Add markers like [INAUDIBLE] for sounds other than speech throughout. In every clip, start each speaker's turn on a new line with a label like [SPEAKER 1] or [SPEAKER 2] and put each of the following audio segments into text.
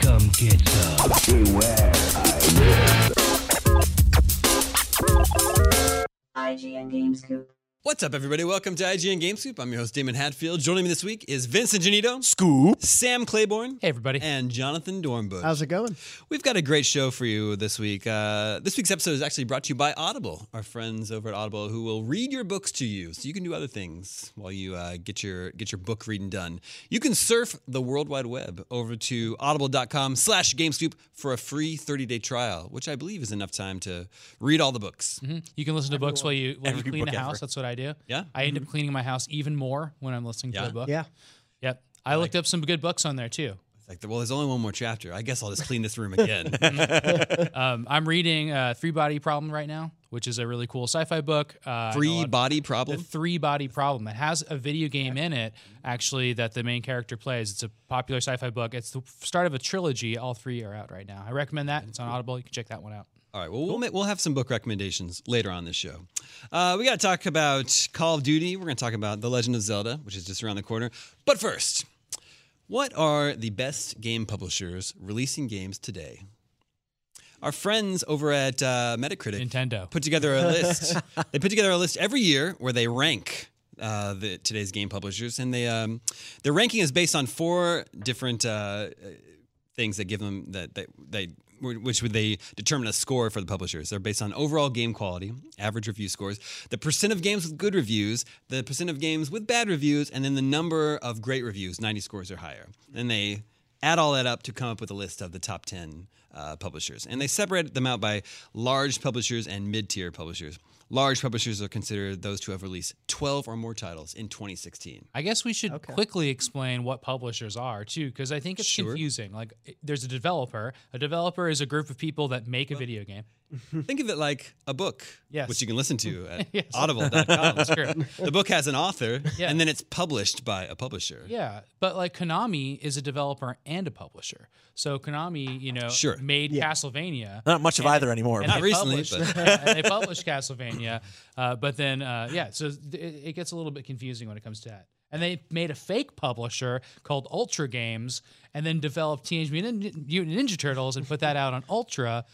[SPEAKER 1] come get some.
[SPEAKER 2] IGN Games Coop.
[SPEAKER 3] What's up, everybody? Welcome to IGN GameScoop. I'm your host, Damon Hatfield. Joining me this week is Vincent Genito,
[SPEAKER 4] Scoop.
[SPEAKER 3] Sam Claiborne,
[SPEAKER 5] Hey, everybody.
[SPEAKER 3] and Jonathan Dornbush.
[SPEAKER 4] How's it going?
[SPEAKER 3] We've got a great show for you this week. Uh, this week's episode is actually brought to you by Audible, our friends over at Audible, who will read your books to you, so you can do other things while you uh, get your get your book reading done. You can surf the World Wide Web over to audible.com/gamescoop for a free 30-day trial, which I believe is enough time to read all the books.
[SPEAKER 5] You can listen to books while you while you
[SPEAKER 3] every
[SPEAKER 5] clean the
[SPEAKER 3] book
[SPEAKER 5] house.
[SPEAKER 3] ever.
[SPEAKER 5] That's what I do.
[SPEAKER 3] Yeah. Mm-hmm.
[SPEAKER 5] I end up cleaning my house even more when I'm listening
[SPEAKER 3] Yeah.
[SPEAKER 5] to a book.
[SPEAKER 4] Yeah.
[SPEAKER 5] Yep. I looked up some good books on
[SPEAKER 3] [LAUGHS]
[SPEAKER 5] there too.
[SPEAKER 3] It's like, well, there's only one more chapter. I guess I'll just clean this room again.
[SPEAKER 5] Um, I'm reading uh, Three Body Problem right now, which is a really cool sci-fi book. Uh,
[SPEAKER 3] free body problem.
[SPEAKER 5] The Three Body Problem. It has a video game in it, actually, that the main character plays. It's a popular sci-fi book. It's the start of a trilogy. All three are out right now. I recommend that. It's on Audible. You can check that one out.
[SPEAKER 3] All right. Well, we'll, ma- we'll have some book recommendations later on this show. Uh, we got to talk about Call of Duty. We're going to talk about The Legend of Zelda, which is just around the corner. But first, what are the best game publishers releasing games today? Our friends over at uh, Metacritic
[SPEAKER 5] Nintendo.
[SPEAKER 3] put together a list. they put together a list every year where they rank uh, the, today's game publishers, and they um, their ranking is based on four different uh, things that give them that that they which would they determine a score for the publishers they're based on overall game quality average review scores the percent of games with good reviews the percent of games with bad reviews and then the number of great reviews 90 scores or higher and they add all that up to come up with a list of the top 10 uh, publishers and they separate them out by large publishers and mid-tier publishers large publishers are considered those who have released 12 or more titles in 2016
[SPEAKER 5] I guess we should quickly explain what publishers are too, because I think it's
[SPEAKER 3] Sure.
[SPEAKER 5] confusing. Like, it- there's a developer. A developer is a group of people that make a video
[SPEAKER 3] [LAUGHS]
[SPEAKER 5] game.
[SPEAKER 3] think of it like a book
[SPEAKER 5] Hmm. Yes.
[SPEAKER 3] which you can listen
[SPEAKER 5] [LAUGHS]
[SPEAKER 3] to at
[SPEAKER 5] Yes.
[SPEAKER 3] audible.com
[SPEAKER 5] That's true.
[SPEAKER 3] the book has an author
[SPEAKER 5] [LAUGHS] Yeah.
[SPEAKER 3] and then it's published by a publisher.
[SPEAKER 5] Yeah, but like Konami is a developer and a publisher. So Konami, you know,
[SPEAKER 3] Sure.
[SPEAKER 5] made Castlevania.
[SPEAKER 4] Not much of either anymore.
[SPEAKER 5] and
[SPEAKER 3] Not
[SPEAKER 5] they
[SPEAKER 3] recently,
[SPEAKER 6] [LAUGHS]
[SPEAKER 5] published-
[SPEAKER 3] but-
[SPEAKER 5] and they published Castlevania, uh, but then uh, yeah, so th- it, it gets a little bit confusing when it comes to that. And they made a fake publisher called Ultra Games, and then developed Teenage Mutant Mutant Ninja Turtles and put that out on Ultra,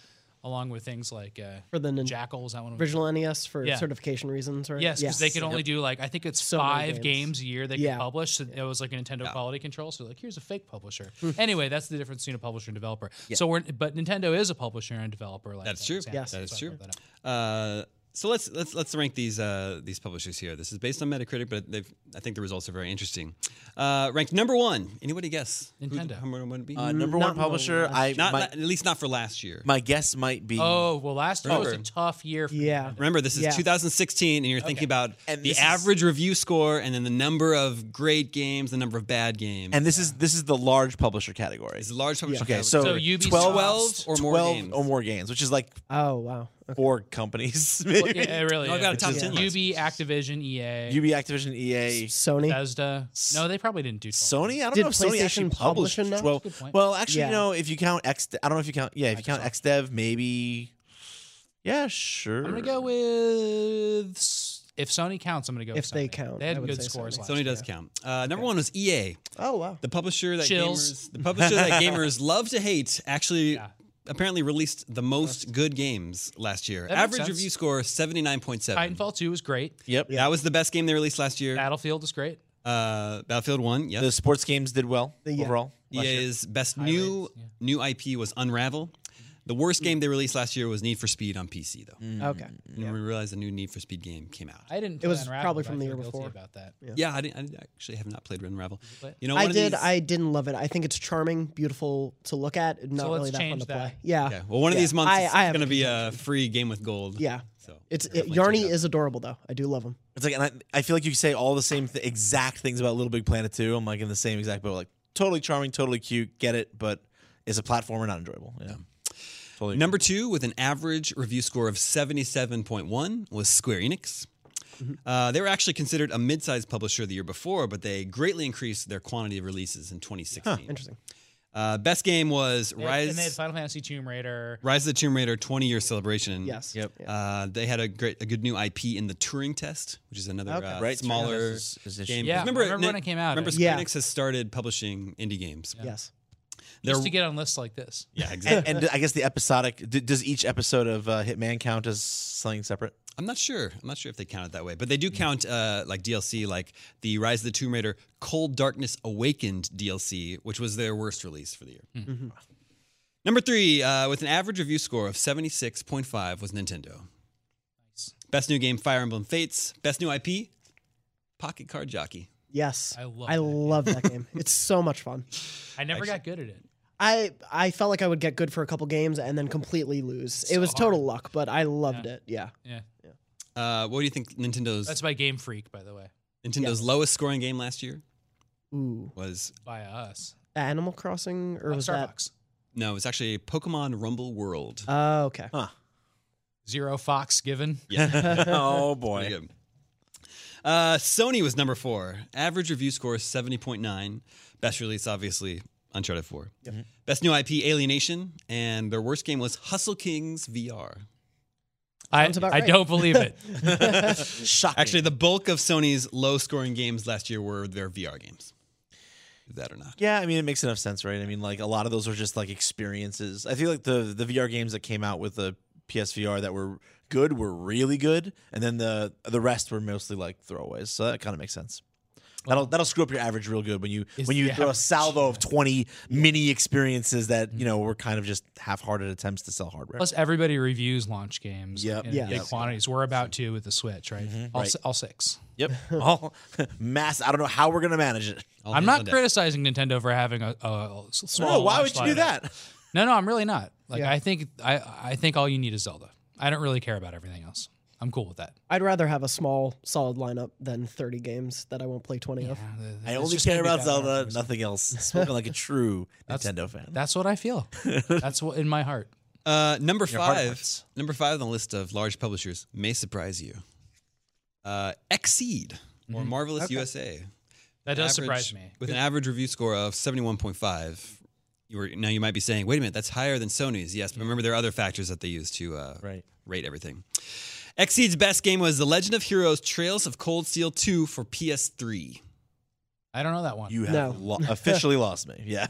[SPEAKER 5] along with things like uh,
[SPEAKER 6] for the nin-
[SPEAKER 5] Jackals. That one was-
[SPEAKER 6] original NES for
[SPEAKER 5] Yeah.
[SPEAKER 6] certification reasons, right?
[SPEAKER 5] Yes, because they could only do like I think it's
[SPEAKER 6] So many
[SPEAKER 5] five games.
[SPEAKER 6] games.
[SPEAKER 5] a year they
[SPEAKER 6] Yeah. Hmm.
[SPEAKER 5] could publish. So it was like a Nintendo quality control. So like here's a fake publisher. anyway, that's the difference between a publisher and developer. So we're but Nintendo is a publisher and developer. Like
[SPEAKER 3] That's
[SPEAKER 5] that
[SPEAKER 3] true.
[SPEAKER 5] example,
[SPEAKER 6] Yes. That
[SPEAKER 3] is
[SPEAKER 5] so I
[SPEAKER 3] true.
[SPEAKER 5] brought that up.
[SPEAKER 3] Uh, So let's let's let's rank these uh, these publishers here. This is based on Metacritic, but they've I think the results are very interesting. Uh, ranked number one. Anybody guess? Who-
[SPEAKER 5] Nintendo.
[SPEAKER 3] How many would it be?
[SPEAKER 4] Uh, number one
[SPEAKER 5] Mm, Not
[SPEAKER 4] publisher. I
[SPEAKER 3] Not
[SPEAKER 4] my,
[SPEAKER 3] la- at least not for last year.
[SPEAKER 4] my guess might be.
[SPEAKER 5] Oh well, last year was a
[SPEAKER 3] Remember.
[SPEAKER 5] tough year. For
[SPEAKER 6] Yeah.
[SPEAKER 5] Nintendo.
[SPEAKER 3] Remember, this is
[SPEAKER 6] Yeah.
[SPEAKER 3] 2016, and you're thinking about
[SPEAKER 4] And
[SPEAKER 3] the
[SPEAKER 4] this is-
[SPEAKER 3] average review score, and then the number of great games, the number of bad games.
[SPEAKER 4] and this is this is the large publisher category.
[SPEAKER 3] it's a large publisher.
[SPEAKER 4] Okay,
[SPEAKER 3] category.
[SPEAKER 4] so,
[SPEAKER 5] So Ubisoft-
[SPEAKER 4] 12,
[SPEAKER 3] 12 or more
[SPEAKER 4] 12
[SPEAKER 3] games.
[SPEAKER 4] or more games, which is like
[SPEAKER 6] Oh wow. Okay.
[SPEAKER 4] four companies. [LAUGHS] Maybe.
[SPEAKER 5] [LAUGHS] Yeah, it really.
[SPEAKER 3] No, I
[SPEAKER 5] is.
[SPEAKER 3] got a top
[SPEAKER 5] It's
[SPEAKER 3] 10
[SPEAKER 5] UB,
[SPEAKER 3] list.
[SPEAKER 5] Activision, EA,
[SPEAKER 4] UB, Activision, EA,
[SPEAKER 6] Sony.
[SPEAKER 5] Bethesda. No, they probably didn't do 12.
[SPEAKER 4] Sony. I don't
[SPEAKER 6] Did
[SPEAKER 4] know if Sony actually
[SPEAKER 6] PlayStation publish
[SPEAKER 4] published
[SPEAKER 6] enough?
[SPEAKER 4] twelve.
[SPEAKER 5] Good point.
[SPEAKER 4] Well, actually,
[SPEAKER 6] Yeah.
[SPEAKER 4] no. If you count X, I don't know if you count. Yeah, if you count XDev, maybe. Yeah, sure.
[SPEAKER 5] I'm gonna go with s- if Sony counts. I'm gonna go.
[SPEAKER 6] If
[SPEAKER 5] with
[SPEAKER 6] they
[SPEAKER 5] Sony.
[SPEAKER 6] count,
[SPEAKER 5] they
[SPEAKER 6] I
[SPEAKER 5] had
[SPEAKER 6] would
[SPEAKER 5] good
[SPEAKER 6] say
[SPEAKER 5] scores.
[SPEAKER 6] Sony.
[SPEAKER 5] last
[SPEAKER 3] Sony
[SPEAKER 5] year.
[SPEAKER 3] does count. Uh, number one was EA,
[SPEAKER 6] Oh wow.
[SPEAKER 3] the publisher that
[SPEAKER 5] Chills.
[SPEAKER 3] gamers, the publisher
[SPEAKER 5] [LAUGHS]
[SPEAKER 3] that gamers love to hate. Actually,
[SPEAKER 5] Yeah.
[SPEAKER 3] apparently released the most good games last year.
[SPEAKER 5] makes
[SPEAKER 3] average
[SPEAKER 5] sense.
[SPEAKER 3] review score 79.7.
[SPEAKER 5] Titanfall 2 was great.
[SPEAKER 4] Yep.
[SPEAKER 3] That was the best game they released last year.
[SPEAKER 5] Battlefield is great.
[SPEAKER 3] Uh, Battlefield One, yes.
[SPEAKER 4] The sports games did well
[SPEAKER 6] Yeah.
[SPEAKER 4] overall. last year.
[SPEAKER 3] EA's best new
[SPEAKER 5] yeah. Mm-hmm.
[SPEAKER 3] new IP was Unravel. The worst game they released last year was Need for Speed on PC, though.
[SPEAKER 6] Okay.
[SPEAKER 3] And we realized a new Need for Speed game came out.
[SPEAKER 5] I didn't.
[SPEAKER 6] It was
[SPEAKER 5] play Unravel,
[SPEAKER 6] probably
[SPEAKER 5] but
[SPEAKER 6] from
[SPEAKER 5] I
[SPEAKER 6] the
[SPEAKER 5] feel
[SPEAKER 6] year
[SPEAKER 5] guilty
[SPEAKER 6] before.
[SPEAKER 5] About that.
[SPEAKER 3] yeah, I, didn't, I didn't- actually have not played Unravel.
[SPEAKER 5] play it?
[SPEAKER 3] You know,
[SPEAKER 6] I
[SPEAKER 3] one of
[SPEAKER 6] did.
[SPEAKER 3] these-
[SPEAKER 6] I didn't love it. I think it's charming, beautiful to look at, not
[SPEAKER 5] let's
[SPEAKER 6] really that fun
[SPEAKER 5] change
[SPEAKER 6] to
[SPEAKER 5] that.
[SPEAKER 6] play. Yeah.
[SPEAKER 3] Okay, well, one of these months
[SPEAKER 6] I-
[SPEAKER 3] it's
[SPEAKER 6] I have
[SPEAKER 3] going to
[SPEAKER 6] a
[SPEAKER 3] be a free game with gold.
[SPEAKER 6] Yeah.
[SPEAKER 3] So
[SPEAKER 6] It's it,
[SPEAKER 3] definitely check
[SPEAKER 6] Yarny
[SPEAKER 3] it out.
[SPEAKER 6] is adorable though. I do love him.
[SPEAKER 4] It's like, and I, I feel like you say all the same th- exact things about Little Big Planet 2. I'm like in the same exact boat. Like, totally charming, totally cute, get it, but is a platformer not enjoyable? Yeah. Totally.
[SPEAKER 3] Number two, with an average review score of 77.1, was Square Enix.
[SPEAKER 6] Mm-hmm.
[SPEAKER 3] Uh, they were actually considered a mid sized publisher the year before, but they greatly increased their quantity of releases in 2016.
[SPEAKER 6] Interesting.
[SPEAKER 3] Uh, best game was
[SPEAKER 5] They had- and they had
[SPEAKER 3] Rise,
[SPEAKER 5] Final Fantasy Tomb Raider.
[SPEAKER 3] Rise of the Tomb Raider 20 year celebration.
[SPEAKER 6] Yes.
[SPEAKER 4] Yep.
[SPEAKER 6] Yeah.
[SPEAKER 3] Uh, they had a great, a good new IP in the Turing Test, which is another
[SPEAKER 6] Okay.
[SPEAKER 3] uh,
[SPEAKER 4] Right, Turing
[SPEAKER 3] smaller
[SPEAKER 4] Test is- is interesting.
[SPEAKER 3] game.
[SPEAKER 5] Yeah,
[SPEAKER 3] 'Cause
[SPEAKER 5] I remember when it came out,
[SPEAKER 3] Remember,
[SPEAKER 5] it-
[SPEAKER 3] Square
[SPEAKER 6] Yeah.
[SPEAKER 3] Enix has started publishing indie games.
[SPEAKER 6] Yes.
[SPEAKER 5] Just
[SPEAKER 3] They're-
[SPEAKER 5] to get on lists like this.
[SPEAKER 3] yeah, exactly.
[SPEAKER 4] and, and I guess the episodic, d- does each episode of uh, Hitman count as something separate?
[SPEAKER 3] I'm not sure. I'm not sure if they count it that way, but they do count uh, like DLC, like the Rise of the Tomb Raider Cold Darkness Awakened DLC, which was their worst release for the year. Number three, uh, with an average review score of 76.5, was Nintendo. Best new game, Fire Emblem Fates. Best new IP, Pocket Card Jockey.
[SPEAKER 6] Yes.
[SPEAKER 5] I love
[SPEAKER 6] I
[SPEAKER 5] that game.
[SPEAKER 6] love that
[SPEAKER 5] [LAUGHS]
[SPEAKER 6] game. It's so much fun.
[SPEAKER 5] I never got good at it.
[SPEAKER 6] I I felt like I would get good for a couple games and then completely lose. it was total luck, but I loved it. Yeah.
[SPEAKER 5] Yeah,
[SPEAKER 3] Uh, what do you think Nintendo's
[SPEAKER 5] that's by Game Freak, by the way,
[SPEAKER 3] Nintendo's lowest scoring game last year
[SPEAKER 6] Ooh.
[SPEAKER 3] was?
[SPEAKER 5] by us.
[SPEAKER 6] Animal Crossing or
[SPEAKER 5] Uh,
[SPEAKER 6] was that?
[SPEAKER 5] Starbucks
[SPEAKER 3] No, it's actually Pokemon Rumble World.
[SPEAKER 6] Oh, okay.
[SPEAKER 5] zero Fox given.
[SPEAKER 4] [LAUGHS]
[SPEAKER 3] yeah.
[SPEAKER 4] [LAUGHS] oh,
[SPEAKER 3] Pretty
[SPEAKER 4] boy.
[SPEAKER 3] good. Uh, Sony was number four. Average review score is 7.9. Best release, obviously, Uncharted 4. Best new IP, Alienation. And their worst game was Hustle Kings VR.
[SPEAKER 5] I,
[SPEAKER 6] Sounds about
[SPEAKER 5] I
[SPEAKER 6] right.
[SPEAKER 5] don't
[SPEAKER 6] [LAUGHS]
[SPEAKER 5] believe it.
[SPEAKER 4] Shocking.
[SPEAKER 3] Actually, the bulk of Sony's low scoring games last year were their VR games. Is that or not?
[SPEAKER 4] Yeah, I mean it makes enough sense, right? I mean, like a lot of those are just like experiences. I feel like the the VR games that came out with the PSVR that were good were really good, and then the the rest were mostly like throwaways. So that kind of makes sense. That'll that'll screw up your average real good when you
[SPEAKER 5] Is
[SPEAKER 4] when you
[SPEAKER 5] the
[SPEAKER 4] throw a
[SPEAKER 5] average- Mm-hmm.
[SPEAKER 4] salvo of twenty mini experiences that you know were kind of just half hearted attempts to sell hardware.
[SPEAKER 5] Plus, everybody reviews launch games
[SPEAKER 4] Yep. Mm-hmm.
[SPEAKER 5] in
[SPEAKER 6] Yeah.
[SPEAKER 5] big
[SPEAKER 6] Yes.
[SPEAKER 5] quantities. We're about to with the Switch, right? All,
[SPEAKER 4] Right.
[SPEAKER 5] si- all six. [LAUGHS]
[SPEAKER 4] Yep, all mass. I don't know how we're gonna manage it.
[SPEAKER 3] All
[SPEAKER 5] I'm
[SPEAKER 3] hands
[SPEAKER 5] not
[SPEAKER 3] on deck.
[SPEAKER 5] criticizing Nintendo for having a, a s- small.
[SPEAKER 4] No, [LAUGHS] why
[SPEAKER 5] launch
[SPEAKER 4] would you do
[SPEAKER 5] lineup.
[SPEAKER 4] that?
[SPEAKER 5] No, no, I'm really not. Like,
[SPEAKER 6] Yeah.
[SPEAKER 5] I think I, I think all you need is Zelda. I don't really care about everything else. I'm cool with that.
[SPEAKER 6] I'd rather have a small, solid lineup than 30 games that I won't play 20 of.
[SPEAKER 4] I
[SPEAKER 5] It's
[SPEAKER 4] only
[SPEAKER 5] just gonna
[SPEAKER 4] care
[SPEAKER 5] be
[SPEAKER 4] about
[SPEAKER 5] that
[SPEAKER 4] Zelda,
[SPEAKER 5] hard. [LAUGHS]
[SPEAKER 4] nothing else. Spoken like a true Nintendo fan.
[SPEAKER 5] That's what I
[SPEAKER 4] [LAUGHS]
[SPEAKER 5] feel. That's what in my heart.
[SPEAKER 3] Uh, number
[SPEAKER 4] heart
[SPEAKER 3] five.
[SPEAKER 4] hurts.
[SPEAKER 3] Number five on the list of large publishers may surprise you. Uh, Exceed or
[SPEAKER 4] Mm-hmm.
[SPEAKER 3] Marvelous USA.
[SPEAKER 5] That does
[SPEAKER 3] average-
[SPEAKER 5] surprise me.
[SPEAKER 3] With an average review score of 71.5, you were now you might be saying, "Wait a minute, that's higher than Sony's." Yes, but remember there are other factors that they use to uh,
[SPEAKER 4] Right.
[SPEAKER 3] rate everything. Xseed's best game was The Legend of Heroes: Trails of Cold Steel 2 for PS3.
[SPEAKER 5] I don't know that one.
[SPEAKER 4] You have
[SPEAKER 6] No.
[SPEAKER 4] lo- officially lost me. Yeah.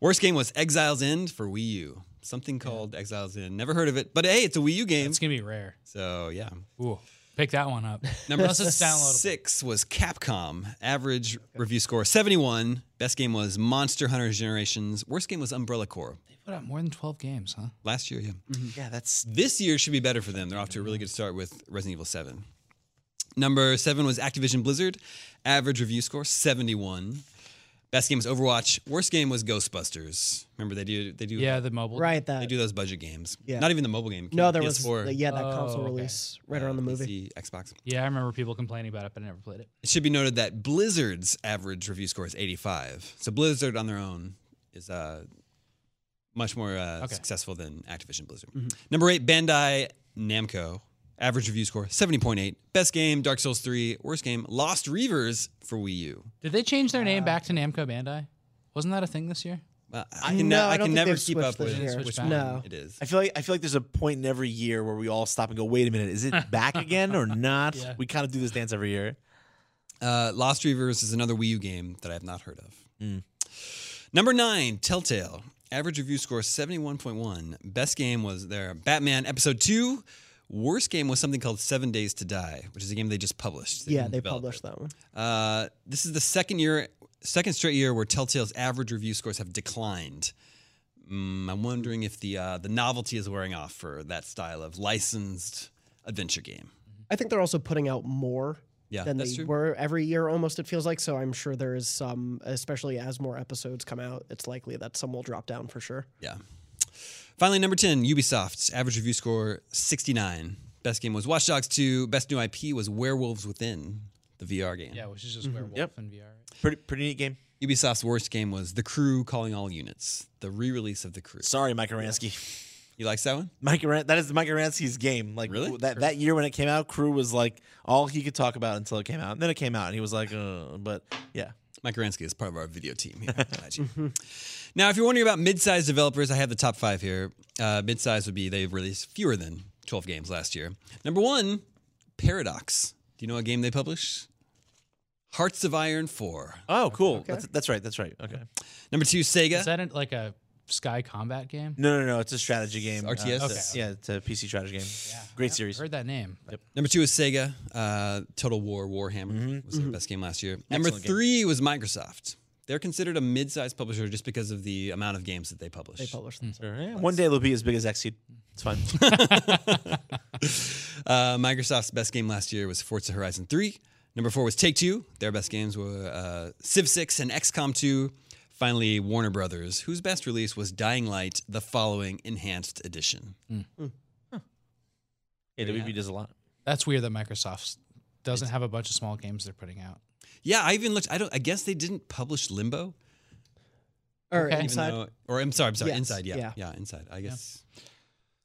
[SPEAKER 3] Worst game was Exile's End for Wii U. Something called Exile's End. Never heard of it, but hey, it's a Wii U game.
[SPEAKER 5] it's gonna be rare.
[SPEAKER 3] So yeah.
[SPEAKER 5] Ooh, Pick that one up. [LAUGHS]
[SPEAKER 3] Number
[SPEAKER 5] Unless it's downloadable.
[SPEAKER 3] six was Capcom. Average review score 71. Best game was Monster Hunter Generations. Worst game was Umbrella Corps.
[SPEAKER 5] They put out more than 12 games, huh?
[SPEAKER 3] Last year, yeah.
[SPEAKER 4] [LAUGHS] Yeah, that's
[SPEAKER 3] This year should be better for them. They're off to a really good start with Resident Evil 7. Number seven was Activision Blizzard. Average review score 71. Best game was Overwatch. Worst game was Ghostbusters. Remember they do they do
[SPEAKER 5] Yeah, the mobile.
[SPEAKER 6] Right.
[SPEAKER 3] they
[SPEAKER 6] That.
[SPEAKER 3] do those budget games.
[SPEAKER 6] Yeah.
[SPEAKER 3] Not even the mobile game.
[SPEAKER 6] No, there was.
[SPEAKER 3] PS4,
[SPEAKER 6] Yeah, that
[SPEAKER 5] Oh,
[SPEAKER 6] console
[SPEAKER 5] okay.
[SPEAKER 6] release right around the
[SPEAKER 3] uh,
[SPEAKER 6] movie.
[SPEAKER 3] PC, Xbox.
[SPEAKER 5] Yeah, I remember people complaining about it, but I never played it.
[SPEAKER 3] It should be noted that Blizzard's average review score is 85. So Blizzard on their own is uh, much more uh,
[SPEAKER 5] Okay. Mm-hmm.
[SPEAKER 3] successful than Activision Blizzard. Number eight, Bandai Namco. Average review score 70.8. Best game, Dark Souls 3. Worst game, Lost Reavers for Wii U.
[SPEAKER 5] Did they change their name back to Namco Bandai? Wasn't that a thing this year?
[SPEAKER 3] Well, I can,
[SPEAKER 6] No,
[SPEAKER 3] I
[SPEAKER 6] I
[SPEAKER 3] can
[SPEAKER 6] don't think
[SPEAKER 3] never
[SPEAKER 6] they've
[SPEAKER 3] keep
[SPEAKER 6] switched
[SPEAKER 3] up
[SPEAKER 6] this
[SPEAKER 3] with
[SPEAKER 5] year.
[SPEAKER 3] which
[SPEAKER 5] Switched
[SPEAKER 3] one
[SPEAKER 6] back. No.
[SPEAKER 3] it is.
[SPEAKER 4] I feel like I feel like there's a point in every year where we all stop and go, wait a minute, is
[SPEAKER 5] [LAUGHS]
[SPEAKER 4] it back again or not?
[SPEAKER 5] Yeah.
[SPEAKER 4] We kind of do this dance every year.
[SPEAKER 3] Uh, Lost Reavers is another Wii U game that I have not heard of. Number nine, Telltale. Average review score 71.1. Best game was their Batman Episode 2. Worst game was something called Seven Days to Die, which is a game they just published.
[SPEAKER 6] Yeah,
[SPEAKER 3] didn't
[SPEAKER 6] they
[SPEAKER 3] develop
[SPEAKER 6] published
[SPEAKER 3] it.
[SPEAKER 6] that one.
[SPEAKER 3] Uh, this is the second year, second straight year where Telltale's average review scores have declined. Mm, I'm wondering if the uh, the novelty is wearing off for that style of licensed adventure game.
[SPEAKER 6] I think they're also putting out more
[SPEAKER 3] Yeah,
[SPEAKER 6] than
[SPEAKER 3] that's
[SPEAKER 6] they
[SPEAKER 3] true.
[SPEAKER 6] were every year almost it feels like so i'm sure there is some especially as more episodes come out it's likely that some will drop down for sure
[SPEAKER 3] Yeah. Finally, number 10, Ubisoft's average review score 69. Best game was Watch Dogs 2. Best new IP was Werewolves Within, the VR game.
[SPEAKER 5] Yeah, which is just werewolf
[SPEAKER 4] Mm-hmm. Yep.
[SPEAKER 5] and VR.
[SPEAKER 4] Pretty pretty neat game.
[SPEAKER 3] Ubisoft's worst game was The Crew Calling All Units, the re release of The Crew.
[SPEAKER 4] Sorry, Mike Aransky.
[SPEAKER 3] You likes that one?
[SPEAKER 4] [LAUGHS] Mike Aran- that is Mike Aransky's game. Like
[SPEAKER 3] Really?
[SPEAKER 4] that that year when it came out, Crew was like all he could talk about until it came out. And then it came out and he was like, uh, but yeah.
[SPEAKER 3] Mike Aransky is part of our video team here. at IG. now, if you're wondering about mid-sized developers, I have the top five here. Uh, mid-sized would be they've released fewer than 12 games last year. Number one, Paradox. Do you know what game they publish? Hearts of Iron 4.
[SPEAKER 4] Oh, cool. That's, that's right. That's right. Okay.
[SPEAKER 3] Number two, Sega.
[SPEAKER 5] Is that in, like a Sky Combat game?
[SPEAKER 4] No, no, no. It's a strategy game. Uh,
[SPEAKER 3] RTS?
[SPEAKER 4] it's-
[SPEAKER 5] Okay.
[SPEAKER 4] Yeah, it's a PC strategy game. Great series.
[SPEAKER 5] Heard that name. but
[SPEAKER 3] Number two is Sega. Uh, Total War Warhammer was their best game last year. Number
[SPEAKER 4] Excellent game.
[SPEAKER 3] three was Microsoft. They're considered a mid-sized publisher just because of the amount of games that they publish.
[SPEAKER 6] they published them
[SPEAKER 4] All right. One day it'll be as big as Xseed. It's fine.
[SPEAKER 3] Uh, Microsoft's best game last year was Forza Horizon 3. Number four was Take Two. Their best games were uh, Civ 6 and XCOM 2. Finally, Warner Brothers, whose best release was Dying Light, the following enhanced edition.
[SPEAKER 4] yeah, WB does a lot.
[SPEAKER 5] That's weird that Microsoft doesn't have a bunch of small games they're putting out.
[SPEAKER 3] Yeah, I even looked. I don't. I guess they didn't publish Limbo,
[SPEAKER 6] or
[SPEAKER 5] Okay. Even
[SPEAKER 3] even
[SPEAKER 6] inside
[SPEAKER 3] though- or I'm sorry, I'm sorry,
[SPEAKER 6] Yes,
[SPEAKER 3] Inside. Yeah, yeah,
[SPEAKER 6] yeah.
[SPEAKER 3] Inside. I guess.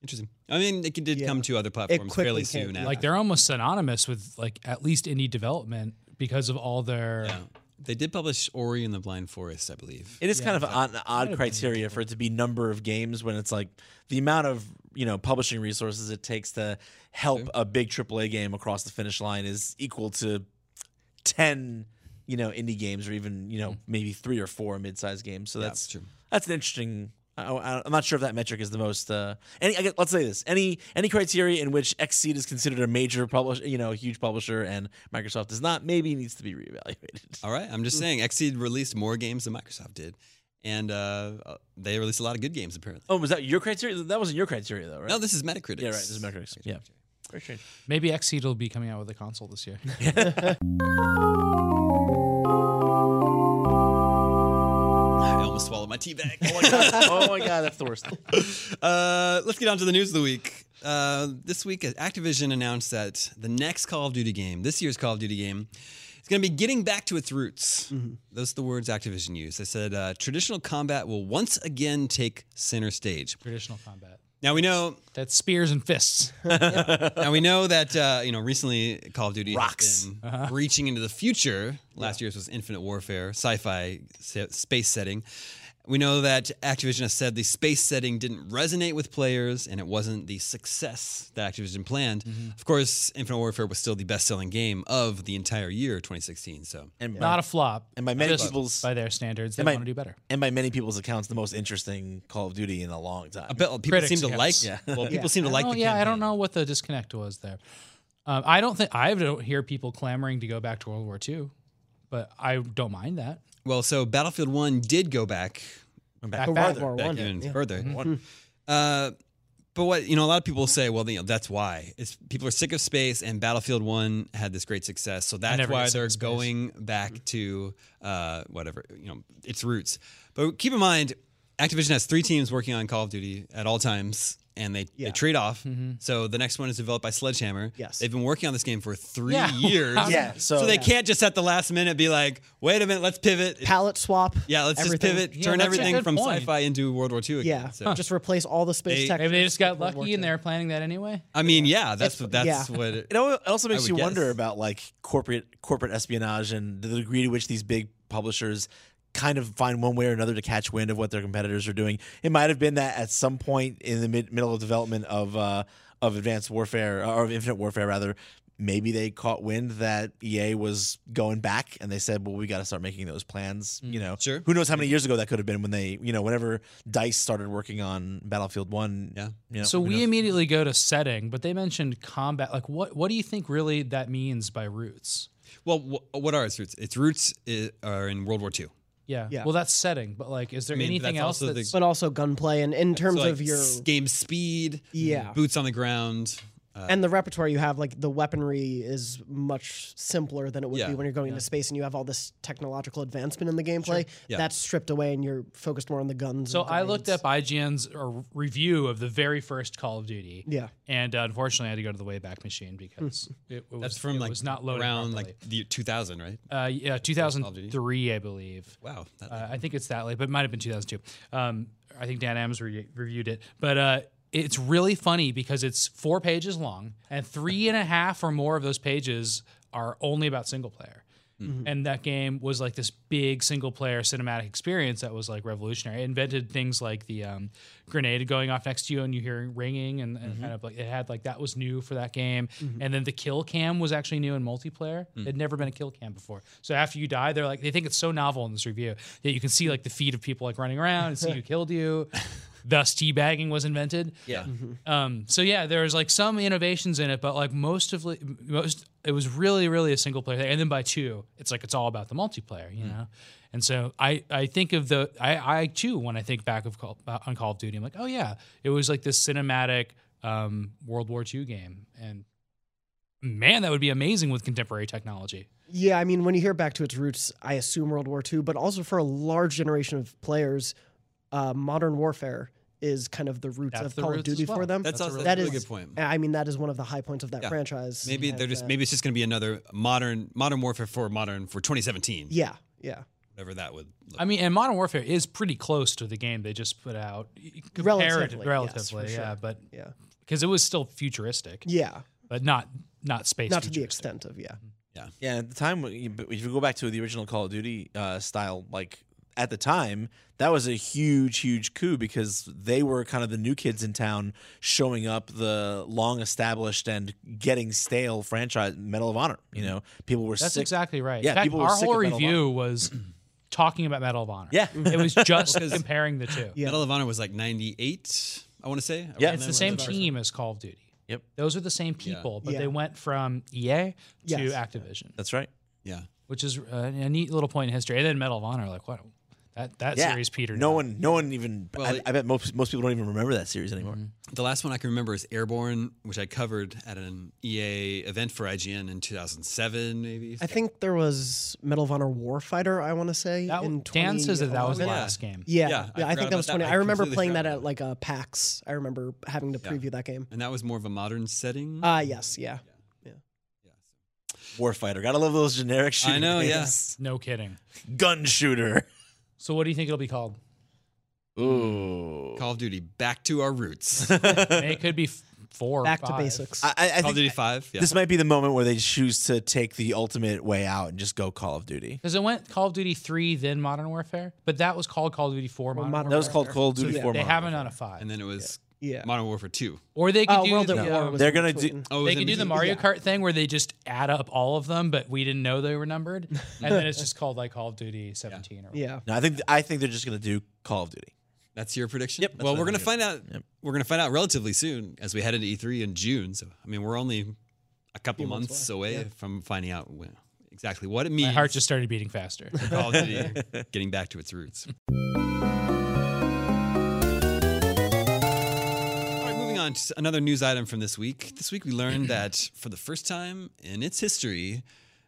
[SPEAKER 3] Interesting. I mean, it did
[SPEAKER 6] Yeah.
[SPEAKER 3] come to other platforms
[SPEAKER 6] quickly
[SPEAKER 3] fairly
[SPEAKER 6] came-
[SPEAKER 3] soon. After.
[SPEAKER 5] Like they're almost synonymous with like at least indie development because of all their
[SPEAKER 3] Yeah. they did publish Ori and the Blind Forest, I believe.
[SPEAKER 4] It is kind of an odd criteria for it to be number of games when it's like the amount of you know publishing resources it takes to help a big AAA game across the finish line is equal to ten you know indie games or even you know maybe three or four mid-sized games. So that's
[SPEAKER 3] that's true.
[SPEAKER 4] That's an interesting. I, I, I'm not sure if that metric is the most. Uh, any, I guess, let's say this: any any criteria in which Xseed is considered a major publisher, you know, a huge publisher, and Microsoft is not, maybe needs to be reevaluated.
[SPEAKER 3] All right, I'm just saying, Xseed released more games than Microsoft did, and uh, uh, they released a lot of good games apparently.
[SPEAKER 4] Oh, was that your criteria? That wasn't your criteria, though, Oh, right?
[SPEAKER 3] No, this is Metacritic.
[SPEAKER 4] Yeah, right. This is metrics. Yeah. Very strange.
[SPEAKER 5] maybe Xseed will be coming out with a console this
[SPEAKER 4] [LAUGHS]
[SPEAKER 5] year.
[SPEAKER 3] I almost swallowed my tea bag.
[SPEAKER 4] Oh my god. [LAUGHS] oh my god, that's the worst.
[SPEAKER 3] uh, let's get on to the news of the week. Uh, this week, Activision announced that the next Call of Duty game, this year's Call of Duty game, is going to be getting back to its roots. Those are the words Activision used. They said uh, traditional combat will once again take center stage.
[SPEAKER 5] Traditional combat.
[SPEAKER 3] Now we know
[SPEAKER 5] That's spears and fists.
[SPEAKER 4] [LAUGHS]
[SPEAKER 3] now we know that uh, you know recently Call of Duty
[SPEAKER 4] Rocks.
[SPEAKER 3] has been
[SPEAKER 5] Uh-huh.
[SPEAKER 3] reaching into the future. Last year's was Infinite Warfare, sci-fi se- space setting. We know that Activision has said the space setting didn't resonate with players, and it wasn't the success that Activision planned.
[SPEAKER 5] Mm-hmm.
[SPEAKER 3] Of course, Infinite Warfare was still the best-selling game of the entire year 2016. So
[SPEAKER 4] And by,
[SPEAKER 5] Not a flop.
[SPEAKER 4] and by many
[SPEAKER 5] Just
[SPEAKER 4] people's
[SPEAKER 5] by their standards, they
[SPEAKER 4] might-
[SPEAKER 5] want to do better.
[SPEAKER 4] and by many people's accounts, the most interesting Call of Duty in a long time.
[SPEAKER 3] I bet people
[SPEAKER 5] Critics,
[SPEAKER 3] seem to [LAUGHS]
[SPEAKER 5] yes.
[SPEAKER 3] like. Well, people seem to like
[SPEAKER 5] oh
[SPEAKER 3] the
[SPEAKER 5] yeah, I
[SPEAKER 3] campaign.
[SPEAKER 5] don't know what the disconnect was there. Um, I don't think I don't hear people clamoring to go back to World War II, but I don't mind that.
[SPEAKER 3] Well, so Battlefield 1 did go back
[SPEAKER 4] Went
[SPEAKER 5] Back
[SPEAKER 4] back
[SPEAKER 5] back.
[SPEAKER 4] farther.
[SPEAKER 6] World War
[SPEAKER 3] back
[SPEAKER 6] One.
[SPEAKER 3] even
[SPEAKER 6] yeah.
[SPEAKER 3] further.
[SPEAKER 4] One.
[SPEAKER 3] Uh, but what you know, a lot of people say, well, you know, that's why it's people are sick of space, and Battlefield One had this great success, so that's
[SPEAKER 5] never
[SPEAKER 3] why
[SPEAKER 5] get sick
[SPEAKER 3] they're
[SPEAKER 5] of space.
[SPEAKER 3] going back to uh, whatever you know its roots. But keep in mind, Activision has three teams working on Call of Duty at all times. And they, they
[SPEAKER 6] Yeah.
[SPEAKER 3] trade off. So the next one is developed by Sledgehammer.
[SPEAKER 6] Yes.
[SPEAKER 3] They've been working on this game for three
[SPEAKER 5] Yeah.
[SPEAKER 3] years.
[SPEAKER 4] Yeah, so-
[SPEAKER 3] they can't just at the last minute be like, wait a minute, let's pivot. It's-
[SPEAKER 6] Palette swap.
[SPEAKER 3] yeah, let's
[SPEAKER 6] everything.
[SPEAKER 3] just pivot,
[SPEAKER 5] Yeah,
[SPEAKER 3] turn
[SPEAKER 5] that's a
[SPEAKER 3] everything
[SPEAKER 5] good
[SPEAKER 3] from
[SPEAKER 5] point.
[SPEAKER 3] sci fi into World War II again.
[SPEAKER 6] Yeah,
[SPEAKER 3] So-
[SPEAKER 6] just replace all the space
[SPEAKER 3] They-
[SPEAKER 6] tech.
[SPEAKER 5] Maybe they just got
[SPEAKER 6] World War
[SPEAKER 5] lucky and
[SPEAKER 6] II.
[SPEAKER 5] they're planning that anyway.
[SPEAKER 3] I mean, yeah, that's what that's
[SPEAKER 6] yeah.
[SPEAKER 3] what. It,
[SPEAKER 4] It al- it also
[SPEAKER 3] I
[SPEAKER 4] makes
[SPEAKER 3] would
[SPEAKER 4] you
[SPEAKER 3] guess.
[SPEAKER 4] wonder about like corporate corporate espionage and the degree to which these big publishers kind of find one way or another to catch wind of what their competitors are doing. It might have been that at some point in the mid- middle of development of uh, of Advanced Warfare uh, or of Infinite Warfare rather, maybe they caught wind that EA was going back and they said, "Well, we got to start making those plans." You know,
[SPEAKER 3] Hmm. Sure.
[SPEAKER 4] Who knows how many years ago that could have been when they, you know, whenever Dice started working on Battlefield One.
[SPEAKER 3] Yeah.
[SPEAKER 4] you know,
[SPEAKER 5] So
[SPEAKER 4] who
[SPEAKER 5] we
[SPEAKER 4] knows?
[SPEAKER 5] immediately go to setting, but they mentioned combat. Like, what what do you think really that means by roots?
[SPEAKER 3] Well, wh- what are its roots? Its roots i are in World War II.
[SPEAKER 5] Yeah.
[SPEAKER 6] Yeah.
[SPEAKER 5] Well, that's setting, but like, is
[SPEAKER 3] I
[SPEAKER 5] there
[SPEAKER 3] mean,
[SPEAKER 5] anything
[SPEAKER 3] that's
[SPEAKER 5] else
[SPEAKER 3] also the-
[SPEAKER 5] that's
[SPEAKER 6] But also gunplay and in terms
[SPEAKER 3] So, like,
[SPEAKER 6] of your
[SPEAKER 3] s- game speed,
[SPEAKER 6] Yeah.
[SPEAKER 3] boots on the ground. Uh,
[SPEAKER 6] and the repertoire you have, like the weaponry is much simpler than it would
[SPEAKER 3] Yeah,
[SPEAKER 6] be when you're going into space and you have all this technological advancement in the gameplay.
[SPEAKER 3] Yeah.
[SPEAKER 6] That's stripped away and you're focused more on the guns.
[SPEAKER 5] So
[SPEAKER 6] and
[SPEAKER 5] I looked up
[SPEAKER 6] grenades.
[SPEAKER 5] IGN's or review of the very first Call of Duty.
[SPEAKER 6] Yeah.
[SPEAKER 5] And uh, unfortunately, I had to go to the Wayback
[SPEAKER 6] [LAUGHS]
[SPEAKER 5] Machine because it, it was,
[SPEAKER 3] that's from
[SPEAKER 5] it
[SPEAKER 3] like
[SPEAKER 5] was not loaded
[SPEAKER 3] around
[SPEAKER 5] properly.
[SPEAKER 3] like the year 2000, right?
[SPEAKER 5] uh, yeah,
[SPEAKER 3] Duty?
[SPEAKER 5] 2003, I believe.
[SPEAKER 3] Wow, that,
[SPEAKER 5] Uh, I think it's that late, but it might have been 2002. Um, I think Dan Adams re- reviewed it, but uh, it's really funny because it's four pages long, and three and a half or more of those pages are only about single player. And that game was like this big single player cinematic experience that was like revolutionary. It invented things like the um, grenade going off next to you and you hearing ringing, and, and kind of like it had like that was new for that game. And then the kill cam was actually new in multiplayer. It would never been a kill cam before. So after you die, they're like they think it's so novel in this review that you can see like the feet of people like running around and see who killed you. Thus, teabagging was invented.
[SPEAKER 3] yeah,
[SPEAKER 5] Um, so yeah, there was like some innovations in it, but like most of li- most, it was really really a single player thing. And then by two, it's like it's all about the multiplayer, you know. And so I I think of the I I too when I think back of Call, uh, on Call of Duty, I'm like, oh yeah, it was like this cinematic um, World War II game, and man, that would be amazing with contemporary technology.
[SPEAKER 6] Yeah, I mean, when you hear back to its roots, I assume World War II, but also for a large generation of players, uh, modern warfare is kind of the roots
[SPEAKER 5] That's
[SPEAKER 6] of
[SPEAKER 5] the
[SPEAKER 6] Call of
[SPEAKER 5] roots as
[SPEAKER 6] Duty
[SPEAKER 5] well.
[SPEAKER 6] for them.
[SPEAKER 3] that's, also,
[SPEAKER 5] really
[SPEAKER 3] that's
[SPEAKER 6] that
[SPEAKER 3] a really
[SPEAKER 6] is-
[SPEAKER 3] good point.
[SPEAKER 6] I mean, that is one of the high points of that
[SPEAKER 3] Yeah.
[SPEAKER 6] franchise.
[SPEAKER 3] Maybe
[SPEAKER 6] and
[SPEAKER 3] they're just
[SPEAKER 6] that-
[SPEAKER 3] maybe it's just going to be another modern modern warfare for modern for 2017.
[SPEAKER 6] Yeah, yeah.
[SPEAKER 3] whatever that would. Look.
[SPEAKER 5] I mean, and Modern Warfare is pretty close to the game they just put out, compared-
[SPEAKER 6] Relatively, yes,
[SPEAKER 5] relatively,
[SPEAKER 6] for
[SPEAKER 5] yeah,
[SPEAKER 6] sure.
[SPEAKER 5] but
[SPEAKER 6] Yeah.
[SPEAKER 5] because it was still futuristic.
[SPEAKER 6] Yeah.
[SPEAKER 5] but not not space.
[SPEAKER 6] Not to the
[SPEAKER 5] futuristic.
[SPEAKER 6] extent of, yeah.
[SPEAKER 4] Yeah, at the time, when you- but if you go back to the original Call of Duty uh, style, like at the time, that was a huge, huge coup because they were kind of the new kids in town, showing up the long established and getting stale franchise Medal of Honor.
[SPEAKER 3] Mm-hmm.
[SPEAKER 4] You know, people were
[SPEAKER 5] That's
[SPEAKER 4] sick.
[SPEAKER 5] exactly right.
[SPEAKER 4] Yeah,
[SPEAKER 5] In fact,
[SPEAKER 4] people were
[SPEAKER 5] our
[SPEAKER 4] sick
[SPEAKER 5] whole
[SPEAKER 4] of Medal of
[SPEAKER 5] review was talking about Medal of Honor.
[SPEAKER 4] Yeah.
[SPEAKER 5] it
[SPEAKER 4] [LAUGHS]
[SPEAKER 5] was just comparing the two.
[SPEAKER 6] Yeah.
[SPEAKER 3] Medal of Honor was like 98, I want to say.
[SPEAKER 4] Yeah.
[SPEAKER 3] around
[SPEAKER 5] It's
[SPEAKER 3] then
[SPEAKER 5] the
[SPEAKER 3] was
[SPEAKER 5] same
[SPEAKER 3] it?
[SPEAKER 5] team as Call of Duty.
[SPEAKER 4] Yep.
[SPEAKER 5] Those are the same people, but
[SPEAKER 6] Yeah.
[SPEAKER 5] they went from EA to
[SPEAKER 6] Yes.
[SPEAKER 5] Activision,
[SPEAKER 4] That's right.
[SPEAKER 3] Yeah.
[SPEAKER 5] which is uh, a neat little point in history. And then Medal of Honor, like what that that
[SPEAKER 4] Yeah.
[SPEAKER 5] series petered.
[SPEAKER 4] No
[SPEAKER 5] out.
[SPEAKER 4] one, no one even.
[SPEAKER 3] Well, Mm-hmm.
[SPEAKER 4] I, I bet most most people don't even remember that series anymore.
[SPEAKER 3] The last one I can remember is Airborne, which I covered at an EA event for IGN in 2007, maybe.
[SPEAKER 6] I think there was Medal of Honor Warfighter, I want to say.
[SPEAKER 5] That,
[SPEAKER 6] in
[SPEAKER 5] Dan says that that was the
[SPEAKER 3] yeah.
[SPEAKER 5] last game.
[SPEAKER 3] Yeah,
[SPEAKER 6] Yeah, yeah,
[SPEAKER 3] I
[SPEAKER 6] I,
[SPEAKER 3] forgot
[SPEAKER 6] think
[SPEAKER 3] about
[SPEAKER 6] that was
[SPEAKER 3] that.
[SPEAKER 6] 20.
[SPEAKER 3] I
[SPEAKER 6] I remember
[SPEAKER 3] completely
[SPEAKER 6] playing
[SPEAKER 3] forgot
[SPEAKER 6] that
[SPEAKER 3] about
[SPEAKER 6] at like a PAX. I remember having to preview that game.
[SPEAKER 3] and that was more of a modern setting.
[SPEAKER 5] Mm-hmm.
[SPEAKER 6] Ah, yes, yeah.
[SPEAKER 4] Warfighter, gotta love those generic shooters.
[SPEAKER 3] I
[SPEAKER 6] [LAUGHS]
[SPEAKER 3] know, yeah.
[SPEAKER 5] No kidding.
[SPEAKER 4] Gun shooter.
[SPEAKER 5] So what do you think it'll be
[SPEAKER 4] [LAUGHS]
[SPEAKER 5] called?
[SPEAKER 4] Ooh.
[SPEAKER 3] Call of Duty, back to our
[SPEAKER 6] [LAUGHS]
[SPEAKER 3] roots.
[SPEAKER 5] it could be f- four. or
[SPEAKER 6] Back to
[SPEAKER 5] five.
[SPEAKER 6] basics.
[SPEAKER 4] I, I, I
[SPEAKER 3] Call of
[SPEAKER 4] think
[SPEAKER 3] Duty 5. Yeah.
[SPEAKER 4] This might be the moment where they choose to take the ultimate way out and just go Call of Duty.
[SPEAKER 5] Because it went Call of Duty 3, then Modern Warfare, but that was called Call of Duty 4 Modern,
[SPEAKER 6] Modern
[SPEAKER 5] Warfare.
[SPEAKER 4] That was called Call of Duty
[SPEAKER 6] yeah,
[SPEAKER 4] 4.
[SPEAKER 5] They
[SPEAKER 4] Modern
[SPEAKER 5] haven't
[SPEAKER 4] Warfare.
[SPEAKER 5] done a 5.
[SPEAKER 3] and then it was
[SPEAKER 6] yeah.
[SPEAKER 3] Modern Warfare 2.
[SPEAKER 5] or they could
[SPEAKER 6] Oh,
[SPEAKER 5] do
[SPEAKER 6] World
[SPEAKER 5] the, um,
[SPEAKER 6] at War was
[SPEAKER 4] They're
[SPEAKER 6] in
[SPEAKER 4] gonna do-
[SPEAKER 6] between.
[SPEAKER 3] Oh, it was
[SPEAKER 5] they
[SPEAKER 3] in
[SPEAKER 5] could do the
[SPEAKER 3] between-
[SPEAKER 5] Mario Kart thing where they just add up all of them, but we didn't know they were numbered, and then it's just called like Call of Duty 17 or
[SPEAKER 6] Yeah.
[SPEAKER 4] No, I think I think they're just gonna do Call of Duty.
[SPEAKER 3] That's your prediction.
[SPEAKER 4] Yep, that's
[SPEAKER 3] Well,
[SPEAKER 4] what
[SPEAKER 3] we're
[SPEAKER 4] I'm
[SPEAKER 3] gonna
[SPEAKER 4] thinking.
[SPEAKER 3] find out.
[SPEAKER 4] Yep.
[SPEAKER 3] E We're gonna find out relatively soon as we head into E3 in June. So I mean, we're only a couple
[SPEAKER 6] Few
[SPEAKER 3] months,
[SPEAKER 6] months
[SPEAKER 3] away from finding out when, exactly what it means.
[SPEAKER 5] My heart just started beating faster.
[SPEAKER 3] Call of Duty [LAUGHS] getting back to its roots. All right, moving on to another news item from this week. This week we
[SPEAKER 5] [CLEARS THROAT]
[SPEAKER 3] learned that for the first time in its history,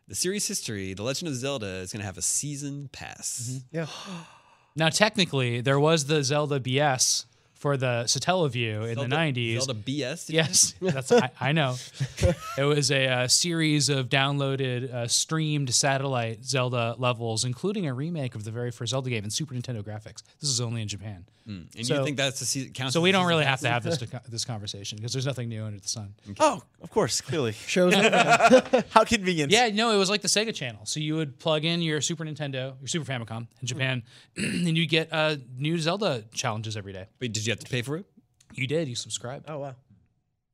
[SPEAKER 3] the series history, The Legend of Zelda is going to have a season
[SPEAKER 5] Mm-hmm.
[SPEAKER 3] pass.
[SPEAKER 5] [GASPS]
[SPEAKER 6] Yeah. [LAUGHS]
[SPEAKER 5] now, technically, there was the Zelda BS for the Satellaview in the 90s.
[SPEAKER 3] Zelda BS. did you
[SPEAKER 5] Yes, that's I, I know. It was a uh, series of downloaded, uh, streamed satellite Zelda levels, including a remake of the very first Zelda game in Super Nintendo graphics. This is only in Japan,
[SPEAKER 3] say? And you
[SPEAKER 5] So-
[SPEAKER 3] think that's the season? Counts
[SPEAKER 5] so
[SPEAKER 3] as
[SPEAKER 5] we
[SPEAKER 3] a
[SPEAKER 5] don't
[SPEAKER 3] season
[SPEAKER 5] really
[SPEAKER 3] pass?
[SPEAKER 5] have to have this to, [LAUGHS] this conversation because there's nothing new under the sun.
[SPEAKER 4] Oh, of
[SPEAKER 5] [LAUGHS]
[SPEAKER 4] course, clearly.
[SPEAKER 6] Shows
[SPEAKER 4] How convenient.
[SPEAKER 5] Yeah, no, it was like the Sega Channel. So you would plug in your Super Nintendo, your Super Famicom in Japan, [CLEARS THROAT] and you get uh, new Zelda challenges every day.
[SPEAKER 3] Wait, did you have to pay for it? [LAUGHS]
[SPEAKER 5] You did. You subscribed.
[SPEAKER 6] Oh wow.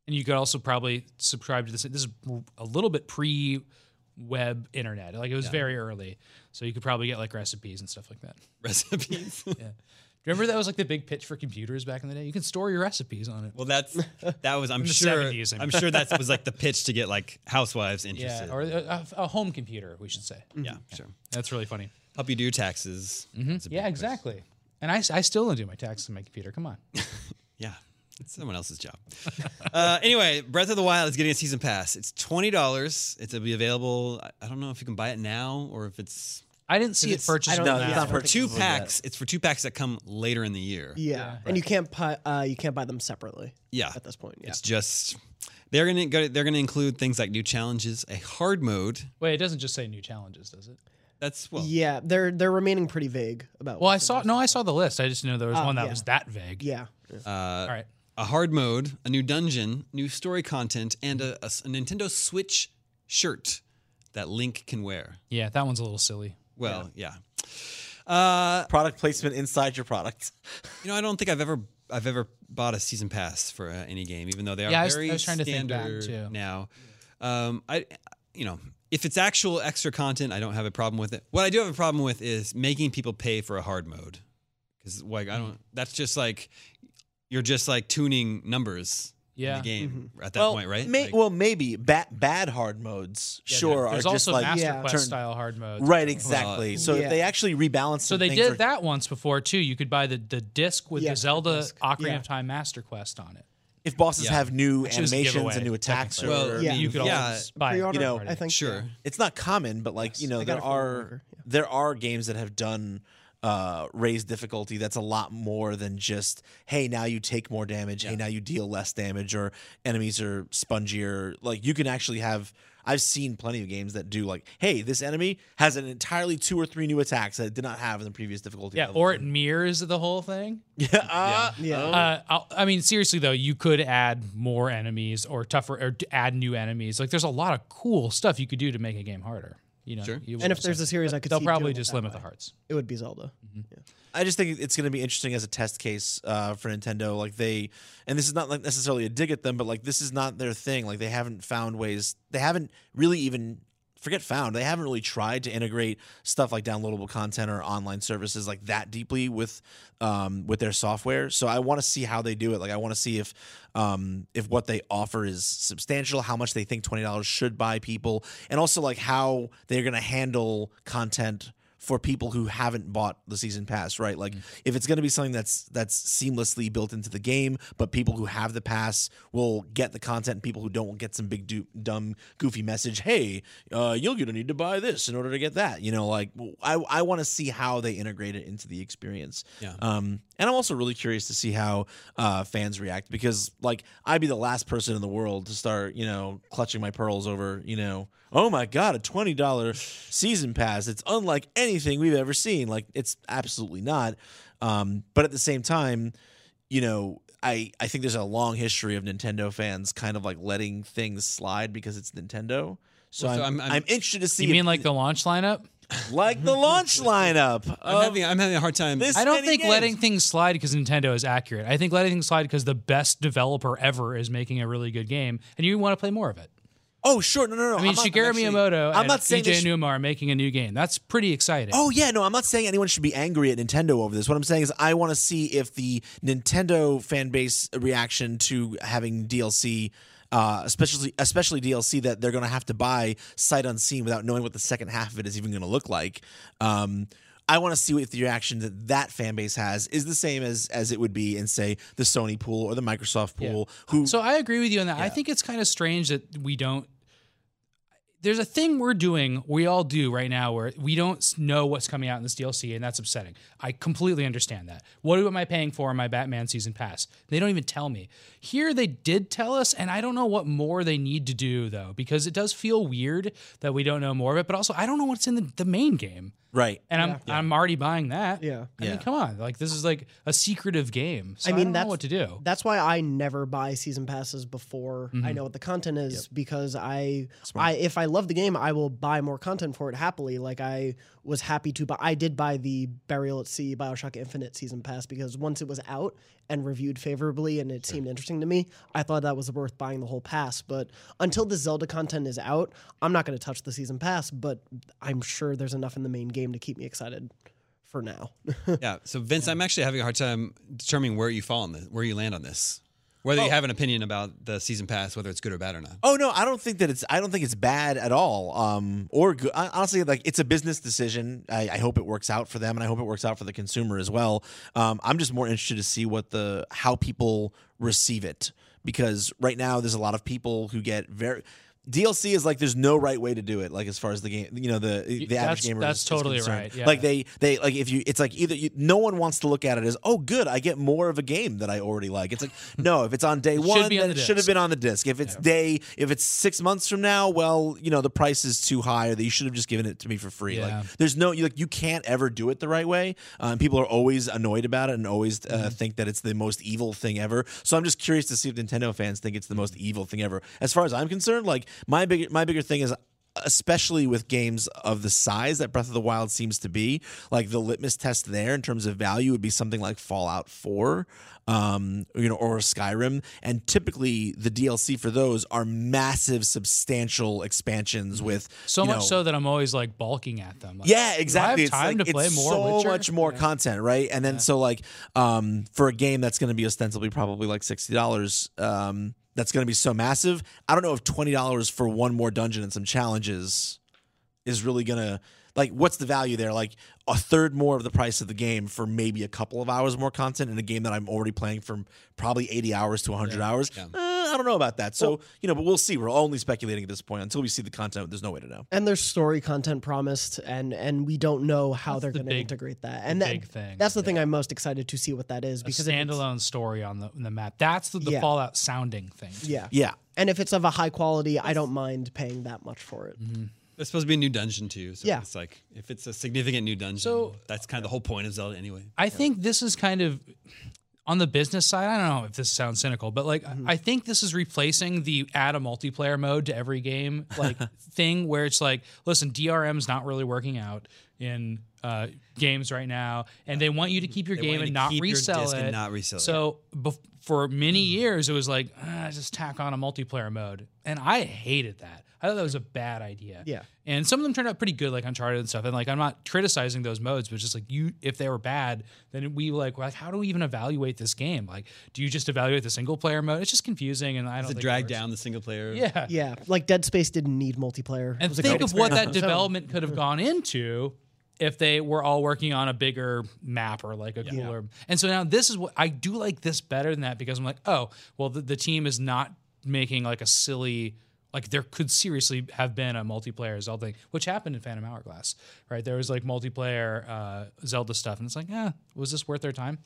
[SPEAKER 5] and you could also probably subscribe to this. This is a little bit pre-web internet, like it was very early, so you could probably get like recipes and stuff like that. [LAUGHS]
[SPEAKER 3] Recipes.
[SPEAKER 5] Remember that was like the big pitch for computers back in the day. You can store your recipes on it.
[SPEAKER 3] Well, that's that was. I'm
[SPEAKER 5] the
[SPEAKER 3] sure.
[SPEAKER 5] 70s, I mean.
[SPEAKER 3] I'm sure
[SPEAKER 5] [LAUGHS]
[SPEAKER 3] that was like the pitch to get like housewives interested.
[SPEAKER 5] Yeah, or a, a home computer, we should say.
[SPEAKER 6] Mm.
[SPEAKER 3] yeah, sure.
[SPEAKER 5] That's really funny.
[SPEAKER 3] Help you do your taxes. It's a big
[SPEAKER 5] Yeah,
[SPEAKER 3] push.
[SPEAKER 5] exactly. And I, s- I still don't do my taxes on my computer.
[SPEAKER 4] [LAUGHS]
[SPEAKER 5] Come on.
[SPEAKER 3] Yeah, it's someone else's job. [LAUGHS] uh, anyway, Breath of the Wild is getting a season pass. It's twenty dollars. It'll be available. I- I don't know if you can buy it now or if it's
[SPEAKER 5] I didn't see it purchased.
[SPEAKER 6] I
[SPEAKER 5] on
[SPEAKER 6] don't-
[SPEAKER 4] No,
[SPEAKER 5] that.
[SPEAKER 4] it's
[SPEAKER 6] yeah,
[SPEAKER 4] not
[SPEAKER 6] I don't
[SPEAKER 4] for
[SPEAKER 6] think
[SPEAKER 3] two
[SPEAKER 4] two
[SPEAKER 3] packs. It's for two packs that come later in the year.
[SPEAKER 6] Yeah. And you can't pu- uh you can't buy them separately
[SPEAKER 3] Yeah.
[SPEAKER 6] at this point. Yeah.
[SPEAKER 3] It's just they're gonna go, they're gonna include things like new challenges, a hard mode.
[SPEAKER 5] Wait, it doesn't just say new challenges, does it?
[SPEAKER 3] That's well.
[SPEAKER 6] yeah, they're they're remaining pretty vague about
[SPEAKER 5] Well, I
[SPEAKER 6] what's in
[SPEAKER 5] saw no, I saw the list. I just knew there was one that
[SPEAKER 6] Oh, yeah.
[SPEAKER 5] was that vague.
[SPEAKER 6] it. Yeah.
[SPEAKER 3] Uh,
[SPEAKER 5] All right.
[SPEAKER 3] a hard mode, a new dungeon, new story content, and a, a s- a Nintendo Switch shirt that Link can wear.
[SPEAKER 5] Yeah, that one's a little silly.
[SPEAKER 3] Well, yeah.
[SPEAKER 4] Product placement inside your product.
[SPEAKER 3] You know, I don't think I've ever I've ever bought a season pass for uh, any game, even though they are
[SPEAKER 5] Yeah, I was-
[SPEAKER 3] very
[SPEAKER 5] I was trying to think back,
[SPEAKER 3] standard
[SPEAKER 5] too.
[SPEAKER 3] now. Um, I, you know, if it's actual extra content, I don't have a problem with it. What I do have a problem with is making people pay for a hard mode, because like I don't. That's just like you're just like tuning numbers.
[SPEAKER 5] Yeah.
[SPEAKER 3] in the game at that point, right?
[SPEAKER 4] may-
[SPEAKER 3] Like-
[SPEAKER 4] Mm-hmm. well, maybe bad bad hard modes.
[SPEAKER 5] Yeah,
[SPEAKER 4] sure,
[SPEAKER 5] There's
[SPEAKER 4] are just
[SPEAKER 5] also
[SPEAKER 4] like
[SPEAKER 5] Master
[SPEAKER 6] Yeah.
[SPEAKER 5] Quest
[SPEAKER 4] turn-
[SPEAKER 5] style hard modes.
[SPEAKER 4] Right, exactly. so
[SPEAKER 6] Yeah.
[SPEAKER 4] if they actually
[SPEAKER 5] [LAUGHS]
[SPEAKER 4] rebalance,
[SPEAKER 5] So
[SPEAKER 4] some
[SPEAKER 5] they
[SPEAKER 4] things
[SPEAKER 5] did
[SPEAKER 4] or-
[SPEAKER 5] that once before too. You could buy the, the disc with
[SPEAKER 6] Yeah,
[SPEAKER 5] the Zelda
[SPEAKER 6] disc.
[SPEAKER 5] Ocarina
[SPEAKER 6] Yeah.
[SPEAKER 5] of Time Master Quest on it.
[SPEAKER 4] If bosses
[SPEAKER 3] Yeah.
[SPEAKER 4] have new
[SPEAKER 5] Which is a
[SPEAKER 4] animations
[SPEAKER 5] giveaway,
[SPEAKER 4] and new attacks, or
[SPEAKER 5] technically.
[SPEAKER 3] Well,
[SPEAKER 6] Yeah.
[SPEAKER 5] You could
[SPEAKER 3] Yeah.
[SPEAKER 5] also just buy
[SPEAKER 6] Pre-order,
[SPEAKER 4] you know,
[SPEAKER 6] I think.
[SPEAKER 3] sure.
[SPEAKER 4] it's not common, but like you know,
[SPEAKER 6] I got
[SPEAKER 4] there
[SPEAKER 6] it from a
[SPEAKER 4] are
[SPEAKER 6] coworker,
[SPEAKER 4] there are games that have done uh raised difficulty that's a lot more than just hey now you take more damage hey now you deal less damage or enemies are spongier like you can actually have i've seen plenty of games that do like hey this enemy has an entirely two or three new attacks that it did not have in the previous difficulty
[SPEAKER 5] Yeah,
[SPEAKER 4] level.
[SPEAKER 5] or [LAUGHS] it mirrors the whole thing.
[SPEAKER 4] [LAUGHS] yeah, uh,
[SPEAKER 6] Yeah.
[SPEAKER 5] Uh, I'll- I mean, seriously though, you could add more enemies or tougher, or d- add new enemies. Like, there's a lot of cool stuff you could do to make a game harder. You know,
[SPEAKER 3] Sure.
[SPEAKER 5] you
[SPEAKER 6] and
[SPEAKER 5] would-
[SPEAKER 6] if there's a series I could
[SPEAKER 5] they'll
[SPEAKER 6] see
[SPEAKER 5] probably
[SPEAKER 6] doing it
[SPEAKER 5] just
[SPEAKER 6] that
[SPEAKER 5] limit
[SPEAKER 6] way,
[SPEAKER 5] the hearts.
[SPEAKER 6] It would be Zelda.
[SPEAKER 4] I just think it's going to be interesting as a test case uh, for Nintendo. Like they, and this is not like necessarily a dig at them, but like this is not their thing. Like they haven't found ways. They haven't really even forget found. They haven't really tried to integrate stuff like downloadable content or online services like that deeply with um, with their software. So I want to see how they do it. Like I want to see if um, if what they offer is substantial, how much they think twenty dollars should buy people, and also like how they're going to handle content for people who haven't bought the season pass, right? Like if it's going to be something that's that's seamlessly built into the game, but people who have the pass will get the content, and people who don't will get some big du- dumb goofy message, "Hey, uh, you're going to need to buy this in order to get that." You know, like I I want to see how they integrate it into the experience.
[SPEAKER 3] Yeah.
[SPEAKER 4] Um, and I'm also really curious to see how uh, fans react because, like, I'd be the last person in the world to start, you know, clutching my pearls over, you know, oh my God, a $20 season pass. It's unlike anything we've ever seen. Like, it's absolutely not. Um, but at the same time, you know, I, I think there's a long history of Nintendo fans kind of like letting things slide because it's Nintendo. So,
[SPEAKER 3] Well, so
[SPEAKER 4] I'm,
[SPEAKER 3] I'm-
[SPEAKER 4] I'm,
[SPEAKER 3] I'm-
[SPEAKER 4] interested to see
[SPEAKER 5] You
[SPEAKER 4] if-
[SPEAKER 5] mean like the launch lineup?
[SPEAKER 4] like
[SPEAKER 5] [LAUGHS]
[SPEAKER 4] the launch lineup.
[SPEAKER 3] I'm
[SPEAKER 4] of
[SPEAKER 3] having I'm having a hard time.
[SPEAKER 4] this
[SPEAKER 5] I don't
[SPEAKER 4] many
[SPEAKER 5] think
[SPEAKER 4] games.
[SPEAKER 5] letting things slide because Nintendo is accurate. I think letting things slide because the best developer ever is making a really good game, and you want to play more of it.
[SPEAKER 4] Oh, sure. No, no, no.
[SPEAKER 5] I mean,
[SPEAKER 4] I'm not- I'm
[SPEAKER 5] Shigeru
[SPEAKER 4] actually-
[SPEAKER 5] Miyamoto
[SPEAKER 4] I'm
[SPEAKER 5] and E
[SPEAKER 4] not saying
[SPEAKER 5] EJ
[SPEAKER 4] this sh-
[SPEAKER 5] Numa are making a new game. That's pretty exciting.
[SPEAKER 4] Oh yeah, no, I'm not saying anyone should be angry at Nintendo over this. What I'm saying is I want to see if the Nintendo fan base reaction to having DLC uh, especially especially DLC that they're going to have to buy sight unseen without knowing what the second half of it is even going to look like. Um, I want to see what the reaction that that fan base has is the same as as it would be in say the Sony pool or the Microsoft pool. Who
[SPEAKER 5] So I agree with you on that. I think it's kind of strange that we don't. There's a thing we're doing, we all do right now, where we don't s- know what's coming out in this DLC, and that's upsetting. I completely understand that. What am I paying for on my Batman season pass? They don't even tell me. Here, they did tell us, and I don't know what more they need to do, though, because it does feel weird that we don't know more of it, but also I don't know what's in the, the main game.
[SPEAKER 4] right?
[SPEAKER 5] And I'm I'm already buying that.
[SPEAKER 6] Yeah.
[SPEAKER 5] I mean,
[SPEAKER 4] Yeah.
[SPEAKER 5] come on, like this is like a secretive game. So I
[SPEAKER 6] I mean,
[SPEAKER 5] mean, don't know
[SPEAKER 6] that's-
[SPEAKER 5] what to do.
[SPEAKER 6] That's why I never buy season passes before I know what the content is because I, I if I love the game, I will buy more content for it happily. Like I was happy to, but I did buy the Burial at Sea Bioshock Infinite season pass because once it was out and reviewed favorably and it seemed interesting to me, I thought that was worth buying the whole pass. But until the Zelda content is out, I'm not going to touch the season pass. But I'm sure there's enough in the main game to keep me excited for now.
[SPEAKER 3] [LAUGHS] Yeah. So Vince, I'm actually having a hard time determining where you fall on this, where you land on this, whether you have an opinion about the season pass, whether it's good or bad or not.
[SPEAKER 4] Oh no, I don't think that it's. I don't think it's bad at all. Um, or good. I- Honestly, like it's a business decision. I, I hope it works out for them, and I hope it works out for the consumer as well. Um, I'm just more interested to see what the how people receive it because right now there's a lot of people who get very. DLC is like there's no right way to do it. Like as far as the game, you know, the the
[SPEAKER 5] that's-
[SPEAKER 4] average gamer.
[SPEAKER 5] that's
[SPEAKER 4] is- is
[SPEAKER 5] totally
[SPEAKER 4] concerned.
[SPEAKER 5] right, yeah.
[SPEAKER 4] Like they they like if you, it's like either you, no one wants to look at it as oh good, I get more of a game that I already like. It's like no, if it's on day one,
[SPEAKER 5] be on the
[SPEAKER 4] then it should have
[SPEAKER 5] disc.
[SPEAKER 4] been been on the disc. If it's day, if it's six months from now, well, you know the price is too high, or that you should have just given it to me for free.
[SPEAKER 5] Yeah.
[SPEAKER 4] Like, there's no you like you can't ever do it the right way. Um, people are always annoyed about it and always uh,
[SPEAKER 5] Mm-hmm.
[SPEAKER 4] think that it's the most evil thing ever. So I'm just curious to see if Nintendo fans think it's the most evil thing ever. As far as I'm concerned, like my big my bigger thing is. Especially with games of the size that Breath of the Wild seems to be, like the litmus test there in terms of value would be something like Fallout 4, um, you know, or Skyrim. And typically, the DLC for those are massive, substantial expansions with
[SPEAKER 5] Mm-hmm. So
[SPEAKER 4] you
[SPEAKER 5] much
[SPEAKER 4] know,
[SPEAKER 5] so that I'm always like balking at them. Like,
[SPEAKER 4] yeah,
[SPEAKER 5] Do
[SPEAKER 4] exactly.
[SPEAKER 5] I have time
[SPEAKER 4] it's like,
[SPEAKER 5] to play
[SPEAKER 4] it's
[SPEAKER 5] more
[SPEAKER 4] so
[SPEAKER 5] Witcher?
[SPEAKER 4] much more content, right? And then so like um for a game that's going to be ostensibly probably like $60 um that's going to be so massive. I don't know if $20 for one more dungeon and some challenges is really going to like what's the value there? Like a third more of the price of the game for maybe a couple of hours more content in a game that I'm already playing from probably 80 hours to 100 hours. Uh, I don't know about that. So, you know, but we'll see. We're only speculating at this point until we see the content. There's no way to know.
[SPEAKER 6] and there's story content promised and and we don't know how
[SPEAKER 5] That's
[SPEAKER 6] they're
[SPEAKER 5] the
[SPEAKER 6] going to
[SPEAKER 5] big-
[SPEAKER 6] integrate that
[SPEAKER 5] the
[SPEAKER 6] and that,
[SPEAKER 5] big thing,
[SPEAKER 6] that's the thing i'm most excited to see what that is
[SPEAKER 5] A
[SPEAKER 6] because if it's-
[SPEAKER 5] standalone story on the, on the map. That's the, the
[SPEAKER 6] Yeah.
[SPEAKER 5] Fallout sounding thing.
[SPEAKER 6] yeah
[SPEAKER 4] Yeah.
[SPEAKER 6] and if it's of a high quality i don't mind paying that much for it
[SPEAKER 5] Mm-hmm.
[SPEAKER 3] There's supposed to be a new dungeon too. So
[SPEAKER 6] Yeah.
[SPEAKER 3] it's like if it's a significant new dungeon,
[SPEAKER 5] So-
[SPEAKER 3] that's kind of the whole point of Zelda anyway.
[SPEAKER 5] I think this is kind of on the business side. I don't know if this sounds cynical, but like I think this is replacing the add a multiplayer mode to every game [LAUGHS] like thing where it's like, listen, DRM's not really working out in uh, games right now, and they want you to keep your
[SPEAKER 3] They want
[SPEAKER 5] game
[SPEAKER 3] you
[SPEAKER 5] and
[SPEAKER 3] to
[SPEAKER 5] not
[SPEAKER 3] keep your
[SPEAKER 5] resell
[SPEAKER 3] disc
[SPEAKER 5] it.
[SPEAKER 3] and not resell it.
[SPEAKER 5] So bef- for many
[SPEAKER 3] Hmm.
[SPEAKER 5] years, it was like ah, just tack on a multiplayer mode, and I hated that. I thought that was a bad idea.
[SPEAKER 6] Yeah.
[SPEAKER 5] And some of them turned out pretty good, like Uncharted and stuff. And like, I'm not criticizing those modes, but it's just like you, if they were bad, then we like, well, like, how do we even evaluate this game? Like, do you just evaluate the single player mode? It's just confusing, and I don't
[SPEAKER 3] Does it
[SPEAKER 5] think
[SPEAKER 3] drag
[SPEAKER 5] works.
[SPEAKER 3] down the single player?
[SPEAKER 5] Yeah.
[SPEAKER 6] yeah like dead space didn't need multiplayer It
[SPEAKER 5] And
[SPEAKER 6] was a
[SPEAKER 5] think
[SPEAKER 6] great
[SPEAKER 5] of what that
[SPEAKER 6] experience [LAUGHS] on its own.
[SPEAKER 5] development could have gone into if they were all working on a bigger map or like a cooler. And so now this is what I do like this better than that because I'm like, oh, well, the, the team is not making like a silly. Like there could seriously have been a multiplayer Zelda thing, which happened in Phantom Hourglass, right? There was like multiplayer uh, Zelda stuff, and it's like, yeah, was this worth their time?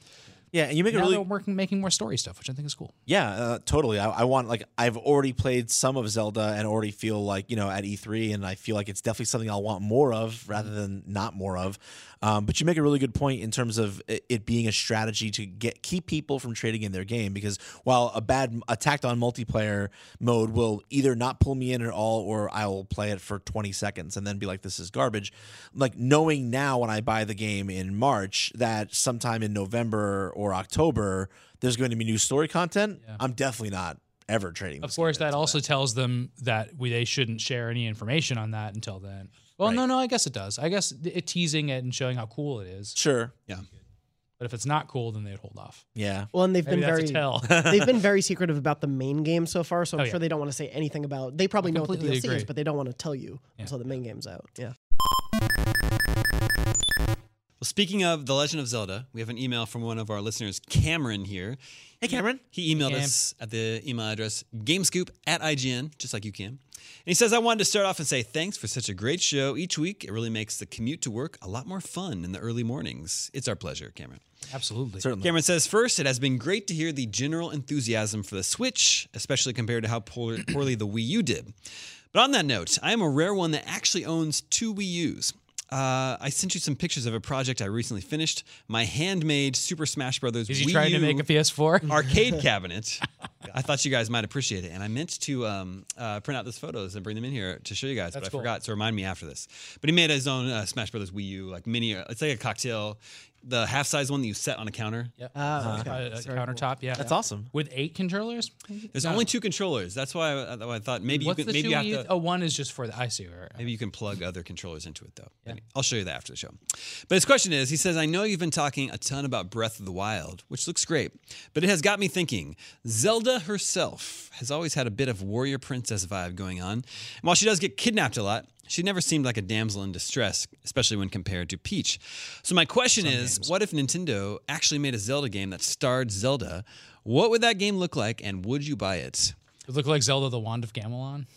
[SPEAKER 4] Yeah, and you make a
[SPEAKER 5] Now
[SPEAKER 4] really
[SPEAKER 5] they're working, making more story stuff, which I think is cool.
[SPEAKER 4] Yeah, uh, totally. I, I want like I've already played some of Zelda and already feel like you know at E3, and I feel like it's definitely something I'll want more of rather than not more of. Um, but you make a really good point in terms of it, it being a strategy to get keep people from trading in their game because while a bad attacked on multiplayer mode will either not pull me in at all or I will play it for 20 seconds and then be like this is garbage. Like knowing now when I buy the game in March that sometime in November or October there's going to be new story content, I'm definitely not ever trading.
[SPEAKER 5] Of
[SPEAKER 4] this
[SPEAKER 5] course,
[SPEAKER 4] game
[SPEAKER 5] that also tells them that we, they shouldn't share any information on that until then. Well, no, no, I guess it does. I guess th- it teasing it and showing how cool it is,
[SPEAKER 4] Sure.
[SPEAKER 5] but But if it's not cool, then they'd hold off.
[SPEAKER 4] Yeah.
[SPEAKER 6] Well, and they've been
[SPEAKER 5] Maybe
[SPEAKER 6] very
[SPEAKER 5] that's a tell. [LAUGHS]
[SPEAKER 6] [LAUGHS] they've been very secretive about the main game so far, so I'm
[SPEAKER 5] Oh, yeah.
[SPEAKER 6] sure they don't want to say anything about. They probably
[SPEAKER 5] I
[SPEAKER 6] know what the
[SPEAKER 5] completely
[SPEAKER 6] DLC
[SPEAKER 5] agree.
[SPEAKER 6] is, but they don't want to tell you
[SPEAKER 5] Yeah.
[SPEAKER 6] until the main game's out. Yeah.
[SPEAKER 3] Well, speaking of The Legend of Zelda, we have an email from one of our listeners, Cameron, here.
[SPEAKER 4] Hey, Cameron.
[SPEAKER 3] He emailed
[SPEAKER 5] Cam.
[SPEAKER 3] us at the email address gamescoop at IGN, just like you can. And he says, I wanted to start off and say thanks for such a great show each week. It really makes the commute to work a lot more fun in the early mornings. It's our pleasure, Cameron.
[SPEAKER 5] Absolutely.
[SPEAKER 4] Certainly.
[SPEAKER 3] Cameron says, First, it has been great to hear the general enthusiasm for the Switch, especially compared to how
[SPEAKER 5] [CLEARS THROAT]
[SPEAKER 3] poor, poorly the Wii U did. But on that note, I am a rare one that actually owns two Wii U's. Uh, I sent you some pictures of a project I recently finished. My handmade Super Smash Brothers.
[SPEAKER 5] Is he
[SPEAKER 3] Wii
[SPEAKER 5] trying to
[SPEAKER 3] U [LAUGHS]
[SPEAKER 5] make a PS4? [LAUGHS]
[SPEAKER 3] arcade cabinet. I thought you guys might appreciate it, and I meant to um, uh, print out those photos and bring them in here to show you guys,
[SPEAKER 5] That's
[SPEAKER 3] but I
[SPEAKER 5] cool.
[SPEAKER 3] forgot. So remind me after this. But he made his own uh, Smash Brothers Wii U, like mini. uh, It's like a cocktail, the half size one that you set on a counter.
[SPEAKER 5] Yep.
[SPEAKER 6] Uh,
[SPEAKER 5] Uh,
[SPEAKER 6] okay.
[SPEAKER 5] a countertop. Yeah.
[SPEAKER 4] That's awesome.
[SPEAKER 5] With eight controllers?
[SPEAKER 3] There's only two controllers. That's why I, uh, I thought maybe
[SPEAKER 5] What's
[SPEAKER 3] you can
[SPEAKER 5] the
[SPEAKER 3] maybe
[SPEAKER 5] two
[SPEAKER 3] you have
[SPEAKER 5] we use?
[SPEAKER 3] to.
[SPEAKER 5] Oh, one is just for the I see. Right.
[SPEAKER 3] Maybe you can plug other controllers into it, though. I'll show you that after the show. But his question is he says, I know you've been talking a ton about Breath of the Wild, which looks great, but it has got me thinking. Zelda herself has always had a bit of warrior princess vibe going on. And while she does get kidnapped a lot, she never seemed like a damsel in distress, especially when compared to Peach. So, my question is what if Nintendo actually made a Zelda game that starred Zelda? What would that game look like, and would you buy it?
[SPEAKER 5] It looked like Zelda the Wand of Gamelon.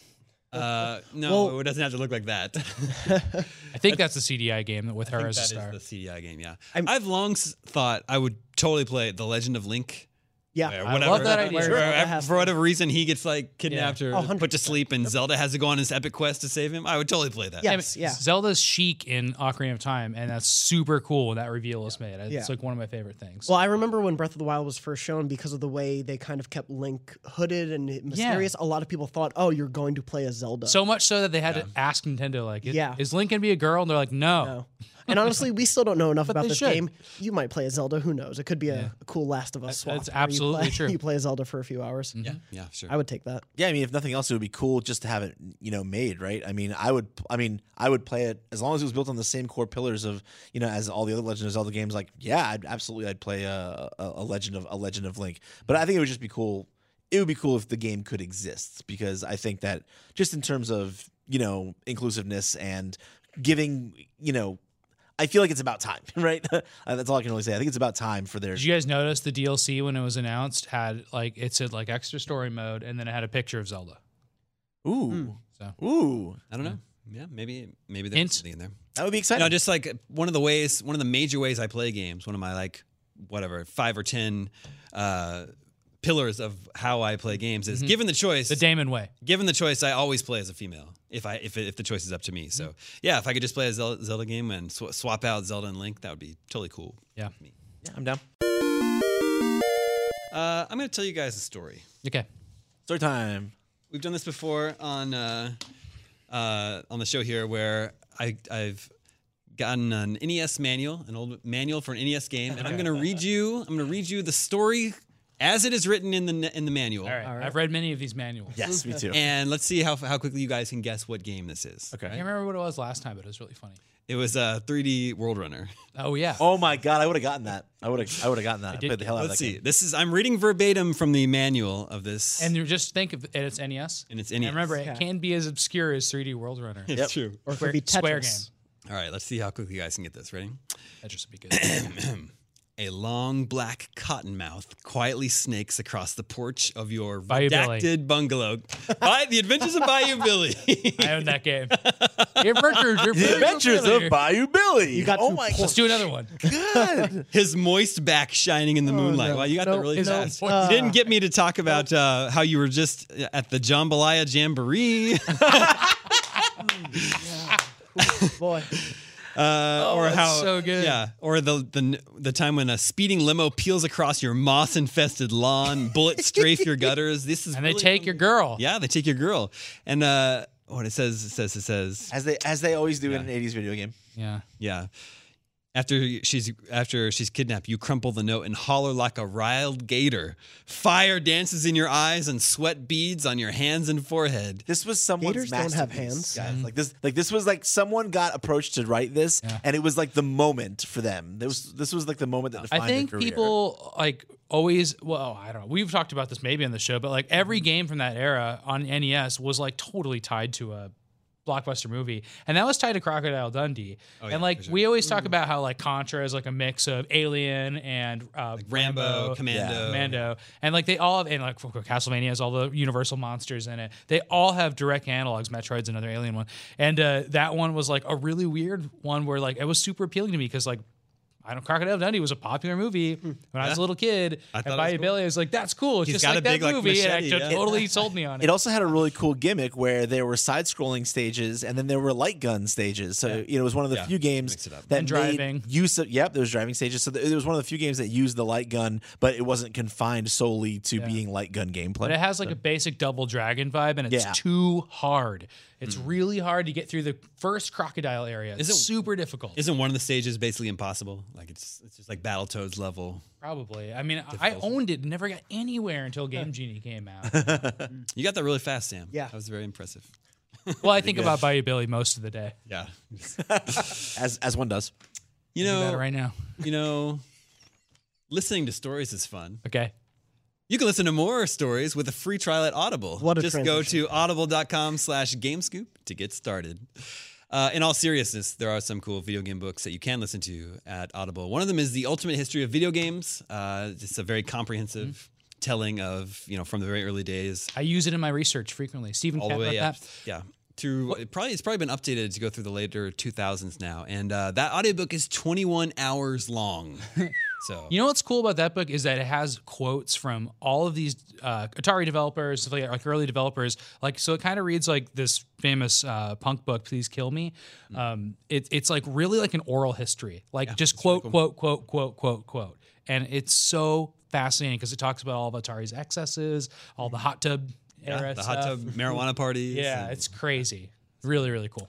[SPEAKER 3] Uh, no,
[SPEAKER 6] Well-
[SPEAKER 3] it doesn't have to look like that. [LAUGHS]
[SPEAKER 5] I think that's the CDI game that with her
[SPEAKER 3] That
[SPEAKER 5] as a
[SPEAKER 3] is
[SPEAKER 5] star.
[SPEAKER 3] the CDI game, yeah. i
[SPEAKER 6] I'm-
[SPEAKER 3] have long s- thought I would totally play The Legend of Link.
[SPEAKER 6] Yeah.
[SPEAKER 3] or
[SPEAKER 5] I
[SPEAKER 3] whatever.
[SPEAKER 5] love that idea.
[SPEAKER 3] Where-
[SPEAKER 5] Sure,
[SPEAKER 3] where-
[SPEAKER 6] that has
[SPEAKER 3] for whatever reason, he gets like kidnapped
[SPEAKER 6] Oh,
[SPEAKER 3] or
[SPEAKER 6] 100%.
[SPEAKER 3] put to sleep, and Zelda has to go on his epic quest to save him. I would totally play that.
[SPEAKER 5] I mean,
[SPEAKER 6] Yes. Yeah.
[SPEAKER 5] Zelda's chic in Ocarina of Time, and that's super cool when that reveal is made. It's
[SPEAKER 6] Yeah.
[SPEAKER 5] like one of my favorite things.
[SPEAKER 6] Well, I remember when Breath of the Wild was first shown because of the way they kind of kept Link hooded and mysterious. A lot of people thought, "Oh, you're going to play a Zelda."
[SPEAKER 5] so much so that they had to ask Nintendo, like, "Is-
[SPEAKER 6] Yeah.
[SPEAKER 5] is Link gonna be a girl? And they're like, no.
[SPEAKER 6] No. and honestly, we still don't know
[SPEAKER 5] [LAUGHS]
[SPEAKER 6] enough about
[SPEAKER 5] they
[SPEAKER 6] this
[SPEAKER 5] should.
[SPEAKER 6] game. You might play a Zelda. Who knows? It could be a, a cool Last of Us swap.
[SPEAKER 5] that's
[SPEAKER 6] where you
[SPEAKER 5] absolutely
[SPEAKER 6] play- [LAUGHS]
[SPEAKER 5] true. Mm.
[SPEAKER 6] You play a Zelda for a few hours.
[SPEAKER 3] yeah, yeah, sure.
[SPEAKER 6] I would take that.
[SPEAKER 4] Yeah, I mean, if nothing else, it would be cool just to have it, you know, made right. I mean, I would, I mean, I would play it as long as it was built on the same core pillars of, you know, as all the other Legend of Zelda games. Like, yeah, I'd absolutely, I'd play a, a, a Legend of a Legend of Link. But I think it would just be cool. It would be cool if the game could exist because I think that just in terms of you know inclusiveness and giving, you know, I feel like it's about time, [LAUGHS] right? Uh, That's all I can really say. I think it's about time for their
[SPEAKER 5] Did you guys notice the DLC when it was announced had like it said like extra story mode, and then it had a picture of Zelda.
[SPEAKER 4] ooh
[SPEAKER 5] So.
[SPEAKER 4] ooh.
[SPEAKER 3] I don't know. Yeah, maybe maybe there's
[SPEAKER 5] Hint.
[SPEAKER 3] something in there.
[SPEAKER 4] That would be exciting.
[SPEAKER 3] No, just like one of the ways, one of the major ways I play games, one of my like whatever five or ten uh, pillars of how I play games is given the choice,
[SPEAKER 5] Mm-hmm. The Damon way.
[SPEAKER 3] given the choice, I always play as a female if I if, if the choice is up to me. So
[SPEAKER 5] Mm-hmm.
[SPEAKER 3] yeah, if I could just play a Zelda, Zelda game and sw- swap out Zelda and Link, that would be totally cool.
[SPEAKER 5] Yeah.
[SPEAKER 4] yeah, I'm down.
[SPEAKER 3] Uh, I'm going to tell you guys a story.
[SPEAKER 5] Okay.
[SPEAKER 4] Story time.
[SPEAKER 3] We've done this before on uh, uh, on the show here, where I I've gotten an NES manual, an old manual for an NES game, and I'm going to read you. I'm going to read you the story as it is written in the ne- in the manual.
[SPEAKER 5] All right. I've read many of these manuals.
[SPEAKER 4] Yes, [LAUGHS] me too.
[SPEAKER 3] And let's see how, how quickly you guys can guess what game this is.
[SPEAKER 5] I
[SPEAKER 4] Okay.
[SPEAKER 5] can't remember what it was last time, but it was really funny.
[SPEAKER 3] It was a uh, 3D World Runner.
[SPEAKER 5] Oh yeah.
[SPEAKER 4] Oh my god, I would have gotten that. I would have. I would have gotten that. I,
[SPEAKER 5] did
[SPEAKER 4] played the hell out of that
[SPEAKER 3] Let's see.
[SPEAKER 4] game.
[SPEAKER 3] This is I'm reading verbatim from the manual of this.
[SPEAKER 5] And you just think of it, it's NES.
[SPEAKER 3] And it's
[SPEAKER 5] And
[SPEAKER 3] NES.
[SPEAKER 5] remember, it can be as obscure as 3D World Runner.
[SPEAKER 3] it's true.
[SPEAKER 6] Or it
[SPEAKER 5] Square,
[SPEAKER 6] could be Tetris.
[SPEAKER 5] Square game.
[SPEAKER 3] All right, let's see how quickly you guys can get this. Ready?
[SPEAKER 5] That just would be good.
[SPEAKER 3] A long black cottonmouth quietly snakes across the porch of your
[SPEAKER 5] Bayou
[SPEAKER 3] redacted
[SPEAKER 5] Billy.
[SPEAKER 3] bungalow. By the Adventures of Bayou Billy. [LAUGHS]
[SPEAKER 5] I own that game. Your Adventures, your
[SPEAKER 4] The Adventures of Bayou Billy. You
[SPEAKER 6] got
[SPEAKER 4] oh
[SPEAKER 6] to
[SPEAKER 4] my
[SPEAKER 5] Let's do another one.
[SPEAKER 4] god.
[SPEAKER 3] His moist back shining in the moonlight.
[SPEAKER 6] Oh, no.
[SPEAKER 3] Wow, you got there
[SPEAKER 6] Nope. Uh,
[SPEAKER 3] really
[SPEAKER 5] His
[SPEAKER 3] fast.
[SPEAKER 5] moist
[SPEAKER 3] you didn't get me to talk about uh, how you were just at the Jambalaya Jamboree [LAUGHS]
[SPEAKER 6] [LAUGHS] Boy, Oh,
[SPEAKER 3] uh, or
[SPEAKER 5] that's
[SPEAKER 3] how
[SPEAKER 5] so good.
[SPEAKER 3] Yeah, or the the the time when a speeding limo peels across your moss-infested lawn, bullets strafe
[SPEAKER 6] [LAUGHS]
[SPEAKER 3] your gutters. This is
[SPEAKER 5] And they
[SPEAKER 3] really
[SPEAKER 5] take your girl.
[SPEAKER 3] Yeah, they take your girl. And uh, what it says, it says, it says,
[SPEAKER 4] As they as they always do in an '80s video game.
[SPEAKER 5] Yeah.
[SPEAKER 3] yeah. After she's after she's kidnapped, you crumple the note and holler like a riled gator. Fire dances in your eyes and sweat beads on your hands and forehead.
[SPEAKER 4] This was someone's
[SPEAKER 6] Gators don't have hands.
[SPEAKER 4] masterpiece, guys. Like this, like this was like someone got approached to write this, and it was like the moment for them. This was this was like the moment that defined
[SPEAKER 5] I think
[SPEAKER 4] their career.
[SPEAKER 5] people like always. Well, I don't know. We've talked about this maybe on the show, but like
[SPEAKER 3] Mm-hmm.
[SPEAKER 5] every game from that era on NES was like totally tied to a blockbuster movie, and that was tied to Crocodile Dundee.
[SPEAKER 3] Oh, yeah,
[SPEAKER 5] and like
[SPEAKER 3] for sure. Mm.
[SPEAKER 5] we always talk about how like Contra is like a mix of Alien and uh,
[SPEAKER 3] Rambo, Commando.
[SPEAKER 5] Commando, and like they all have, and like Castlevania has all the Universal monsters in it. They all have direct analogs. Metroid's another Alien one, and uh, that one was like a really weird one where like it was super appealing to me because like I don't Crocodile Dundee was a popular movie when I was a little kid.
[SPEAKER 3] I thought
[SPEAKER 5] and
[SPEAKER 3] it
[SPEAKER 5] Bobby
[SPEAKER 3] was cool.
[SPEAKER 5] Bailey was like, "That's cool. It's
[SPEAKER 3] He's
[SPEAKER 5] just
[SPEAKER 3] got
[SPEAKER 5] like
[SPEAKER 3] a big,
[SPEAKER 5] that
[SPEAKER 3] like,
[SPEAKER 5] movie," and it
[SPEAKER 3] machete, yeah.
[SPEAKER 5] totally sold me on it.
[SPEAKER 4] It also had a really cool gimmick where there were side-scrolling stages and then there were light gun stages. So you know, it was one of the
[SPEAKER 3] Yeah,
[SPEAKER 4] few games
[SPEAKER 3] mix it up.
[SPEAKER 4] that
[SPEAKER 5] And
[SPEAKER 4] made
[SPEAKER 5] driving.
[SPEAKER 4] use of. Yep, there was driving stages. So th- it was one of the few games that used the light gun, but it wasn't confined solely to being light gun
[SPEAKER 5] but
[SPEAKER 4] gameplay.
[SPEAKER 5] it has like a basic double dragon vibe, and it's
[SPEAKER 4] Yeah.
[SPEAKER 5] too hard. It's really hard to get through the first crocodile area. It's
[SPEAKER 3] Hmm. Is it-
[SPEAKER 5] super difficult.
[SPEAKER 3] Isn't one of the stages basically impossible? Like it's it's just like Battletoads level.
[SPEAKER 5] Probably. I mean, I owned it and never got anywhere
[SPEAKER 3] [LAUGHS]
[SPEAKER 5] until Game Genie came out.
[SPEAKER 3] You got that really fast, Sam.
[SPEAKER 6] Yeah.
[SPEAKER 3] that was very impressive.
[SPEAKER 5] well, I think about Bayou Billy most of the day.
[SPEAKER 3] Yeah,
[SPEAKER 4] as as one does.
[SPEAKER 3] you
[SPEAKER 5] Think about
[SPEAKER 3] know,
[SPEAKER 5] it right now.
[SPEAKER 3] you know, listening to stories is fun.
[SPEAKER 5] Okay.
[SPEAKER 3] You can listen to more stories with a free trial at Audible.
[SPEAKER 6] What a
[SPEAKER 3] Just go to audible.com slash gamescoop to get started. Uh, in all seriousness, there are some cool video game books that you can listen to at Audible. One of them is The Ultimate History of Video Games. Uh, it's a very comprehensive
[SPEAKER 5] Mm-hmm.
[SPEAKER 3] telling of, you know, from the very early days
[SPEAKER 5] I use it in my research frequently. Stephen
[SPEAKER 3] all
[SPEAKER 5] Cat
[SPEAKER 3] the
[SPEAKER 5] wrote
[SPEAKER 3] way up.
[SPEAKER 5] that.
[SPEAKER 3] Yeah. Through it probably it's probably been updated to go through the later 2000s now. And uh, that audiobook is 21 hours
[SPEAKER 5] [LAUGHS]
[SPEAKER 3] long. so
[SPEAKER 5] You know what's cool about that book is that it has quotes from all of these uh, Atari developers, stuff like, that, like early developers. Like so, it kind of reads like this famous uh, punk book, "Please Kill Me."
[SPEAKER 3] Mm.
[SPEAKER 5] Um, it, it's like really like an oral history, like just quote, quote, quote, quote, quote, quote, and it's so fascinating because it talks about all of Atari's excesses, all the hot tub era
[SPEAKER 3] Mm-hmm. the
[SPEAKER 5] stuff.
[SPEAKER 3] hot tub marijuana parties.
[SPEAKER 5] [LAUGHS] Yeah,
[SPEAKER 3] and-
[SPEAKER 5] it's crazy. Really, really cool.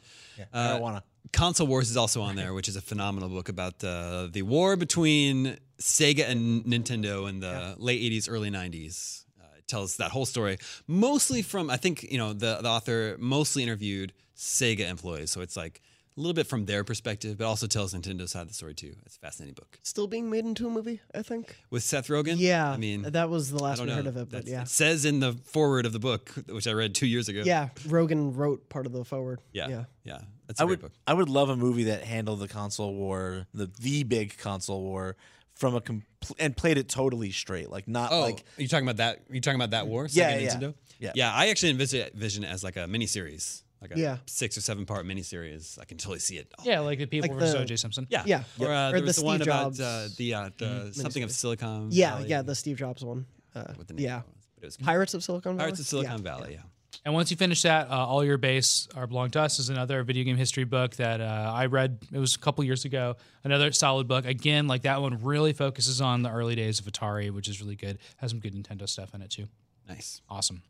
[SPEAKER 3] Uh,
[SPEAKER 4] Marijuana.
[SPEAKER 3] Console Wars is also on there, which is a phenomenal book about uh, the war between Sega and Nintendo in the late 80s, early 90s. Uh, it tells that whole story, mostly from, I think, you know, the, the author mostly interviewed Sega employees. So it's like a little bit from their perspective, but also tells Nintendo's side of the story, too. It's a fascinating book.
[SPEAKER 6] Still being made into a movie, I think.
[SPEAKER 3] With Seth Rogen?
[SPEAKER 6] Yeah,
[SPEAKER 3] I mean,
[SPEAKER 6] that was the
[SPEAKER 3] I
[SPEAKER 6] last
[SPEAKER 3] don't
[SPEAKER 6] we
[SPEAKER 3] know.
[SPEAKER 6] heard of it, but
[SPEAKER 3] That's-
[SPEAKER 6] yeah,
[SPEAKER 3] It says in the foreword of the book, which I read two years ago.
[SPEAKER 6] yeah. Rogan wrote part of the forward.
[SPEAKER 3] Yeah. Yeah. That's a
[SPEAKER 4] I
[SPEAKER 3] great
[SPEAKER 4] would
[SPEAKER 3] book.
[SPEAKER 4] I would love a movie that handled the console war, the the big console war, from a compl- and played it totally straight, like not
[SPEAKER 3] Oh,
[SPEAKER 4] like
[SPEAKER 3] are you talking about that? Are you talking about that war? Sega
[SPEAKER 4] Yeah,
[SPEAKER 3] and
[SPEAKER 4] yeah,
[SPEAKER 3] Nintendo?
[SPEAKER 4] yeah.
[SPEAKER 3] Yeah, I actually envision envision it as like a miniseries, like a
[SPEAKER 6] Yeah.
[SPEAKER 3] six or seven part miniseries. I can totally see it. Oh,
[SPEAKER 5] Yeah, like the people
[SPEAKER 6] Like
[SPEAKER 5] versus
[SPEAKER 6] the-
[SPEAKER 5] O.J. Simpson.
[SPEAKER 3] yeah,
[SPEAKER 6] Yeah.
[SPEAKER 3] Or, uh,
[SPEAKER 6] Or
[SPEAKER 3] there
[SPEAKER 6] the
[SPEAKER 3] was the one
[SPEAKER 6] Steve
[SPEAKER 3] about uh,
[SPEAKER 6] Jobs mm-hmm,
[SPEAKER 3] the, uh, the something of Silicon.
[SPEAKER 6] Yeah,
[SPEAKER 3] Valley.
[SPEAKER 6] yeah, the Steve Jobs one. Uh,
[SPEAKER 3] What the name
[SPEAKER 6] yeah,
[SPEAKER 3] was, but it was
[SPEAKER 6] Pirates of Silicon Valley.
[SPEAKER 3] Pirates of Silicon
[SPEAKER 6] Yeah.
[SPEAKER 3] Valley. Yeah.
[SPEAKER 5] And once you finish that, uh, All Your Base Are Belong to Us is another video game history book that uh, I read. It was a couple years ago. Another solid book. Again, like that one really focuses on the early days of Atari, which is really good. Has some good Nintendo stuff in it too.
[SPEAKER 3] nice.
[SPEAKER 5] Awesome.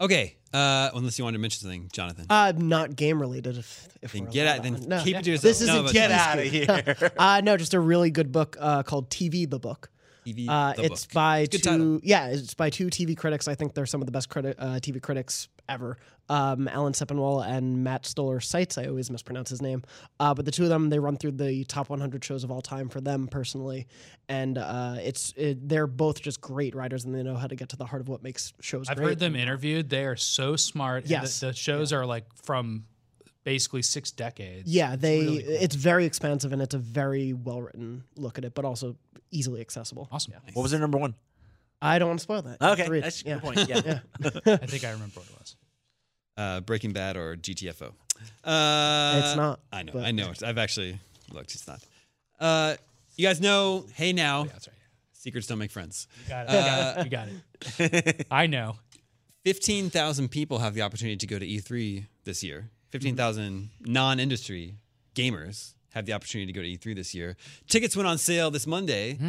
[SPEAKER 3] Okay, uh, unless you wanted to mention something, Jonathan.
[SPEAKER 6] Uh, not game related. If, if
[SPEAKER 3] then
[SPEAKER 6] we're
[SPEAKER 3] get
[SPEAKER 6] allowed
[SPEAKER 3] out.
[SPEAKER 6] that
[SPEAKER 3] Then
[SPEAKER 6] one. No.
[SPEAKER 3] keep it to yourself.
[SPEAKER 6] This
[SPEAKER 3] No,
[SPEAKER 6] isn't
[SPEAKER 3] but
[SPEAKER 6] get
[SPEAKER 3] it's
[SPEAKER 6] out
[SPEAKER 3] [LAUGHS]
[SPEAKER 6] of here. uh, no, just a really good book uh, called TV the Book.
[SPEAKER 3] TV,
[SPEAKER 6] Uh,
[SPEAKER 3] the
[SPEAKER 6] it's
[SPEAKER 3] book.
[SPEAKER 6] by
[SPEAKER 3] It's a good
[SPEAKER 6] two,
[SPEAKER 3] title.
[SPEAKER 6] yeah, it's by two TV critics. I think they're some of the best criti- uh, TV critics ever. Um, Alan Sepinwall and Matt Stoller Seitz. I always mispronounce his name, uh, but the two of them they run through the top 100 shows of all time for them personally, and uh, it's it, they're both just great writers and they know how to get to the heart of what makes shows.
[SPEAKER 5] I've
[SPEAKER 6] great.
[SPEAKER 5] heard them interviewed. They are so smart. and the-
[SPEAKER 6] Yes.
[SPEAKER 5] the, shows are like from basically six decades.
[SPEAKER 6] Yeah, they it's,
[SPEAKER 5] really cool.
[SPEAKER 6] very expansive and it's a very well written look at it, but also easily accessible.
[SPEAKER 5] Awesome.
[SPEAKER 4] what was their number one?
[SPEAKER 6] I don't want to spoil that. You have
[SPEAKER 4] Okay,
[SPEAKER 6] to read it.
[SPEAKER 4] that's a
[SPEAKER 6] yeah.
[SPEAKER 4] good point. Yeah.
[SPEAKER 5] [LAUGHS] I think I remember what it
[SPEAKER 3] [LAUGHS]
[SPEAKER 5] was.
[SPEAKER 3] uh, Breaking Bad or GTFO? Uh,
[SPEAKER 6] It's not,
[SPEAKER 3] I know.
[SPEAKER 6] but-
[SPEAKER 3] I know. It's- I've actually looked. It's not. Uh, you guys know. Hey now,
[SPEAKER 5] Oh, That's right.
[SPEAKER 3] secrets don't make friends.
[SPEAKER 5] You got it. You got it. You got it.
[SPEAKER 3] Uh, [LAUGHS]
[SPEAKER 5] I know.
[SPEAKER 3] 15,000 people have the opportunity to go to E3 this year. 15,000 non industry gamers have the opportunity to go to E3 this year. Tickets went on sale this Monday.
[SPEAKER 5] Mm-hmm.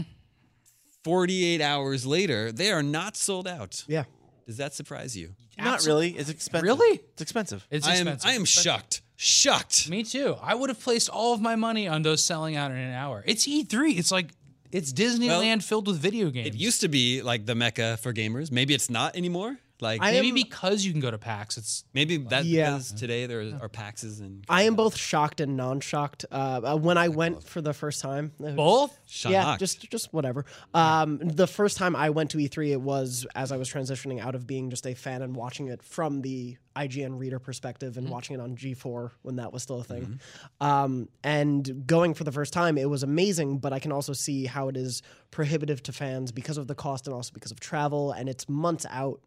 [SPEAKER 3] 48 hours later, they are not sold out.
[SPEAKER 6] yeah.
[SPEAKER 3] Does that surprise you?
[SPEAKER 4] Not really. It's expensive.
[SPEAKER 5] Really?
[SPEAKER 4] It's expensive.
[SPEAKER 5] It's
[SPEAKER 3] I am,
[SPEAKER 5] expensive.
[SPEAKER 3] I am shocked. Shocked.
[SPEAKER 5] Me too. I would have placed all of my money on those selling out in an hour. It's E3. It's like it's Disneyland filled with video games.
[SPEAKER 3] It used to be like the mecca for gamers. Maybe it's not anymore. Like
[SPEAKER 6] I
[SPEAKER 5] Maybe
[SPEAKER 6] am-
[SPEAKER 5] because you can go to PAX, it's
[SPEAKER 3] maybe that
[SPEAKER 6] Yeah.
[SPEAKER 3] because today there are PAXs and
[SPEAKER 6] I am both shocked and non-shocked. Uh, uh, when I went for the first time,
[SPEAKER 5] both.
[SPEAKER 6] yeah,
[SPEAKER 3] Shocked.
[SPEAKER 6] just just whatever. Um, the first time I went to E3, it was as I was transitioning out of being just a fan and watching it from the IGN reader perspective
[SPEAKER 3] Mm-hmm.
[SPEAKER 6] and watching it on G4 when that was still a thing. Um, and going for the first time, it was amazing. But I can also see how it is prohibitive to fans because of the cost and also because of travel, and it's months out.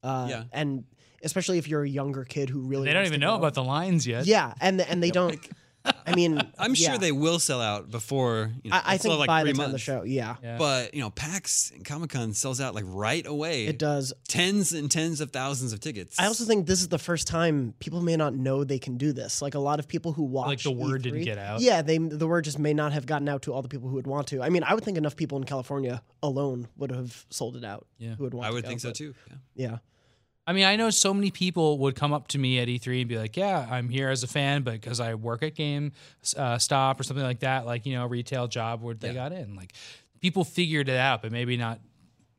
[SPEAKER 6] Uh,
[SPEAKER 3] Yeah.
[SPEAKER 6] and especially if you're a younger kid who really
[SPEAKER 5] They don't
[SPEAKER 6] wants
[SPEAKER 5] even
[SPEAKER 6] to
[SPEAKER 5] know
[SPEAKER 6] go.
[SPEAKER 5] about the lines yet.
[SPEAKER 6] Yeah, and
[SPEAKER 3] [LAUGHS]
[SPEAKER 6] and they don't. I mean,
[SPEAKER 3] I'm sure
[SPEAKER 6] yeah.
[SPEAKER 3] they will sell out before. You know,
[SPEAKER 6] I, I
[SPEAKER 3] it's still,
[SPEAKER 6] think by the
[SPEAKER 3] three
[SPEAKER 6] time the
[SPEAKER 3] months.
[SPEAKER 6] show, yeah,
[SPEAKER 3] But you know, PAX and Comic Con sells out like right away.
[SPEAKER 6] it does.
[SPEAKER 3] Tens and tens of thousands of tickets.
[SPEAKER 6] I also think this is the first time people may not know they can do this. Like a lot of people who watch,
[SPEAKER 5] the word didn't
[SPEAKER 6] E3
[SPEAKER 5] get out.
[SPEAKER 6] Yeah, they the word just may not have gotten out to all the people who would want to. I mean, I would think enough people in California alone would have sold it out.
[SPEAKER 5] Yeah.
[SPEAKER 6] who would want?
[SPEAKER 3] I
[SPEAKER 6] to
[SPEAKER 3] would
[SPEAKER 6] go,
[SPEAKER 3] think so
[SPEAKER 6] but-
[SPEAKER 3] too. Yeah.
[SPEAKER 6] Yeah,
[SPEAKER 5] I mean, I know so many people would come up to me at E3 and be like, "Yeah, I'm here as a fan, but because I work at Game uh, Stop or something like that, like you know, retail job where they got in." Like, people figured it out, but maybe not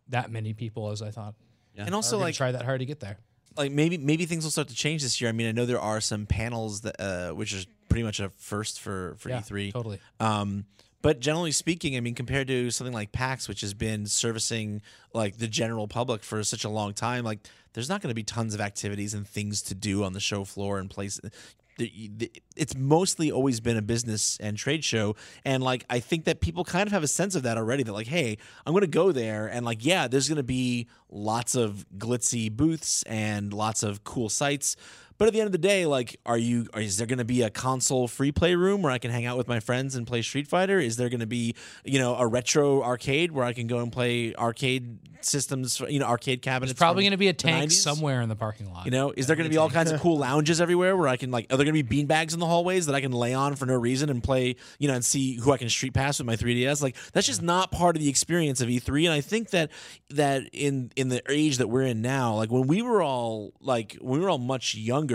[SPEAKER 5] that many people as I thought.
[SPEAKER 4] And also,
[SPEAKER 5] So
[SPEAKER 4] like,
[SPEAKER 5] like, try that hard to get there.
[SPEAKER 4] like maybe maybe things will start to change this year. I mean, I know there are some panels that uh, which is pretty much a first for for E
[SPEAKER 5] Yeah,
[SPEAKER 4] E3.
[SPEAKER 5] totally.
[SPEAKER 4] Um, but generally speaking, I mean, compared to something like PAX, which has been servicing like the general public for such a long time, like there's not going to be tons of activities and things to do on the show floor and places. the- the- It's mostly always been a business and trade show, and like I think that people kind of have a sense of that already. That like, hey, I'm going to go there, and like, yeah, there's going to be lots of glitzy booths and lots of cool sites, but at the end of the day, like, are you? Are, is there going to be a console free play room where I can hang out with my friends and play Street Fighter? Is there going to be, you know, a retro arcade where I can go and play arcade systems? You know, arcade cabinets.
[SPEAKER 5] There's probably
[SPEAKER 4] from
[SPEAKER 5] going to be a
[SPEAKER 4] the
[SPEAKER 5] tank
[SPEAKER 4] 90s?
[SPEAKER 5] somewhere in the parking lot.
[SPEAKER 4] You know, is there going to be all kinds of cool lounges everywhere where I can like? Are there going to be beanbags in the hallways that I can lay on for no reason and play? You know, and see who I can street pass with my 3ds. Like that's just not part of the experience of E3. And I think that that in in the age that we're in now, like when we were all like when we were all much younger.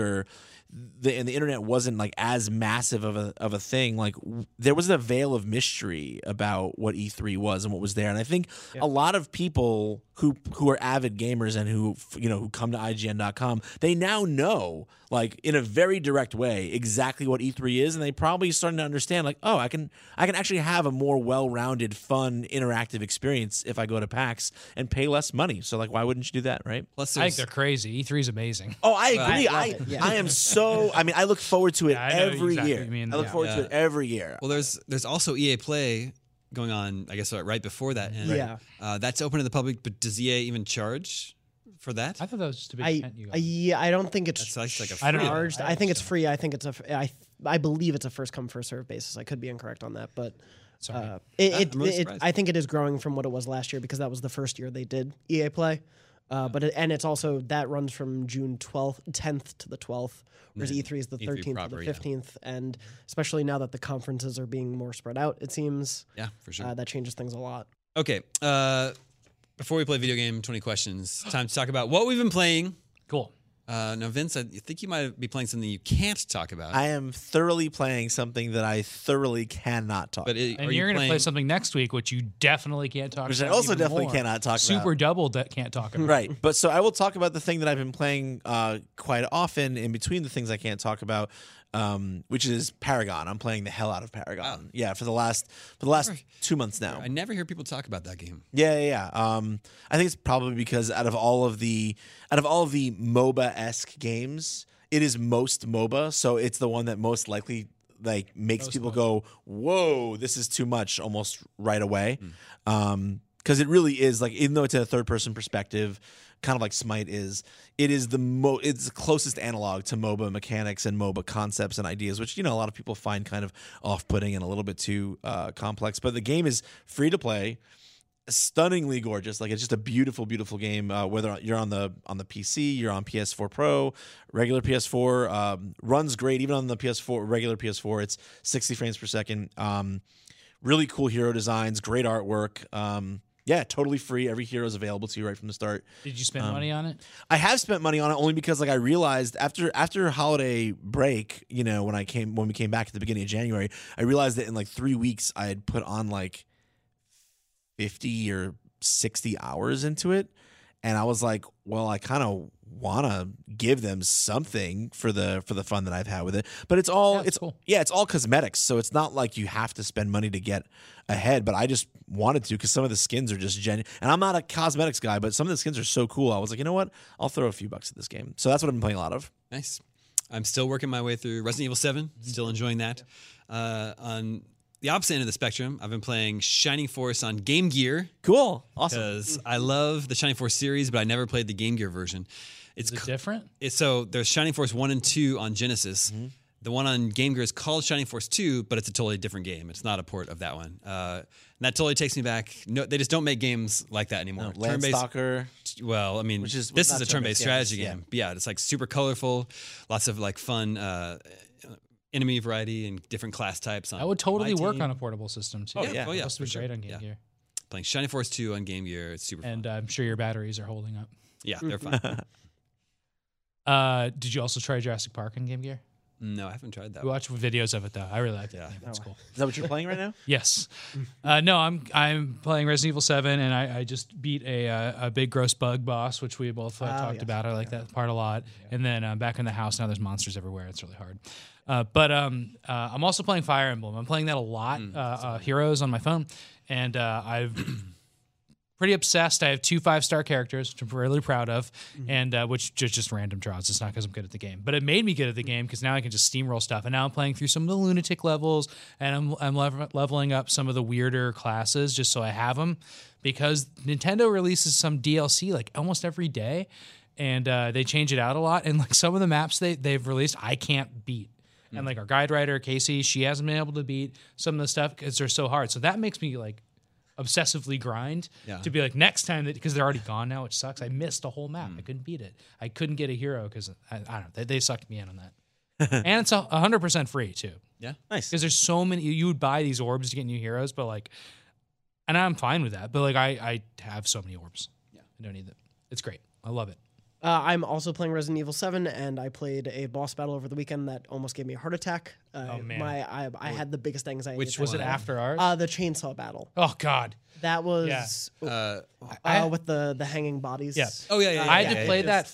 [SPEAKER 4] The, and the internet wasn't like as massive of a of a thing. Like w- there was a veil of mystery about what E3 was and what was there. And I think a lot of people who who are avid gamers and who f- you know who come to IGN.com, they now know like in a very direct way exactly what E3 is, and they probably starting to understand like oh I can I can actually have a more well rounded, fun, interactive experience if I go to PAX and pay less money. So like why wouldn't you do that, right?
[SPEAKER 3] Plus,
[SPEAKER 5] I think
[SPEAKER 3] there's
[SPEAKER 5] they're crazy. E3 is amazing.
[SPEAKER 4] Oh, I agree. I,
[SPEAKER 6] it, yeah.
[SPEAKER 4] I am so. I mean, I look forward to
[SPEAKER 5] [LAUGHS]
[SPEAKER 4] it
[SPEAKER 5] Yeah, I know
[SPEAKER 4] every
[SPEAKER 5] exactly
[SPEAKER 4] year.
[SPEAKER 5] what you mean.
[SPEAKER 4] I look
[SPEAKER 5] Yeah.
[SPEAKER 4] forward to
[SPEAKER 3] Yeah.
[SPEAKER 4] it every year.
[SPEAKER 3] well, there's there's also EA Play going on. I guess uh, right before that.
[SPEAKER 5] Mm-hmm.
[SPEAKER 3] And,
[SPEAKER 6] Yeah.
[SPEAKER 3] uh, that's open to the public. But does EA even charge for that?
[SPEAKER 5] I thought that was just a big
[SPEAKER 6] I,
[SPEAKER 5] tent you
[SPEAKER 6] I
[SPEAKER 5] got.
[SPEAKER 6] yeah, I don't think it's
[SPEAKER 3] That's like- like a
[SPEAKER 5] I don't know.
[SPEAKER 6] charged.
[SPEAKER 5] I
[SPEAKER 6] I, think it's free. I think it's a. f- I I believe it's a first come first serve basis. I could be incorrect on that, but.
[SPEAKER 5] Sorry.
[SPEAKER 6] Uh, it,
[SPEAKER 3] Ah,
[SPEAKER 6] it,
[SPEAKER 3] I'm really
[SPEAKER 6] it-
[SPEAKER 3] surprised.
[SPEAKER 6] I think it is growing from what it was last year because that was the first year they did EA Play. Uh, but it, and it's also that runs from June 12th, 10th to the 12th, whereas
[SPEAKER 3] Yeah,
[SPEAKER 6] E3 is the
[SPEAKER 3] E3
[SPEAKER 6] 13th
[SPEAKER 3] proper,
[SPEAKER 6] to
[SPEAKER 3] yeah.
[SPEAKER 6] the 15th. And especially now that the conferences are being more spread out, it seems
[SPEAKER 3] yeah, for sure.
[SPEAKER 6] uh, that changes things a lot.
[SPEAKER 3] okay. Uh, before we play video game 20 questions, time to talk about what we've been playing.
[SPEAKER 5] cool.
[SPEAKER 3] Uh, now, Vince, I think you might be playing something you can't talk about.
[SPEAKER 4] I am thoroughly playing something that I thoroughly cannot talk.
[SPEAKER 3] but
[SPEAKER 4] about.
[SPEAKER 3] it,
[SPEAKER 5] And
[SPEAKER 3] are
[SPEAKER 5] you're
[SPEAKER 3] you
[SPEAKER 5] going to
[SPEAKER 3] playing?
[SPEAKER 5] play something next week, which you definitely can't talk
[SPEAKER 4] which I
[SPEAKER 5] about.
[SPEAKER 4] also
[SPEAKER 5] even
[SPEAKER 4] definitely
[SPEAKER 5] more.
[SPEAKER 4] cannot talk
[SPEAKER 5] Super
[SPEAKER 4] about.
[SPEAKER 5] double that can't talk about.
[SPEAKER 4] Right, but so I will talk about the thing that I've been playing uh, quite often in between the things I can't talk about, um, which is Paragon. I'm playing the hell out of Paragon. Yeah, for the last for the last two months now.
[SPEAKER 3] I never hear people talk about that game.
[SPEAKER 4] Yeah, yeah, yeah. Um, I think it's probably because out of all of the out of all of the MOBA esque games, it is most MOBA, so it's the one that most likely like makes people go, "Whoa, this is too much!" almost right away, because it really is like, even though it's a third person perspective, kind of like Smite is, it is the mo it's the closest analog to MOBA mechanics and MOBA concepts and ideas, which you know a lot of people find kind of off putting and a little bit too uh, complex. But the game is free to play stunningly gorgeous. Like it's just a beautiful, beautiful game. Uh, whether you're on the on the PC, you're on PS4 Pro, regular PS4 um, runs great. Even on the PS4 regular PS4, it's 60 frames per second. Um, really cool hero designs, great artwork. Um, Yeah, totally free. Every hero is available to you right from the start.
[SPEAKER 5] Did you
[SPEAKER 3] Um,
[SPEAKER 5] spend money on it?
[SPEAKER 4] I have spent money on it only because like I realized after after holiday break, you know, when I came when we came back at the beginning of January, I realized that in like three weeks I had put on like fifty or sixty hours into it. And I was like, well, I kind of wanna give them something for the for the fun that I've had with it. But it's all
[SPEAKER 5] Yeah, it's
[SPEAKER 4] it's
[SPEAKER 5] cool.
[SPEAKER 4] yeah, it's all cosmetics. So it's not like you have to spend money to get ahead, but I just wanted to because some of the skins are just genuine. And I'm not a cosmetics guy, but some of the skins are so cool. I was like, you know what? I'll throw a few bucks at this game. So that's what I've been playing a lot of.
[SPEAKER 3] Nice. I'm still working my way through Resident Evil 7. Still enjoying that. Uh, on the opposite end of the spectrum, I've been playing Shining Force on Game Gear
[SPEAKER 4] Cool. Awesome.
[SPEAKER 3] because I love the Shining Force series, but I never played the Game Gear version. It's
[SPEAKER 5] Is it
[SPEAKER 3] c-
[SPEAKER 5] different?
[SPEAKER 3] it- so there's Shining Force one and two on Genesis.
[SPEAKER 4] Mm-hmm.
[SPEAKER 3] The one on Game Gear is called Shining Force Two, but it's a totally different game. It's not a port of that one. Uh, and that totally takes me back. No, they just don't make games like that anymore. Turn-based-
[SPEAKER 4] Landstalker.
[SPEAKER 3] well, I mean,
[SPEAKER 4] Which is-
[SPEAKER 3] this is
[SPEAKER 4] not
[SPEAKER 3] a
[SPEAKER 4] turn-based,
[SPEAKER 3] turn-based
[SPEAKER 4] yeah,
[SPEAKER 3] strategy
[SPEAKER 4] yeah.
[SPEAKER 3] game. But yeah, it's like super colorful, lots of like fun uh, enemy variety and different class types. On
[SPEAKER 5] That would totally
[SPEAKER 3] my
[SPEAKER 5] work
[SPEAKER 3] team.
[SPEAKER 5] on a portable system too.
[SPEAKER 3] Oh, yeah. Oh, yeah,
[SPEAKER 5] Must be
[SPEAKER 3] for sure.
[SPEAKER 5] great on Game
[SPEAKER 3] Yeah.
[SPEAKER 5] Gear.
[SPEAKER 3] playing Shining Force Two on Game Gear. It's super
[SPEAKER 5] And
[SPEAKER 3] fun.
[SPEAKER 5] uh, I'm sure your batteries are holding up.
[SPEAKER 3] Yeah, they're
[SPEAKER 5] [LAUGHS]
[SPEAKER 3] fun.
[SPEAKER 5] Uh, did you also try Jurassic Park on Game Gear?
[SPEAKER 3] no, I haven't tried that.
[SPEAKER 5] We
[SPEAKER 3] one.
[SPEAKER 5] watched videos of it though. I really liked it.
[SPEAKER 3] Yeah.
[SPEAKER 6] Oh.
[SPEAKER 5] That's cool.
[SPEAKER 4] Is that what you're playing
[SPEAKER 3] [LAUGHS]
[SPEAKER 4] right now?
[SPEAKER 5] Yes. Uh, no, I'm I'm playing Resident Evil Seven, and I, I just beat a uh, a big gross bug boss, which we both uh,
[SPEAKER 6] Oh,
[SPEAKER 5] talked
[SPEAKER 6] yes.
[SPEAKER 5] about. I like that part a lot. And then um, back in the house now, there's monsters everywhere. It's really hard. Uh, but um, uh, I'm also playing Fire Emblem. I'm playing that a lot.
[SPEAKER 6] Mm.
[SPEAKER 5] uh, uh, Heroes on my phone, and uh, I've pretty obsessed. I have two five star characters, which I'm really proud of, and uh, which just just random draws. It's not because I'm good at the game, but it made me good at the game because now I can just steamroll stuff. And now I'm playing through some of the lunatic levels, and I'm I'm lev- leveling up some of the weirder classes just so I have them, because Nintendo releases some DLC like almost every day, and uh, they change it out a lot. And like some of the maps they they've released, I can't beat. And like our guide writer Casey, she hasn't been able to beat some of the stuff because they're so hard. So that makes me like obsessively grind to be like next time that because they're already gone now, which sucks. I missed a whole map. I couldn't beat it. I couldn't get a hero because I, I don't know. They, they sucked me in on that. and it's a hundred percent free too
[SPEAKER 3] yeah,
[SPEAKER 4] Nice.
[SPEAKER 5] because there's so many. You would buy these orbs to get new heroes, but like, and I'm fine with that. But like, I I have so many orbs. Yeah, I don't need them. It's great. I love it.
[SPEAKER 6] Uh, I'm also playing Resident Evil 7, and I played a boss battle over the weekend that almost gave me a heart attack. Uh,
[SPEAKER 5] Oh, man.
[SPEAKER 6] My, I, I had the biggest anxiety.
[SPEAKER 3] Which
[SPEAKER 6] attack.
[SPEAKER 5] Was
[SPEAKER 3] one?
[SPEAKER 5] it after ours?
[SPEAKER 6] Uh, the chainsaw battle.
[SPEAKER 5] oh God.
[SPEAKER 6] That was
[SPEAKER 3] yeah. Uh,
[SPEAKER 6] uh, with the, the hanging bodies.
[SPEAKER 5] Yeah.
[SPEAKER 3] oh yeah, yeah. yeah,
[SPEAKER 5] I
[SPEAKER 3] yeah,
[SPEAKER 5] had
[SPEAKER 3] yeah,
[SPEAKER 5] to play
[SPEAKER 3] yeah.
[SPEAKER 5] that